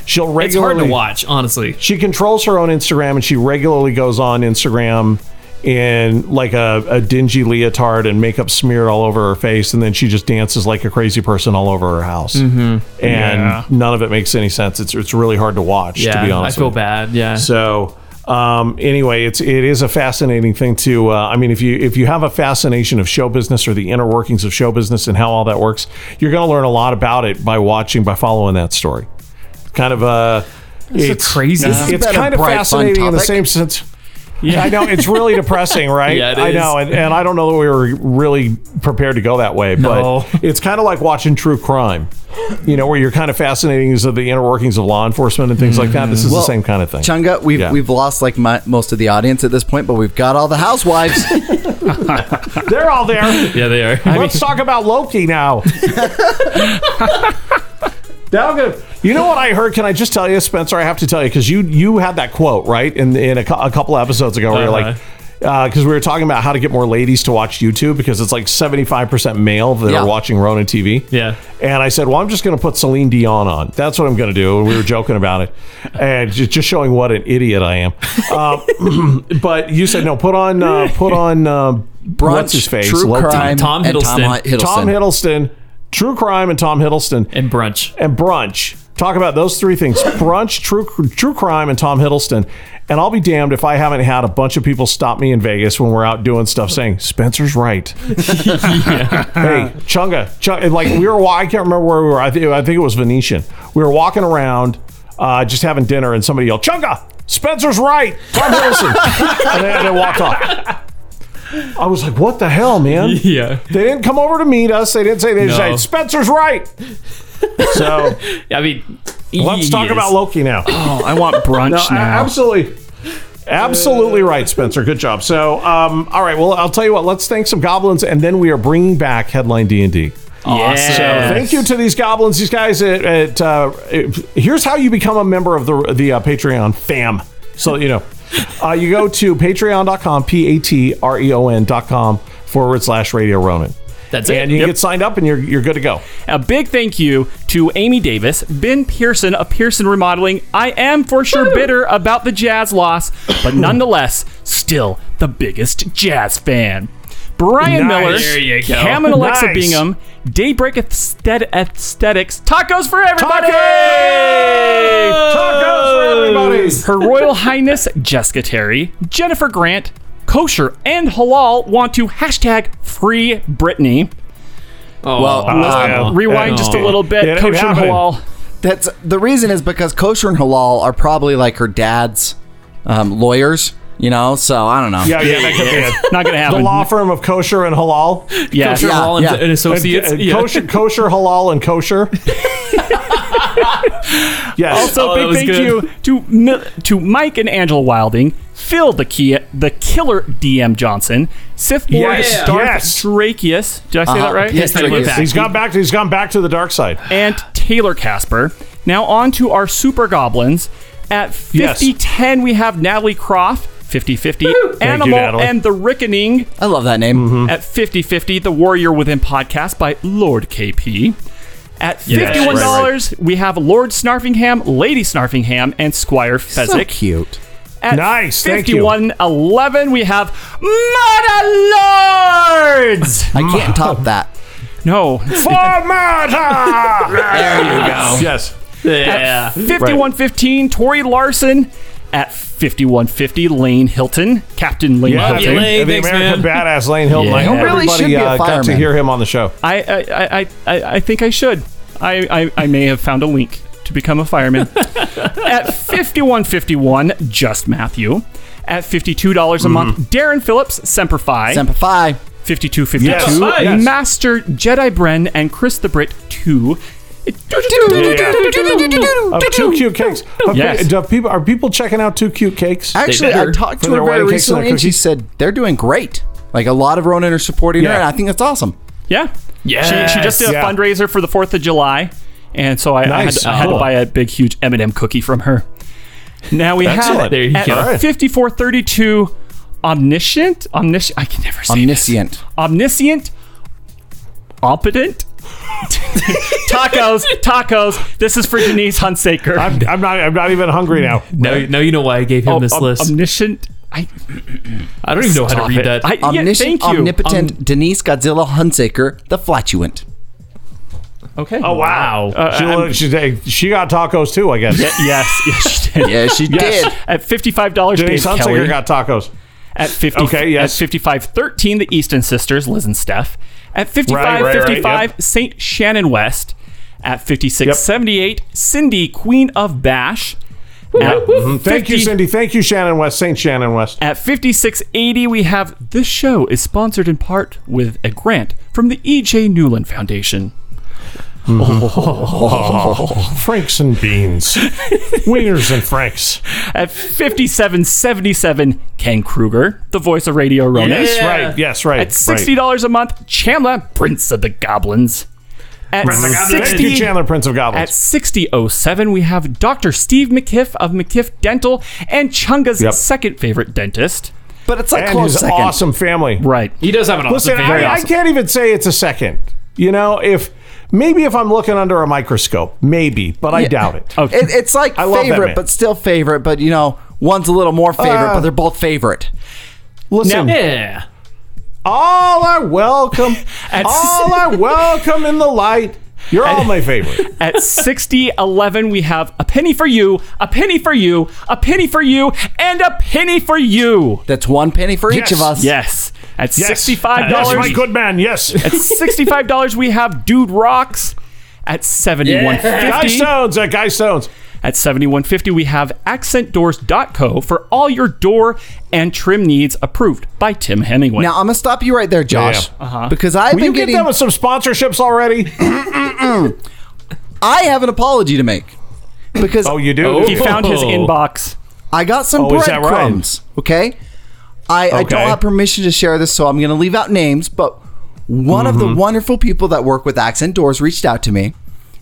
Speaker 2: She'll
Speaker 5: it's hard
Speaker 2: regularly
Speaker 5: to watch, honestly.
Speaker 2: she controls her own Instagram and she regularly goes on Instagram in like a, a dingy leotard and makeup smeared all over her face and then she just dances like a crazy person all over her house
Speaker 5: Mm-hmm.
Speaker 2: and none of it makes any sense it's, it's really hard to watch
Speaker 5: Yeah,
Speaker 2: to be
Speaker 5: I
Speaker 2: honest
Speaker 5: feel
Speaker 2: with you.
Speaker 5: bad. Yeah.
Speaker 2: so Um, anyway, it's it is a fascinating thing to. Uh, I mean, if you if you have a fascination of show business or the inner workings of show business and how all that works, you're going to learn a lot about it by watching by following that story. Kind of a. It's
Speaker 5: crazy.
Speaker 2: It's,
Speaker 5: This has
Speaker 2: it's
Speaker 3: been a
Speaker 2: kind of
Speaker 3: bright, fun
Speaker 2: fascinating in the
Speaker 3: topic.
Speaker 2: same sense. Yeah, I know it's really depressing, right?
Speaker 5: Yeah, it
Speaker 2: I
Speaker 5: is.
Speaker 2: know, and, and I don't know that we were really prepared to go that way,
Speaker 5: No.
Speaker 2: but it's kind of like watching true crime, you know, where you're kind of fascinating is of the inner workings of law enforcement and things like that. This is
Speaker 5: Mm-hmm.
Speaker 2: the same kind of thing.
Speaker 3: Chunga, we've
Speaker 2: Yeah.
Speaker 3: we've lost like my, most of the audience at this point, but we've got all the housewives.
Speaker 2: They're all there.
Speaker 5: Yeah, they are.
Speaker 2: Let's talk about Loki now. now I'm gonna, you know what I heard? Can I just tell you, Spencer? I have to tell you because you you had that quote right in in a, cou- a couple episodes ago where you're
Speaker 5: Uh-huh.
Speaker 2: like. Because we were talking about how to get more ladies to watch YouTube because it's like 75% male that
Speaker 3: Yeah.
Speaker 2: are watching Ronin TV.
Speaker 5: Yeah.
Speaker 2: And I said, well, I'm just going to put Celine Dion on. That's what I'm going to do. And we were joking about it and ju- just showing what an idiot I am. Um, but you said, no, put on, uh, put on, uh, what's his face?
Speaker 3: True
Speaker 2: Loki.
Speaker 3: Crime,
Speaker 5: Tom
Speaker 3: and Tom
Speaker 5: Hiddleston.
Speaker 3: Hiddleston.
Speaker 2: Tom Hiddleston, True Crime, and Tom Hiddleston,
Speaker 5: And brunch.
Speaker 2: and Brunch. Talk about those three things: Brunch, True True Crime, and Tom Hiddleston. And I'll be damned if I haven't had a bunch of people stop me in Vegas when we're out doing stuff, saying Spencer's right. Hey, Chunga, Chunga, like we were. wa- I can't remember where we were. I think I think it was Venetian. We were walking around, uh, just having dinner, and somebody yelled, "Chunga, Spencer's right." Tom Hiddleston, and they, and they walked off. I was like, "What the hell, man?"
Speaker 5: Yeah.
Speaker 2: They didn't come over to meet us. They didn't say they just
Speaker 5: No.
Speaker 2: said Spencer's right. So
Speaker 5: I mean,
Speaker 2: let's talk about Loki now.
Speaker 4: Oh, I want brunch
Speaker 2: No, a-
Speaker 4: now.
Speaker 2: absolutely. Absolutely right, Spencer. Good job. So, um, all right. Well, I'll tell you what. Let's thank some goblins, and then we are bringing back headline D and D.
Speaker 5: Awesome.
Speaker 2: So, thank you to these goblins. These guys. At, at uh, it- here's how you become a member of the the uh, Patreon fam. So that you know, uh, you go to patreon.com, p a t r e o n dot com forward slash Radio Ronin.
Speaker 5: That's it.
Speaker 2: And you
Speaker 5: Yep.
Speaker 2: get signed up, and you're you're good to go.
Speaker 4: A big thank you to Amy Davis, Ben Pearson of Pearson Remodeling. I am for sure bitter about the Jazz loss, but nonetheless, still the biggest Jazz fan. Brian
Speaker 2: Nice.
Speaker 4: Miller,
Speaker 2: There
Speaker 5: you go.
Speaker 4: Cam and Alexa
Speaker 2: Nice.
Speaker 4: Bingham, Daybreak Aesthet- Aesthetics, tacos for everybody! Her Royal Highness Jessica Terry, Jennifer Grant, Kosher and Halal want to hashtag free Britney.
Speaker 3: well, listen,
Speaker 2: Oh, yeah.
Speaker 4: Rewind
Speaker 2: That's-
Speaker 4: just a little bit.
Speaker 2: It ain't
Speaker 4: Kosher and
Speaker 2: happening.
Speaker 4: Halal.
Speaker 3: that's the reason is because kosher and halal are probably like her dad's um, lawyers, you know. So I don't know.
Speaker 2: Yeah, yeah, that could be it.
Speaker 4: Not gonna happen.
Speaker 2: The law firm of kosher and halal.
Speaker 4: yeah.
Speaker 5: Kosher
Speaker 3: Yeah,
Speaker 5: Hall and,
Speaker 3: yeah.
Speaker 5: and Associates.
Speaker 2: And, uh,
Speaker 5: yeah.
Speaker 2: Kosher, kosher, halal, and kosher. yes.
Speaker 4: Also,
Speaker 5: Oh, that
Speaker 4: big
Speaker 5: was
Speaker 4: thank
Speaker 5: good.
Speaker 4: you to Mi- to Mike and Angela Wilding, Phil the key, the killer DM Johnson, Sith Lord
Speaker 2: Yes,
Speaker 4: Darth
Speaker 2: yes. Uh-huh.
Speaker 4: Drakius. Did I say that right?
Speaker 3: Yes,
Speaker 5: Yes, I went
Speaker 3: Drakius.
Speaker 5: back.
Speaker 2: he's gone back. To, he's gone back to the dark side.
Speaker 4: And Taylor Casper. Now on to our super goblins. At
Speaker 2: Yes.
Speaker 4: 50-10, we have Natalie Croft. 50-50
Speaker 2: Thank you,
Speaker 4: Animal
Speaker 2: Natalie.
Speaker 4: and the Rickening.
Speaker 3: I love that name.
Speaker 4: At 50-50, The Warrior Within podcast by Lord KP. At
Speaker 5: Yes,
Speaker 4: $51, we have Lord Snarfingham, Lady Snarfingham, and Squire
Speaker 3: So
Speaker 4: Fezzik.
Speaker 3: cute.
Speaker 4: At
Speaker 2: Nice, thank you.
Speaker 4: 5111, we have Murder Lords!
Speaker 3: I can't top that.
Speaker 4: no.
Speaker 2: For murder.
Speaker 3: There you go.
Speaker 2: yes.
Speaker 5: Yeah.
Speaker 4: 5115, Tori Larson. At 5150, Lane Hilton. Captain Lane
Speaker 2: Yeah,
Speaker 4: Hilton.
Speaker 5: Lane,
Speaker 2: the
Speaker 5: thanks,
Speaker 2: American
Speaker 5: man.
Speaker 2: badass Lane Hilton. I
Speaker 4: Yeah.
Speaker 2: hope
Speaker 4: He
Speaker 3: really should
Speaker 2: everybody
Speaker 3: be a
Speaker 2: uh, got to
Speaker 3: fireman.
Speaker 2: hear him on the show.
Speaker 4: I, I, I, I- I, I think I should. I, I, I may have found a link to become a fireman. At 5151, Just Matthew. At $52 a month, Darren Phillips, Semper Fi.
Speaker 3: Semper Fi.
Speaker 4: 5252
Speaker 2: Yes. Yes.
Speaker 4: Master Jedi Bren and Chris the Brit 2.
Speaker 2: Of Uh, two cute cakes. But
Speaker 4: Yes.
Speaker 2: do people are people checking out two cute cakes?
Speaker 3: Actually,
Speaker 5: better.
Speaker 3: I talked
Speaker 2: For
Speaker 3: to her
Speaker 2: their
Speaker 3: very
Speaker 2: wedding cakes and their
Speaker 3: recently, and she
Speaker 2: cookies.
Speaker 3: said they're doing great. Like a lot of Ronin are supporting
Speaker 2: Yeah.
Speaker 3: her, and I think that's awesome.
Speaker 4: Yeah.
Speaker 5: Yes.
Speaker 4: She, she just did a
Speaker 2: Yeah.
Speaker 4: fundraiser for the 4th of July. And so I, I had,
Speaker 2: Nice.
Speaker 4: to, I had to
Speaker 2: Cool.
Speaker 4: buy a big, huge M&M cookie from her. Now we have
Speaker 2: Excellent. There
Speaker 4: it
Speaker 2: you
Speaker 4: at
Speaker 2: go. All right.
Speaker 4: 5432 Omniscient? Omniscient? I can never say
Speaker 3: Omniscient.
Speaker 4: this. Omniscient? Ompetent? tacos, tacos. This is for Denise Hunsaker.
Speaker 2: I'm, I'm not. I'm not even hungry now.
Speaker 5: Now, now you know why I gave him
Speaker 2: Oh,
Speaker 4: Om-
Speaker 5: this
Speaker 2: um,
Speaker 4: om-
Speaker 5: list.
Speaker 4: Omniscient. I
Speaker 5: I don't even know how to read that.
Speaker 4: I, yeah,
Speaker 2: Um,
Speaker 3: Omniscient,
Speaker 4: thank you.
Speaker 3: omnipotent Denise Godzilla Hunsaker, the flatulent.
Speaker 4: Okay.
Speaker 2: Oh wow! she,
Speaker 4: I'm-
Speaker 2: she, she got tacos too, I guess.
Speaker 4: Ye- yes, yes, she did.
Speaker 3: Yeah, she did.
Speaker 4: At fifty-five dollars, Dave
Speaker 2: Denise Hunsinger
Speaker 4: Kelly.
Speaker 2: got tacos.
Speaker 4: at fifty.
Speaker 2: Okay, yes.
Speaker 4: At fifty-five thirteen, the Easton sisters, Liz and Steph. At
Speaker 2: Right,
Speaker 4: fifty-five
Speaker 2: right, right,
Speaker 4: fifty-five, Saint Shannon West. At fifty-six seventy-eight, Cindy, Queen of Bash. At
Speaker 2: Thank you,
Speaker 4: 50
Speaker 2: Cindy. Thank you, Shannon West, Saint Shannon West.
Speaker 4: At 5680, we have this show is sponsored in part with a grant from the E.J. Newland Foundation.
Speaker 2: Oh, Franks and beans, wieners and franks.
Speaker 4: At 5777, Ken Kruger, the voice of Radio Ronan.
Speaker 2: Yes, right. Yes, right.
Speaker 4: At $60 a month, Chandler, Prince of the Goblins. At
Speaker 2: Right. Thank you,
Speaker 4: 60
Speaker 2: Chandler, Prince of
Speaker 4: At
Speaker 2: Goblins.
Speaker 4: 6007, we have Dr. Steve McKiff of McKiff Dental and Chunga's
Speaker 2: Yep.
Speaker 4: second favorite dentist.
Speaker 3: But it's like
Speaker 2: and
Speaker 3: close
Speaker 2: his
Speaker 3: second.
Speaker 2: awesome family.
Speaker 4: Right.
Speaker 5: He does have an awesome
Speaker 2: Listen,
Speaker 5: family.
Speaker 2: I, I can't even say it's a second. You know, if maybe if I'm looking under a microscope, maybe, but I doubt it.
Speaker 3: It, it's like
Speaker 2: I love that man.
Speaker 3: favorite, but still favorite. But you know, one's a little more favorite,
Speaker 2: Uh,
Speaker 3: but they're both favorite.
Speaker 2: Listen,
Speaker 5: yeah.
Speaker 2: all are welcome. all are welcome in the light. You're all my favorite.
Speaker 4: At 6011, we have a penny for you, a penny for you, a penny for you, and a penny for you.
Speaker 3: That's one penny for each of
Speaker 2: Yes.
Speaker 3: us.
Speaker 4: Yes. At $65,
Speaker 2: Yes, my good man. Yes.
Speaker 4: at $65 we have Dude Rocks. At
Speaker 2: Guy
Speaker 4: 7150
Speaker 2: Stones. Uh, Guy Stones.
Speaker 4: At 7150 we have accentdoors.co for all your door and trim needs approved by Tim Hemingway.
Speaker 3: Now I'm gonna stop you right there, Josh, because I've
Speaker 2: Will you
Speaker 3: been
Speaker 2: give
Speaker 3: getting.
Speaker 2: them some sponsorships already?
Speaker 3: I have an apology to make because
Speaker 2: Oh, you do?
Speaker 4: he found his inbox.
Speaker 3: I got some
Speaker 2: Oh, is that right?
Speaker 3: breadcrumbs. Okay. I, I
Speaker 2: Okay.
Speaker 3: don't have permission to share this, so I'm going to leave out names. But one of
Speaker 2: Mm-hmm.
Speaker 3: the wonderful people that work with Accent Doors reached out to me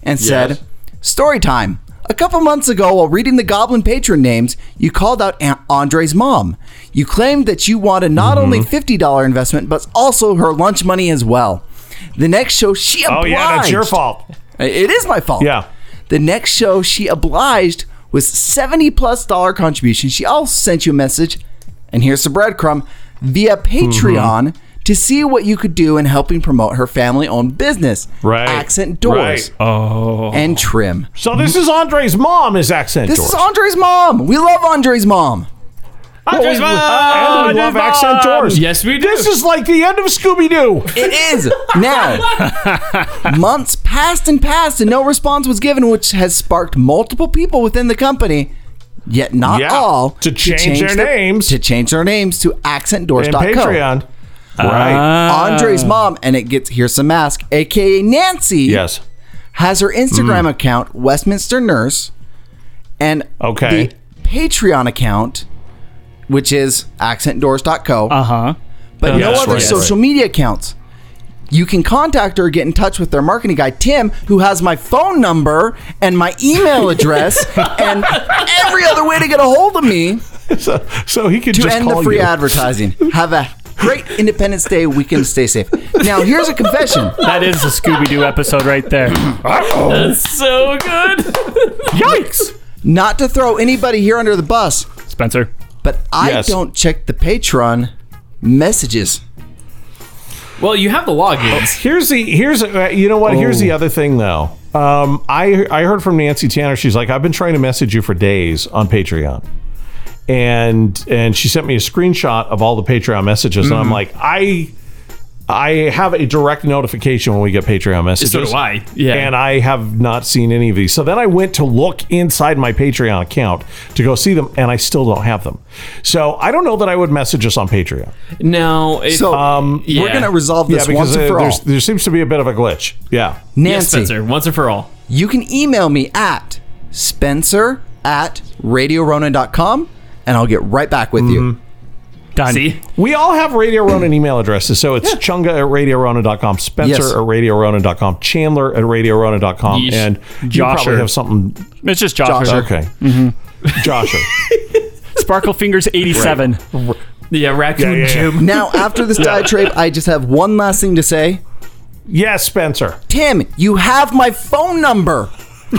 Speaker 3: and said, "Story time." A couple months ago, while reading the Goblin patron names, you called out Aunt Andre's mom. You claimed that you wanted not only
Speaker 2: Mm-hmm.
Speaker 3: fifty dollar investment, but also her lunch money as well. The next show, she
Speaker 2: Oh,
Speaker 3: obliged.
Speaker 2: yeah, that's your fault.
Speaker 3: It is my fault.
Speaker 2: Yeah.
Speaker 3: The next show she obliged was seventy plus dollar contribution. She also sent you a message, and here's the breadcrumb via Patreon
Speaker 2: Mm-hmm.
Speaker 3: to see what you could do in helping promote her family-owned business,
Speaker 2: Right.
Speaker 3: Accent
Speaker 2: Right.
Speaker 3: Doors
Speaker 2: Oh.
Speaker 4: Oh,
Speaker 3: and Trim.
Speaker 2: So this is Andre's mom is accent.
Speaker 3: This
Speaker 2: Doors.
Speaker 3: is Andre's mom. We love Andre's mom.
Speaker 5: Andre's
Speaker 2: Well, we-
Speaker 5: mom!
Speaker 2: and we love accent doors.
Speaker 5: Yes, we do.
Speaker 2: This is like the end of Scooby Doo.
Speaker 3: It is now. months passed and passed, and no response was given, which has sparked multiple people within the company, yet not
Speaker 2: Yeah,
Speaker 3: all,
Speaker 2: to change their names.
Speaker 3: to change their names to accentdoors.co.
Speaker 2: And Patreon. Right.
Speaker 3: Andre's mom, and it gets here's some mask, aka Nancy,
Speaker 2: yes.
Speaker 3: has her Instagram
Speaker 2: Mm.
Speaker 3: account Westminster Nurse, and
Speaker 2: Okay.
Speaker 3: the Patreon account, which is accentdoors.co.
Speaker 4: Uh huh.
Speaker 3: But no
Speaker 2: Yes,
Speaker 3: other
Speaker 2: Uh-huh. right,
Speaker 3: social media accounts. You can contact her, get in touch with their marketing guy, Tim, who has my phone number and my email address and every other way to get a hold of me
Speaker 2: So, so he could
Speaker 3: to
Speaker 2: just
Speaker 3: end
Speaker 2: call
Speaker 3: the free
Speaker 2: you.
Speaker 3: advertising. Have a great Independence Day weekend. Stay safe. Now, here's a confession.
Speaker 4: That is a Scooby Doo episode right there.
Speaker 5: so good.
Speaker 4: Yikes!
Speaker 3: Not to throw anybody here under the bus,
Speaker 4: Spencer.
Speaker 3: but I
Speaker 2: Yes.
Speaker 3: don't check the Patreon messages.
Speaker 5: Well, you have the logins.
Speaker 2: Here's the here's uh, you know what here's the other thing though. Um, I I heard from Nancy Tanner. She's like, I've been trying to message you for days on Patreon, and and she sent me a screenshot of all the Patreon messages, and I'm like, I I have a direct notification when we get Patreon messages.
Speaker 5: So do I. Yeah.
Speaker 2: And Oh, I have not seen any of these. So then I went to look inside my Patreon account to go see them, and I still don't have them. So I don't know that I would message us on Patreon.
Speaker 5: No, it,
Speaker 3: So
Speaker 2: Um,
Speaker 3: we're
Speaker 5: yeah.
Speaker 3: going to resolve this once and
Speaker 2: uh,
Speaker 3: for all.
Speaker 2: there's, there seems to be a bit of a glitch. Yeah.
Speaker 5: yes,
Speaker 3: Nancy,
Speaker 5: Spencer, once and for all.
Speaker 3: you can email me at spencer at radioronan.com and I'll get right back with you.
Speaker 2: Mm-hmm.
Speaker 4: Done.
Speaker 5: See?
Speaker 2: We all have Radio Ronan email addresses. So it's chunga at radiorona.com, Spencer
Speaker 3: Yes.
Speaker 2: at radiorona.com, Chandler at radiorona.com,
Speaker 5: Yeesh.
Speaker 2: and you
Speaker 4: Josher.
Speaker 2: probably have something.
Speaker 4: It's just Josh.
Speaker 3: Josh.
Speaker 2: Okay.
Speaker 5: Mm-hmm.
Speaker 2: Josher.
Speaker 4: Sparkle Fingers 87.
Speaker 5: Yeah, Raccoon
Speaker 2: Yeah, yeah, yeah.
Speaker 5: Jim.
Speaker 3: Now, after this diatribe, I just have one last thing to say.
Speaker 2: Yes, Spencer.
Speaker 3: Tim, you have my phone number.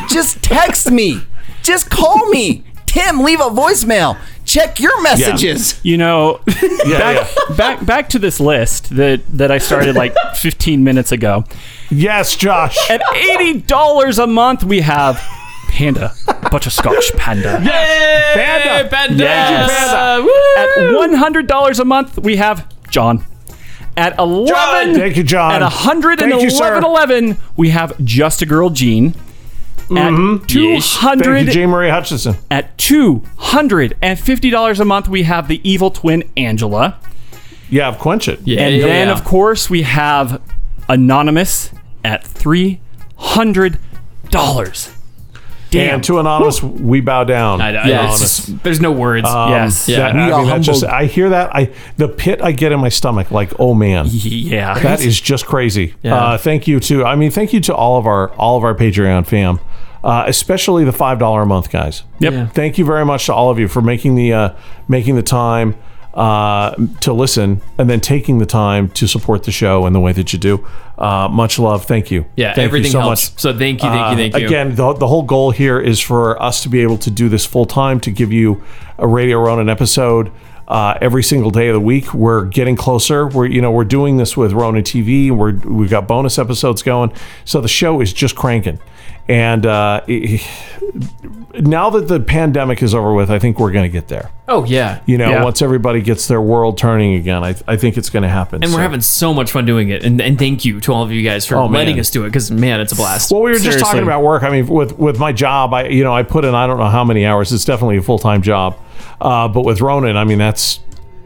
Speaker 3: Just text me. Just call me. Tim, leave a voicemail. Check your messages.
Speaker 4: You know, back, back back to this list that that I started like 15 minutes ago.
Speaker 2: Yes, Josh.
Speaker 4: At $80 a month, we have Panda, Butterscotch Panda.
Speaker 2: Panda.
Speaker 5: Panda.
Speaker 4: Yes.
Speaker 5: Panda. Woo.
Speaker 4: At $100 a month, we have John. At 11
Speaker 2: Thank you, John.
Speaker 4: At 111
Speaker 2: Thank you, sir.
Speaker 4: 11, we have Just a Girl Jean. At
Speaker 2: Mm-hmm. Thank
Speaker 4: 200
Speaker 2: you, J. Murray Hutchinson.
Speaker 4: at $250 a month, we have the evil twin Angela.
Speaker 2: Yeah, of Quench It.
Speaker 5: Yeah,
Speaker 4: And
Speaker 5: yeah,
Speaker 4: then,
Speaker 5: yeah.
Speaker 4: of course, we have Anonymous at three hundred dollars. Damn.
Speaker 2: And to Anonymous, we bow down.
Speaker 5: I, I,
Speaker 4: Yeah,
Speaker 5: it's
Speaker 2: Anonymous.
Speaker 5: just- there's no words.
Speaker 4: yes.
Speaker 5: yeah.
Speaker 2: Um, That- I,
Speaker 3: We are
Speaker 2: mean, that just,
Speaker 3: humbled.
Speaker 2: I hear that. I The pit I get in my stomach, like, oh man.
Speaker 4: Yeah.
Speaker 2: That is just crazy. Uh, thank you to I mean, thank you to all of our all of our Patreon fam, uh, especially the five dollar a month guys.
Speaker 4: Yep.
Speaker 5: Yeah.
Speaker 2: Thank you very much to all of you for making the uh, making the time uh, to listen and then taking the time to support the show in the way that you do. Uh, much love. Thank you.
Speaker 5: Yeah,
Speaker 2: Thank you
Speaker 5: everything
Speaker 2: so
Speaker 5: helps.
Speaker 2: much.
Speaker 5: So thank you, thank you, thank
Speaker 2: Uh,
Speaker 5: you.
Speaker 2: Again, the, the whole goal here is for us to be able to do this full time to give you a Radio Ronin episode uh, every single day of the week. We're getting closer. We're you know we're doing this with Ronin TV. We're we've got bonus episodes going, so the show is just cranking. And uh, it- now that the pandemic is over with, I think we're going to get there.
Speaker 5: Oh yeah.
Speaker 2: You know,
Speaker 4: Yeah.
Speaker 2: once everybody gets their world turning again, I, I think it's going to happen.
Speaker 5: And we're having so much fun doing it, and, and thank you to all of you guys for
Speaker 2: Oh, man.
Speaker 5: letting us do it because man, it's a blast.
Speaker 2: Well, we were just talking
Speaker 5: Seriously.
Speaker 2: about work. I mean, with with my job, I you know I put in I don't know how many hours. It's definitely a full time job, uh, but with Ronan, I mean that's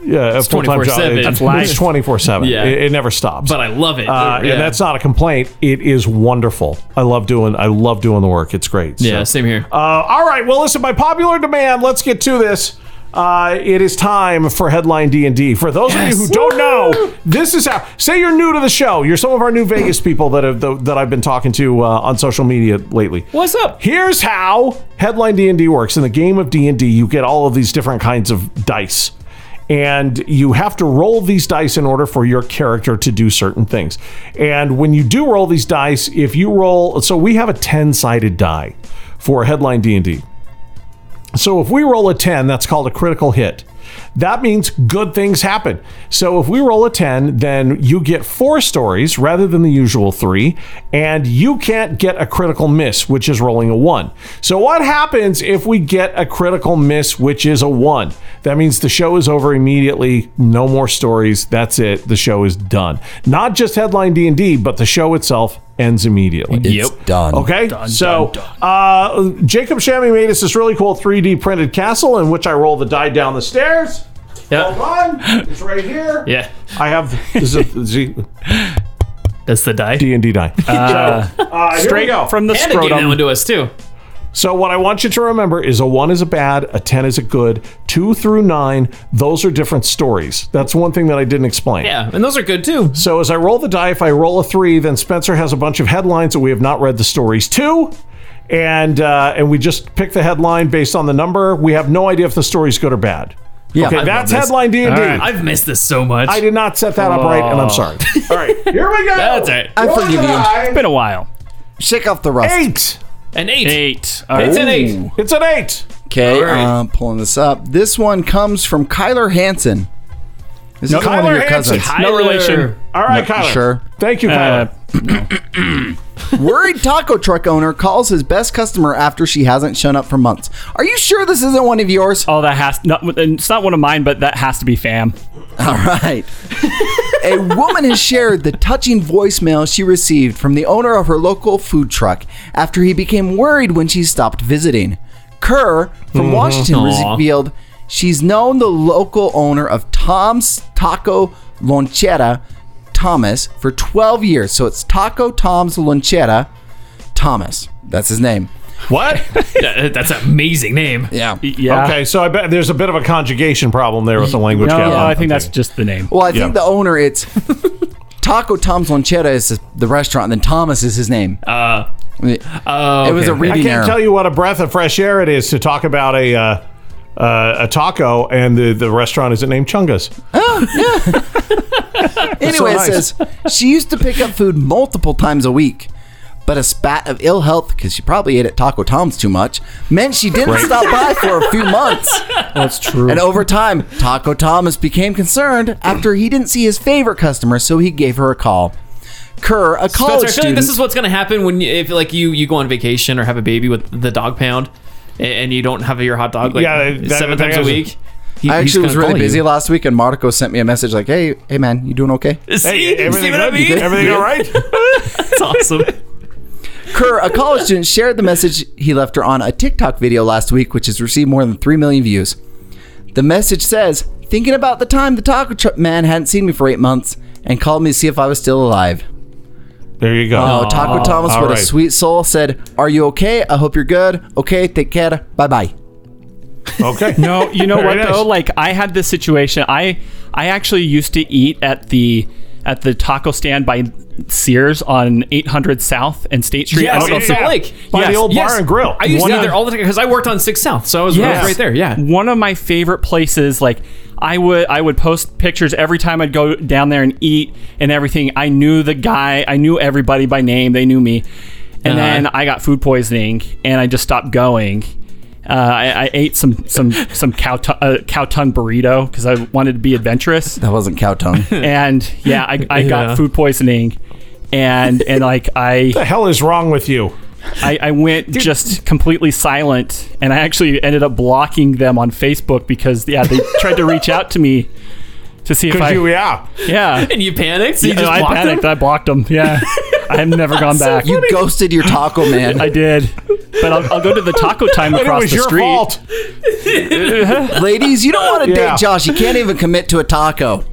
Speaker 2: yeah, a full time job.
Speaker 5: 24/7.
Speaker 2: It-
Speaker 5: That's
Speaker 2: It's twenty four seven.
Speaker 5: Yeah.
Speaker 2: it, it never stops.
Speaker 5: but I love it.
Speaker 2: uh,
Speaker 5: Yeah.
Speaker 2: and that's not a complaint. It is wonderful. I love doing. I love doing the work. It's great. So,
Speaker 5: yeah, same here.
Speaker 2: Uh, all right. Well, listen. By popular demand, let's get to this. Uh, it is time for headline D and D. For those of you who don't know, this is how. Say you're new to the show. You're some of our new Vegas people that have that I've been talking to uh, on social media lately.
Speaker 5: What's up?
Speaker 2: Here's how headline D&D works. In the game of D&D, you get all of these different kinds of dice. And you have to roll these dice in order for your character to do certain things. And when you do roll these dice, if you roll so we have a 10-sided die for headline D&D. So if we roll a 10, that's called a critical hit. That means good things happen. So if we roll a 10, then you get four stories rather than the usual three, and you can't get a critical miss, which is rolling a one. So what happens if we get a critical miss, which is a one? That means the show is over immediately. No more stories. That's it. The show is done. Not just headline D&D, but the show itself ends immediately.
Speaker 3: It's done.
Speaker 2: Okay, so Uh, Jacob Shammy made us this really cool 3D printed castle in which I roll the die down the stairs.
Speaker 5: Yeah,
Speaker 2: Hold on, it's right here.
Speaker 5: yeah.
Speaker 2: I have this is
Speaker 5: That's the die.
Speaker 2: D and D die. so, uh, here we
Speaker 4: Straight
Speaker 2: go.
Speaker 4: from the
Speaker 5: Hannah gave that
Speaker 4: scrotum.
Speaker 5: one to us too.
Speaker 2: So what I want you to remember is a one is a bad, a ten is a good, two through nine. Those are different stories. That's one thing that I didn't explain.
Speaker 5: Yeah, and those are good too.
Speaker 2: So as I roll the die, if I roll a three, then Spencer has a bunch of headlines that we have not read the stories to. And uh, and we just pick the headline based on the number. We have no idea if the story's good or bad.
Speaker 3: Yeah,
Speaker 2: okay,
Speaker 3: I
Speaker 2: that's
Speaker 5: love this.
Speaker 2: headline D and D.
Speaker 5: I've missed this so much.
Speaker 2: I did not set that up right, and I'm sorry. All right, here we go.
Speaker 5: That's all right.
Speaker 3: I forgive you.
Speaker 4: It's been a while.
Speaker 3: Shake off the rust.
Speaker 2: Eight.
Speaker 5: An eight.
Speaker 4: Eight. All
Speaker 5: It's
Speaker 4: right.
Speaker 5: an eight.
Speaker 2: It's an eight.
Speaker 3: Okay,
Speaker 5: All right.
Speaker 3: uh, pulling this up. This one comes from Kyler Hansen. This is one
Speaker 2: Kyler
Speaker 3: of your
Speaker 2: Hansen.
Speaker 3: cousins.
Speaker 5: Tyler.
Speaker 4: relation.
Speaker 2: All right,
Speaker 3: No,
Speaker 2: Kyler.
Speaker 3: sure.
Speaker 2: Thank you, Kyler.
Speaker 3: Worried taco truck owner calls his best customer after she hasn't shown up for months. Are you sure this isn't one of yours?
Speaker 4: Oh, that has not. It's not one of mine, but that has to be fam.
Speaker 3: All right. a woman has shared the touching voicemail she received from the owner of her local food truck after he became worried when she stopped visiting. Kerr from Washington
Speaker 5: Aw.
Speaker 3: revealed she's known the local owner of Tom's Taco Lonchera, Thomas, for 12 years. So it's Taco Tom's Lonchera, Thomas. That's his name.
Speaker 2: what?
Speaker 5: That- that's an amazing name.
Speaker 3: Yeah.
Speaker 4: Yeah.
Speaker 2: okay, so I bet there's a bit of a conjugation problem there with the language.
Speaker 4: No,
Speaker 2: gap.
Speaker 4: I think that's just the name.
Speaker 3: Well, I
Speaker 2: Yeah.
Speaker 3: think the owner, it's Taco Tom's Lonchera is the restaurant, and then Thomas is his name.
Speaker 5: Uh,
Speaker 3: it was
Speaker 2: I
Speaker 3: a
Speaker 5: okay.
Speaker 3: reading
Speaker 2: can't
Speaker 3: error.
Speaker 2: tell you what a breath of fresh air it is to talk about a uh, uh, a taco and the, the restaurant isn't named Chungus.
Speaker 3: anyway,
Speaker 2: so nice.
Speaker 3: it says she used to pick up food multiple times a week, but a spat of ill health because she probably ate at Taco Tom's too much meant she didn't stop by for a few months.
Speaker 2: That's true.
Speaker 3: And over time, Taco Thomas became concerned after he didn't see his favorite customer, so he gave her a call. Kerr, a college
Speaker 5: Spencer, I feel like
Speaker 3: student,
Speaker 5: Oh, this is what's going to happen when you, if like you you go on vacation or have a baby with the dog pound, a- and you don't have your hot dog like
Speaker 2: Yeah, that-
Speaker 5: seven
Speaker 2: that
Speaker 5: times a
Speaker 2: guy's-
Speaker 5: week. he-
Speaker 3: I
Speaker 5: he's
Speaker 3: actually was
Speaker 5: gonna
Speaker 3: really
Speaker 5: call you.
Speaker 3: busy last week, and Marco sent me a message like, "Hey, hey, man, you doing okay?"
Speaker 5: See, see
Speaker 2: everything
Speaker 5: what I
Speaker 2: good?
Speaker 5: mean?
Speaker 2: Everything all right?
Speaker 5: It's awesome.
Speaker 3: Kerr, a college student, shared the message he left her on a TikTok video last week, which has received more than 3 million views. The message says, Thinking about the time the taco truck man hadn't seen me for eight months and called me to see if I was still alive.
Speaker 2: There you go.
Speaker 3: Oh, Taco Thomas,
Speaker 2: all
Speaker 3: what a
Speaker 2: right.
Speaker 3: sweet soul, said, Are you okay? I hope you're good. Okay, take care. Bye bye.
Speaker 2: okay.
Speaker 4: No, you know what
Speaker 2: Very nice.
Speaker 4: though? Like I had this situation. I I actually used to eat at the at the taco stand by Sears on 800 South and State Street.
Speaker 5: Yes,
Speaker 4: I don't know
Speaker 5: in
Speaker 4: if
Speaker 5: Salt
Speaker 4: you-
Speaker 5: Lake.
Speaker 2: By
Speaker 4: Yes,
Speaker 2: the old
Speaker 5: yes.
Speaker 2: bar and grill.
Speaker 5: I used
Speaker 2: One
Speaker 5: to
Speaker 2: of-
Speaker 5: be there all the time because I worked on Six South, so I was
Speaker 4: Yes.
Speaker 5: right there. Yeah,
Speaker 4: One of my favorite places. Like I would I would post pictures every time I'd go down there and eat and everything. I knew the guy, I knew everybody by name, they knew me. And
Speaker 5: Uh-huh.
Speaker 4: then I got food poisoning and I just stopped going. Uh, I, I ate some some some cow tu- uh, cow tongue burrito because I wanted to be adventurous
Speaker 3: That wasn't cow tongue.
Speaker 4: and yeah, I, I
Speaker 5: Yeah.
Speaker 4: got food poisoning, and and like I
Speaker 2: the hell is wrong with you?
Speaker 4: I, I went just completely silent, and I actually ended up blocking them on Facebook because yeah, they tried to reach out to me to see if
Speaker 2: Could
Speaker 4: I
Speaker 2: you, yeah.
Speaker 4: yeah.
Speaker 5: and you panicked. So you
Speaker 4: Yeah,
Speaker 5: just
Speaker 4: I
Speaker 5: blocked them?
Speaker 4: panicked. I blocked them. Yeah, I have never gone back.
Speaker 3: you ghosted your taco man.
Speaker 4: I did, but I'll, I'll go to the taco time
Speaker 2: And it
Speaker 4: across
Speaker 2: was
Speaker 4: the
Speaker 2: your
Speaker 4: street.
Speaker 2: fault.
Speaker 3: Ladies, you don't want to
Speaker 2: Yeah.
Speaker 3: date Josh. You can't even commit to a taco.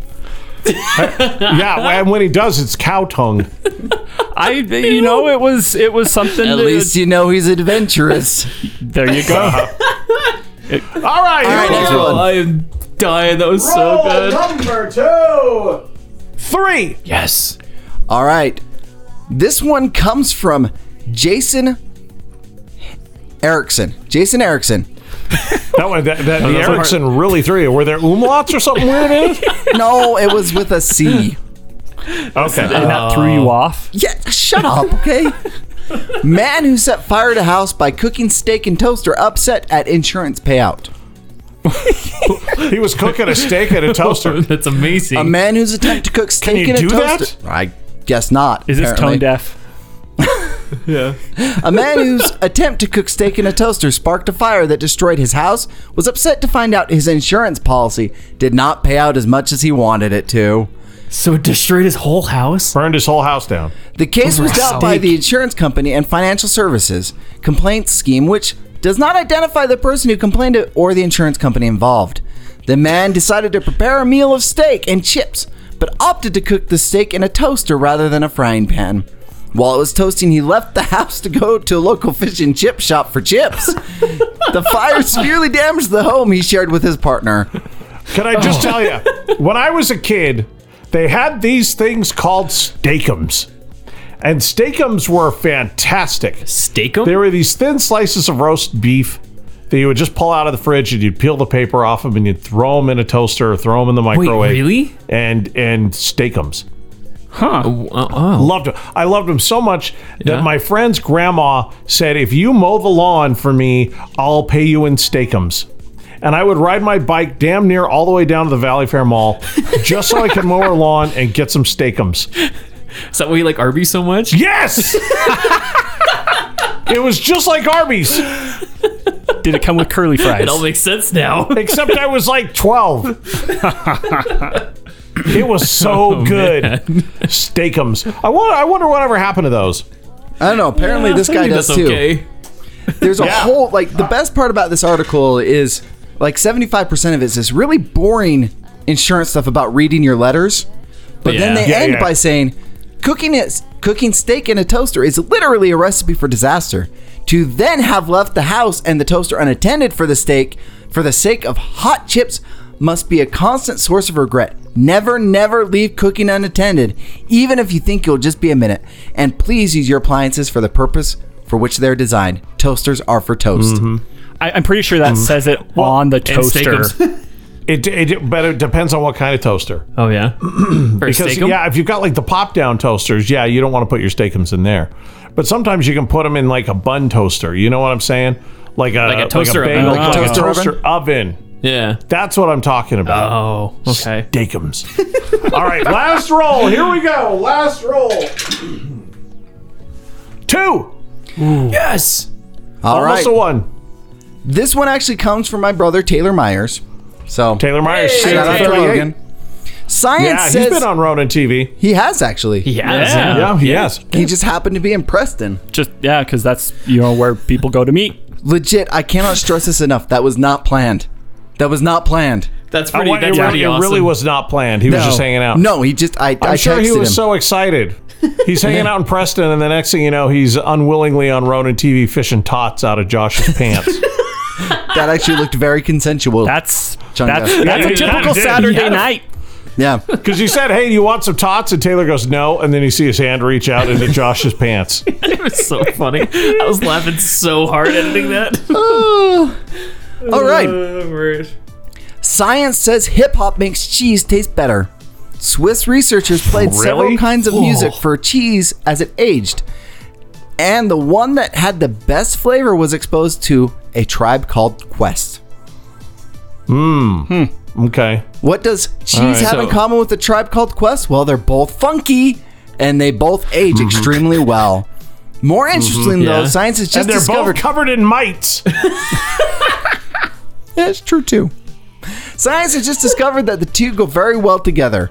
Speaker 2: yeah, and when he does, it's cow tongue.
Speaker 4: I, you know, it was it was something.
Speaker 3: At
Speaker 4: that-
Speaker 3: least you know he's adventurous.
Speaker 4: there you go.
Speaker 2: All right,
Speaker 3: All right,
Speaker 2: here we
Speaker 3: next
Speaker 2: go.
Speaker 5: Oh,
Speaker 3: one.
Speaker 5: I am dying. That was so good.
Speaker 2: Oh, number two, three.
Speaker 5: Yes.
Speaker 3: All right. This one comes from Jason Erickson. Jason Erickson.
Speaker 2: That one, that, that, the
Speaker 5: that's a hard-
Speaker 2: Erickson really threw you. Were there umlauts or something weird in it?
Speaker 3: No, it was with a C.
Speaker 2: Okay.
Speaker 4: And that threw you off.
Speaker 3: Yeah, shut up, okay? Man who set fire to house by cooking steak and toaster upset at insurance payout.
Speaker 2: he was cooking a steak at a toaster.
Speaker 5: That's amazing.
Speaker 3: A man who's attempt to cook steak
Speaker 2: you
Speaker 3: in
Speaker 2: do
Speaker 3: a
Speaker 2: that?
Speaker 3: toaster. I guess not.
Speaker 4: Is this
Speaker 3: apparently.
Speaker 4: tone deaf?
Speaker 3: A man whose attempt to cook steak in a toaster sparked a fire that destroyed his house was upset to find out his insurance policy did not pay out as much as he wanted it to.
Speaker 5: so it destroyed his whole house.
Speaker 2: Burned his whole house down.
Speaker 3: The
Speaker 5: Oh
Speaker 3: case was dealt by the insurance company and financial services complaints scheme, which does not identify the person who complained it or the insurance company involved. The man decided to prepare a meal of steak and chips, but opted to cook the steak in a toaster rather than a frying pan. While it was toasting, he left the house to go to a local fish and chip shop for chips. the fire severely damaged the home he shared with his partner.
Speaker 2: Can I just tell you, when I was a kid, they had these things called steakums. And steakums were fantastic.
Speaker 5: Steak him.
Speaker 2: There were these thin slices of roast beef that you would just pull out of the fridge and you'd peel the paper off them and you'd throw them in a toaster or throw them in the microwave.
Speaker 5: really?
Speaker 2: And and steakums.
Speaker 5: Oh,
Speaker 2: Loved them. I loved them so much that my friend's grandma said, "If you mow the lawn for me, I'll pay you in steakums." And I would ride my bike damn near all the way down to the Valley Fair Mall just so I could mow her lawn and get some steakums.
Speaker 5: is that why you like Arby's so much?
Speaker 2: Yes. it was just like Arby's.
Speaker 4: Did it come with curly fries?
Speaker 5: It all makes sense now.
Speaker 2: except I was like 12. it was so good. Steakums. I wonder, I wonder whatever happened to those.
Speaker 3: I don't know. Apparently, this guy
Speaker 5: Maybe
Speaker 3: does
Speaker 5: that's
Speaker 3: too.
Speaker 5: okay.
Speaker 3: There's a
Speaker 2: Yeah.
Speaker 3: whole like the best part about this article is like 75% of it is this really boring insurance stuff about reading your letters. But then
Speaker 5: Yeah.
Speaker 3: they
Speaker 2: Yeah,
Speaker 3: end
Speaker 2: yeah.
Speaker 3: by saying cooking it cooking steak in a toaster is literally a recipe for disaster. To then have left the house and the toaster unattended for the steak for the sake of hot chips must be a constant source of regret. Never, never leave cooking unattended, even if you think you'll just be a minute. And please use your appliances for the purpose for which they're designed. Toasters are for toast.
Speaker 2: Mm-hmm.
Speaker 4: I, I'm pretty sure that
Speaker 2: Mm.
Speaker 4: says it on the toaster.
Speaker 5: Steakums.
Speaker 2: It, it but it depends on what kind of toaster.
Speaker 5: Oh yeah. For a
Speaker 2: Because
Speaker 5: steak 'em?
Speaker 2: yeah, if you've got like the pop down toasters, yeah, you don't want to put your steakums in there. But sometimes you can put them in like a bun toaster. You know what I'm saying? Like a,
Speaker 5: a toaster
Speaker 2: like a
Speaker 5: oven.
Speaker 2: bagel,
Speaker 5: Like
Speaker 3: a
Speaker 2: like a
Speaker 3: toaster
Speaker 2: toaster oven.
Speaker 5: Yeah.
Speaker 2: That's what I'm talking about.
Speaker 5: Oh, okay.
Speaker 2: Dakums. All right, last roll. Here we go. Last roll. Two.
Speaker 5: Yes.
Speaker 3: All right.
Speaker 2: Almost a one.
Speaker 3: This one actually comes from my brother Taylor Myers. So
Speaker 2: Taylor Myers.
Speaker 3: shout out to
Speaker 2: 38.
Speaker 3: Logan. Science
Speaker 2: Yeah, he's
Speaker 3: says
Speaker 2: been on Ronin TV.
Speaker 3: he has actually.
Speaker 5: Yes.
Speaker 4: Yeah.
Speaker 2: Yeah, he has.
Speaker 3: He just happened to be in Preston.
Speaker 4: Just yeah, because that's you know where people go to meet.
Speaker 3: Legit, I cannot stress this enough. That was not planned. That was not planned.
Speaker 5: That's
Speaker 2: Uh,
Speaker 5: pretty.
Speaker 2: what- it,
Speaker 5: that's
Speaker 2: really,
Speaker 5: pretty
Speaker 2: it
Speaker 5: awesome.
Speaker 2: really was not planned. He was just hanging out.
Speaker 3: No, he just I.
Speaker 2: I'm
Speaker 3: I
Speaker 2: sure he
Speaker 3: texted
Speaker 2: was
Speaker 3: him.
Speaker 2: so excited. He's hanging out in Preston, and the next thing you know, he's unwillingly on Ronin TV fishing tots out of Josh's pants.
Speaker 3: that actually looked very consensual.
Speaker 4: That's
Speaker 3: Chunga.
Speaker 4: that's, that's
Speaker 2: Yeah,
Speaker 4: a typical
Speaker 2: yeah.
Speaker 4: Saturday
Speaker 2: Yeah.
Speaker 4: night.
Speaker 3: yeah.
Speaker 2: Because you said, "Hey, do you want some tots?" And Taylor goes, "No," and then you see his hand reach out into Josh's pants.
Speaker 5: It was so funny. I was laughing so hard editing that.
Speaker 3: All right. Science says hip hop makes cheese taste better. Swiss researchers played several
Speaker 2: Really?
Speaker 3: kinds of music for cheese as it aged, and the one that had the best flavor was exposed to a tribe called Quest.
Speaker 2: Okay.
Speaker 3: What does cheese have in
Speaker 5: so-
Speaker 3: common with a tribe called Quest? Well, they're both funky and they both age extremely well. More interesting though,
Speaker 5: Yeah.
Speaker 3: science has just
Speaker 2: and they're
Speaker 3: discovered
Speaker 2: both covered in mites.
Speaker 3: Yeah, it's true too. Science has just discovered that the two go very well together.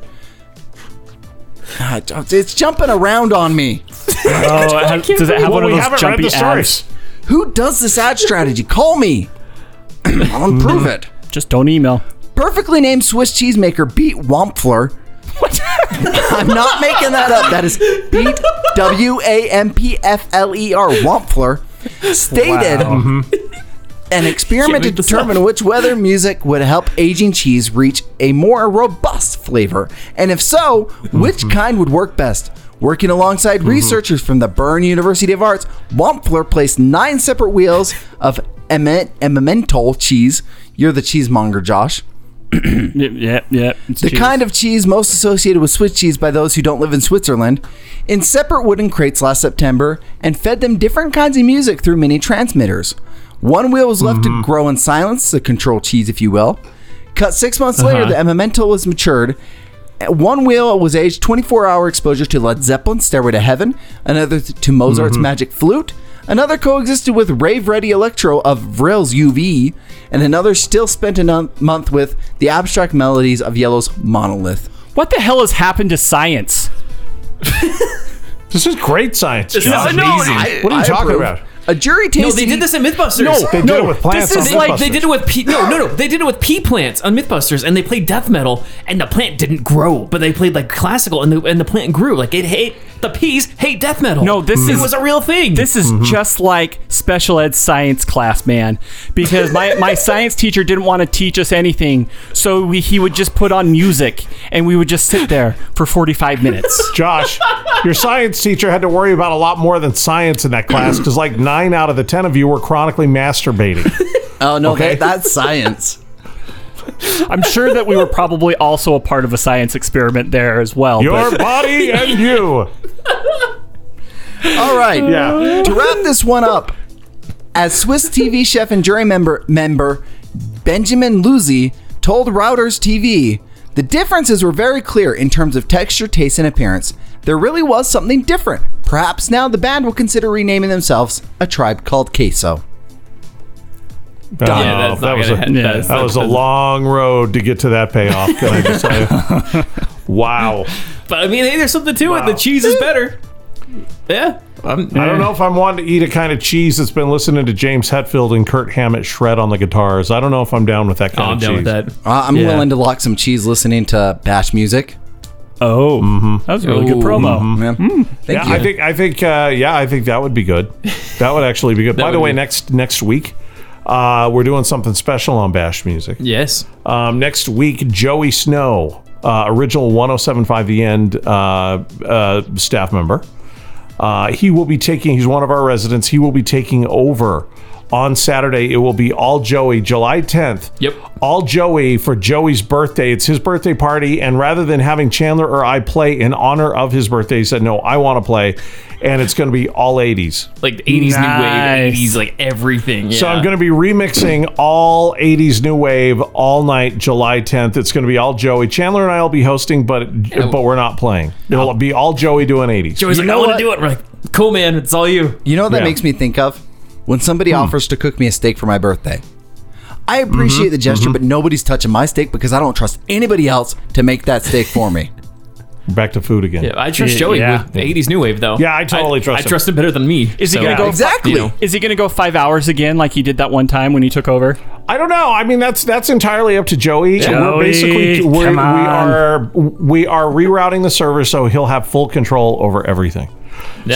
Speaker 3: Ah, It's jumping around on me.
Speaker 4: Oh, it has- does it have
Speaker 2: Well,
Speaker 4: one of
Speaker 2: we
Speaker 4: those
Speaker 2: haven't read
Speaker 4: jumpy
Speaker 2: the
Speaker 4: ads?
Speaker 2: stories.
Speaker 3: Who does this ad strategy? Call me. I'll improve it.
Speaker 4: Just don't email.
Speaker 3: Perfectly named Swiss cheesemaker Beat Wampfler. I'm not making that up. That is Beat W A M P F L E R Wampfler stated an experiment to
Speaker 5: Can't make this up.
Speaker 3: determine which weather music would help aging cheese reach a more robust flavor, and if so, which kind would work best. Working alongside researchers from the Bern University of Arts, Wampfler placed nine separate wheels of eme- emmental cheese. You're the cheesemonger, Josh.
Speaker 4: Yep, yep. yep. It's
Speaker 3: The
Speaker 4: cheese.
Speaker 3: kind of cheese most associated with Swiss cheese by those who don't live in Switzerland, in separate wooden crates last September and fed them different kinds of music through mini transmitters. One wheel was left to grow in silence, the control cheese, if you will. Cut six months later, the memento was matured. At One wheel was aged 24 hour exposure to Led Zeppelin's Stairway to Heaven, another th- to Mozart's
Speaker 2: Mm-hmm.
Speaker 3: Magic Flute, another coexisted with Rave Ready Electro of Vril's UV, and another still spent a non- month with the abstract melodies of Yellow's Monolith.
Speaker 4: What the hell has happened to science?
Speaker 2: This is great science. Josh.
Speaker 5: no,
Speaker 2: I- What are you talking about?
Speaker 3: A jury tasted.
Speaker 5: No, they did
Speaker 3: each-
Speaker 5: this in MythBusters.
Speaker 2: No, they did it with plants
Speaker 5: This is
Speaker 2: on
Speaker 5: like they
Speaker 2: MythBusters.
Speaker 5: did it with pea. No, no, no. They did it with pea plants on MythBusters, and they played death metal, and the plant didn't grow, but they played like classical, and the and the plant grew. Like it hate the peas hate death metal.
Speaker 4: No, this
Speaker 5: it
Speaker 4: is-
Speaker 5: was a real thing.
Speaker 4: This is
Speaker 2: Mm-hmm.
Speaker 4: just like special ed science class, man. Because my, my science teacher didn't want to teach us anything, so we, he would just put on music and we would just sit there for 45 minutes.
Speaker 2: Josh, your science teacher had to worry about a lot more than science in that class because like nine out of the ten of you were chronically masturbating.
Speaker 3: Oh no, that, that's science.
Speaker 4: I'm sure that we were probably also a part of a science experiment there as well.
Speaker 2: Your
Speaker 4: but
Speaker 2: body and you.
Speaker 3: All right.
Speaker 2: Yeah.
Speaker 3: to wrap this one up, as Swiss TV chef and jury member member Benjamin Luzzi told Routers TV, the differences were very clear in terms of texture, taste, and appearance. There really was something different. Perhaps now the band will consider renaming themselves a tribe called Queso.
Speaker 2: Oh,
Speaker 5: Yeah, that's
Speaker 2: that
Speaker 5: not
Speaker 2: was
Speaker 5: gonna
Speaker 2: a,
Speaker 5: happen. That's
Speaker 2: that
Speaker 5: not
Speaker 2: was a long road to get to that payoff. Can I just say? wow.
Speaker 5: But I mean, hey, there's something to it. The cheese is better. Yeah. I'm,
Speaker 2: I don't know if I'm wanting to eat a kind of cheese that's been listening to James Hetfield and Kurt Hammett shred on the guitars. I don't know if I'm down with that kind
Speaker 5: Oh, I'm
Speaker 2: of
Speaker 5: down
Speaker 2: cheese.
Speaker 5: with that.
Speaker 3: Uh, I'm
Speaker 5: Yeah.
Speaker 3: willing to lock some cheese listening to Bash music.
Speaker 4: oh,
Speaker 2: Mm-hmm.
Speaker 4: that was a really good
Speaker 5: Ooh.
Speaker 4: promo.
Speaker 3: Man, Thank
Speaker 2: Hmm. Yeah, I
Speaker 3: you.
Speaker 2: think I think uh, yeah, I think that would be good. That would actually be good. By the
Speaker 5: would
Speaker 2: way,
Speaker 5: be-
Speaker 2: next next week. Uh, we're doing something special on Bash Music.
Speaker 5: Yes.
Speaker 2: Um, next week, Joey Snow, uh, original 1075 The End uh, uh, staff member. Uh, he will be taking, he's one of our residents, he will be taking over on Saturday. It will be all Joey, July 10th.
Speaker 5: Yep.
Speaker 2: All Joey for Joey's birthday. It's his birthday party. And rather than having Chandler or I play in honor of his birthday, he said, no, I want to play. And it's going to be all 80s.
Speaker 5: Like the 80s
Speaker 4: Nice.
Speaker 5: new wave, 80s, like everything.
Speaker 2: So I'm going to be remixing all 80s new wave all night, July 10th. It's going to be all Joey. Chandler and I will be hosting, but but we're not playing. It'll be all Joey doing 80s.
Speaker 5: Joey's
Speaker 3: You
Speaker 5: like, I
Speaker 3: know
Speaker 5: want to
Speaker 3: what?
Speaker 5: do it. We're like, cool, man. It's all you.
Speaker 3: You know what that
Speaker 2: Yeah.
Speaker 3: makes me think of? When somebody offers to cook me a steak for my birthday. I appreciate the gesture, but nobody's touching my steak because I don't trust anybody else to make that steak for me.
Speaker 2: Back to food again.
Speaker 5: Yeah, I trust
Speaker 4: Yeah,
Speaker 5: Joey
Speaker 4: yeah.
Speaker 5: with the 80s new wave, though.
Speaker 2: Yeah, I totally trust
Speaker 5: I
Speaker 2: him.
Speaker 5: trust him better than me.
Speaker 4: Is he gonna
Speaker 5: yeah.
Speaker 4: go-
Speaker 3: exactly.
Speaker 5: You know.
Speaker 4: Is he going to go five hours again like he did that one time when he took over?
Speaker 2: I don't know. I mean, that's that's entirely up to Joey. we're
Speaker 4: Joey,
Speaker 2: basically we're,
Speaker 4: come
Speaker 2: we
Speaker 4: on.
Speaker 2: are we are rerouting the server so he'll have full control over everything.
Speaker 5: Yeah,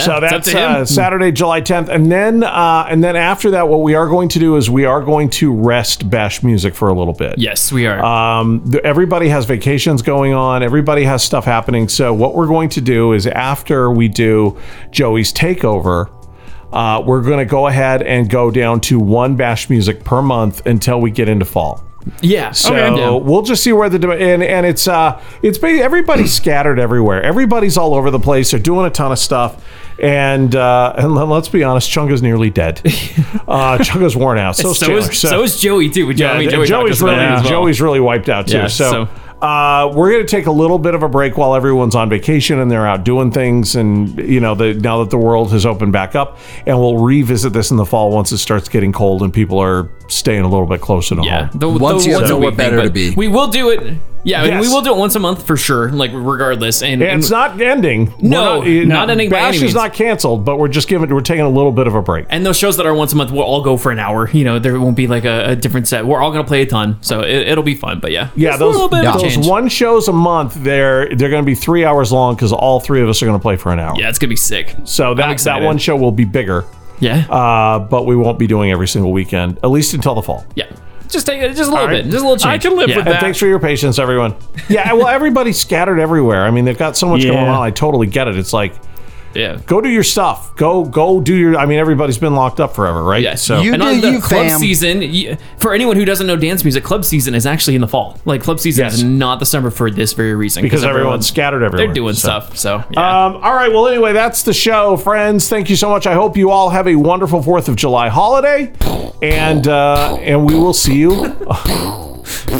Speaker 2: so
Speaker 5: it's up
Speaker 2: that's
Speaker 5: to him.
Speaker 2: uh, Saturday, July 10th, and then uh, and then after that, what we are going to do is we are going to rest Bash Music for a little bit.
Speaker 5: Yes, we are.
Speaker 2: Um, th- everybody has vacations going on. Everybody has stuff happening. So what we're going to do is after we do Joey's takeover, uh, we're going to go ahead and go down to one bash music per month until we get into fall.
Speaker 5: yeah.
Speaker 2: So we'll just see where the dem- and and it's uh it's ba- everybody's scattered everywhere. Everybody's all over the place. They're doing a ton of stuff. And uh, and let- let's be honest, Chunga's nearly dead. Uh, Chunga's worn out. So,
Speaker 5: so,
Speaker 2: Chandler.
Speaker 5: is, so, is Joey, too. Joey,
Speaker 2: Yeah,
Speaker 5: Joey talked
Speaker 2: Joey's
Speaker 5: about
Speaker 2: really
Speaker 5: that as well.
Speaker 2: Joey's really wiped out too.
Speaker 5: Yeah,
Speaker 2: so,
Speaker 5: so-
Speaker 2: Uh, we're going to take a little bit of a break while everyone's on vacation and they're out doing things, and you know, the, now that the world has opened back up, and we'll revisit this in the fall once it starts getting cold and people are staying a little bit closer to
Speaker 5: Yeah,
Speaker 2: home.
Speaker 5: the,
Speaker 3: Once
Speaker 5: the
Speaker 3: you
Speaker 5: once
Speaker 3: know
Speaker 5: a
Speaker 3: what
Speaker 5: week
Speaker 3: better
Speaker 5: thing,
Speaker 3: to
Speaker 5: but
Speaker 3: be.
Speaker 5: We will do it. Yeah, and we
Speaker 2: Yes.
Speaker 5: will do it once a month for sure. Like regardless, and,
Speaker 2: And it's
Speaker 5: and,
Speaker 2: not ending. We're
Speaker 5: No,
Speaker 2: it-
Speaker 5: not ending by
Speaker 2: Bash
Speaker 5: any
Speaker 2: is
Speaker 5: means.
Speaker 2: not canceled, but we're just giving. We're taking a little bit of a break.
Speaker 5: and those shows that are once a month will all go for an hour. You know, there won't be like a, a different set. We're all gonna play a ton, so it, it'll be fun. But yeah,
Speaker 2: Yeah,
Speaker 5: Just
Speaker 2: those,
Speaker 5: a little bit of a
Speaker 2: those
Speaker 5: change.
Speaker 2: one shows a month. They're they're going to be three hours long because all three of us are going to play for an hour.
Speaker 5: Yeah, it's gonna be sick.
Speaker 2: So that that
Speaker 5: excited.
Speaker 2: one show will be bigger.
Speaker 5: Yeah,
Speaker 2: uh, but we won't be doing every single weekend, at least until the fall.
Speaker 5: yeah. Just take it, just a little
Speaker 2: right.
Speaker 5: bit, just a little change.
Speaker 4: I can live
Speaker 5: Yeah.
Speaker 4: with
Speaker 2: And
Speaker 4: that.
Speaker 2: thanks for your patience, everyone. Yeah, well, everybody's scattered everywhere. I mean, they've got so much going
Speaker 4: Yeah.
Speaker 2: on. I totally get it. It's like,
Speaker 5: Yeah,
Speaker 2: go do your stuff. Go, go do your. I mean, everybody's been locked up forever, right?
Speaker 5: Yeah.
Speaker 2: So
Speaker 3: You
Speaker 5: and
Speaker 3: do
Speaker 5: on the
Speaker 3: you,
Speaker 5: club
Speaker 3: fam.
Speaker 5: season, y- for anyone who doesn't know dance music, club season is actually in the fall. Like club season
Speaker 2: Yes.
Speaker 5: is not the summer for this very reason
Speaker 2: because everyone's scattered everywhere,
Speaker 5: they're doing
Speaker 2: so.
Speaker 5: stuff. So yeah.
Speaker 2: Um, all right. Well, anyway, that's the show, friends. Thank you so much. I hope you all have a wonderful Fourth of July holiday, and uh, and we will see you.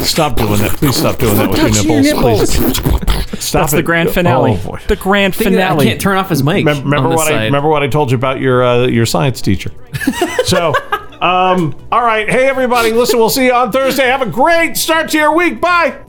Speaker 2: stop doing that! Please stop doing that with your
Speaker 3: touching your
Speaker 2: nipples, please. Stop
Speaker 4: That's the
Speaker 2: it.
Speaker 4: grand finale.
Speaker 2: Oh, boy.
Speaker 4: the grand
Speaker 5: Thing that I
Speaker 4: finale.
Speaker 5: can't turn off his mic.
Speaker 2: Remember, remember
Speaker 5: on this
Speaker 2: what I
Speaker 5: side.
Speaker 2: remember what I told you about your uh, your science teacher. so, um, all right, hey everybody, listen, we'll see you on Thursday. Have a great start to your week. Bye.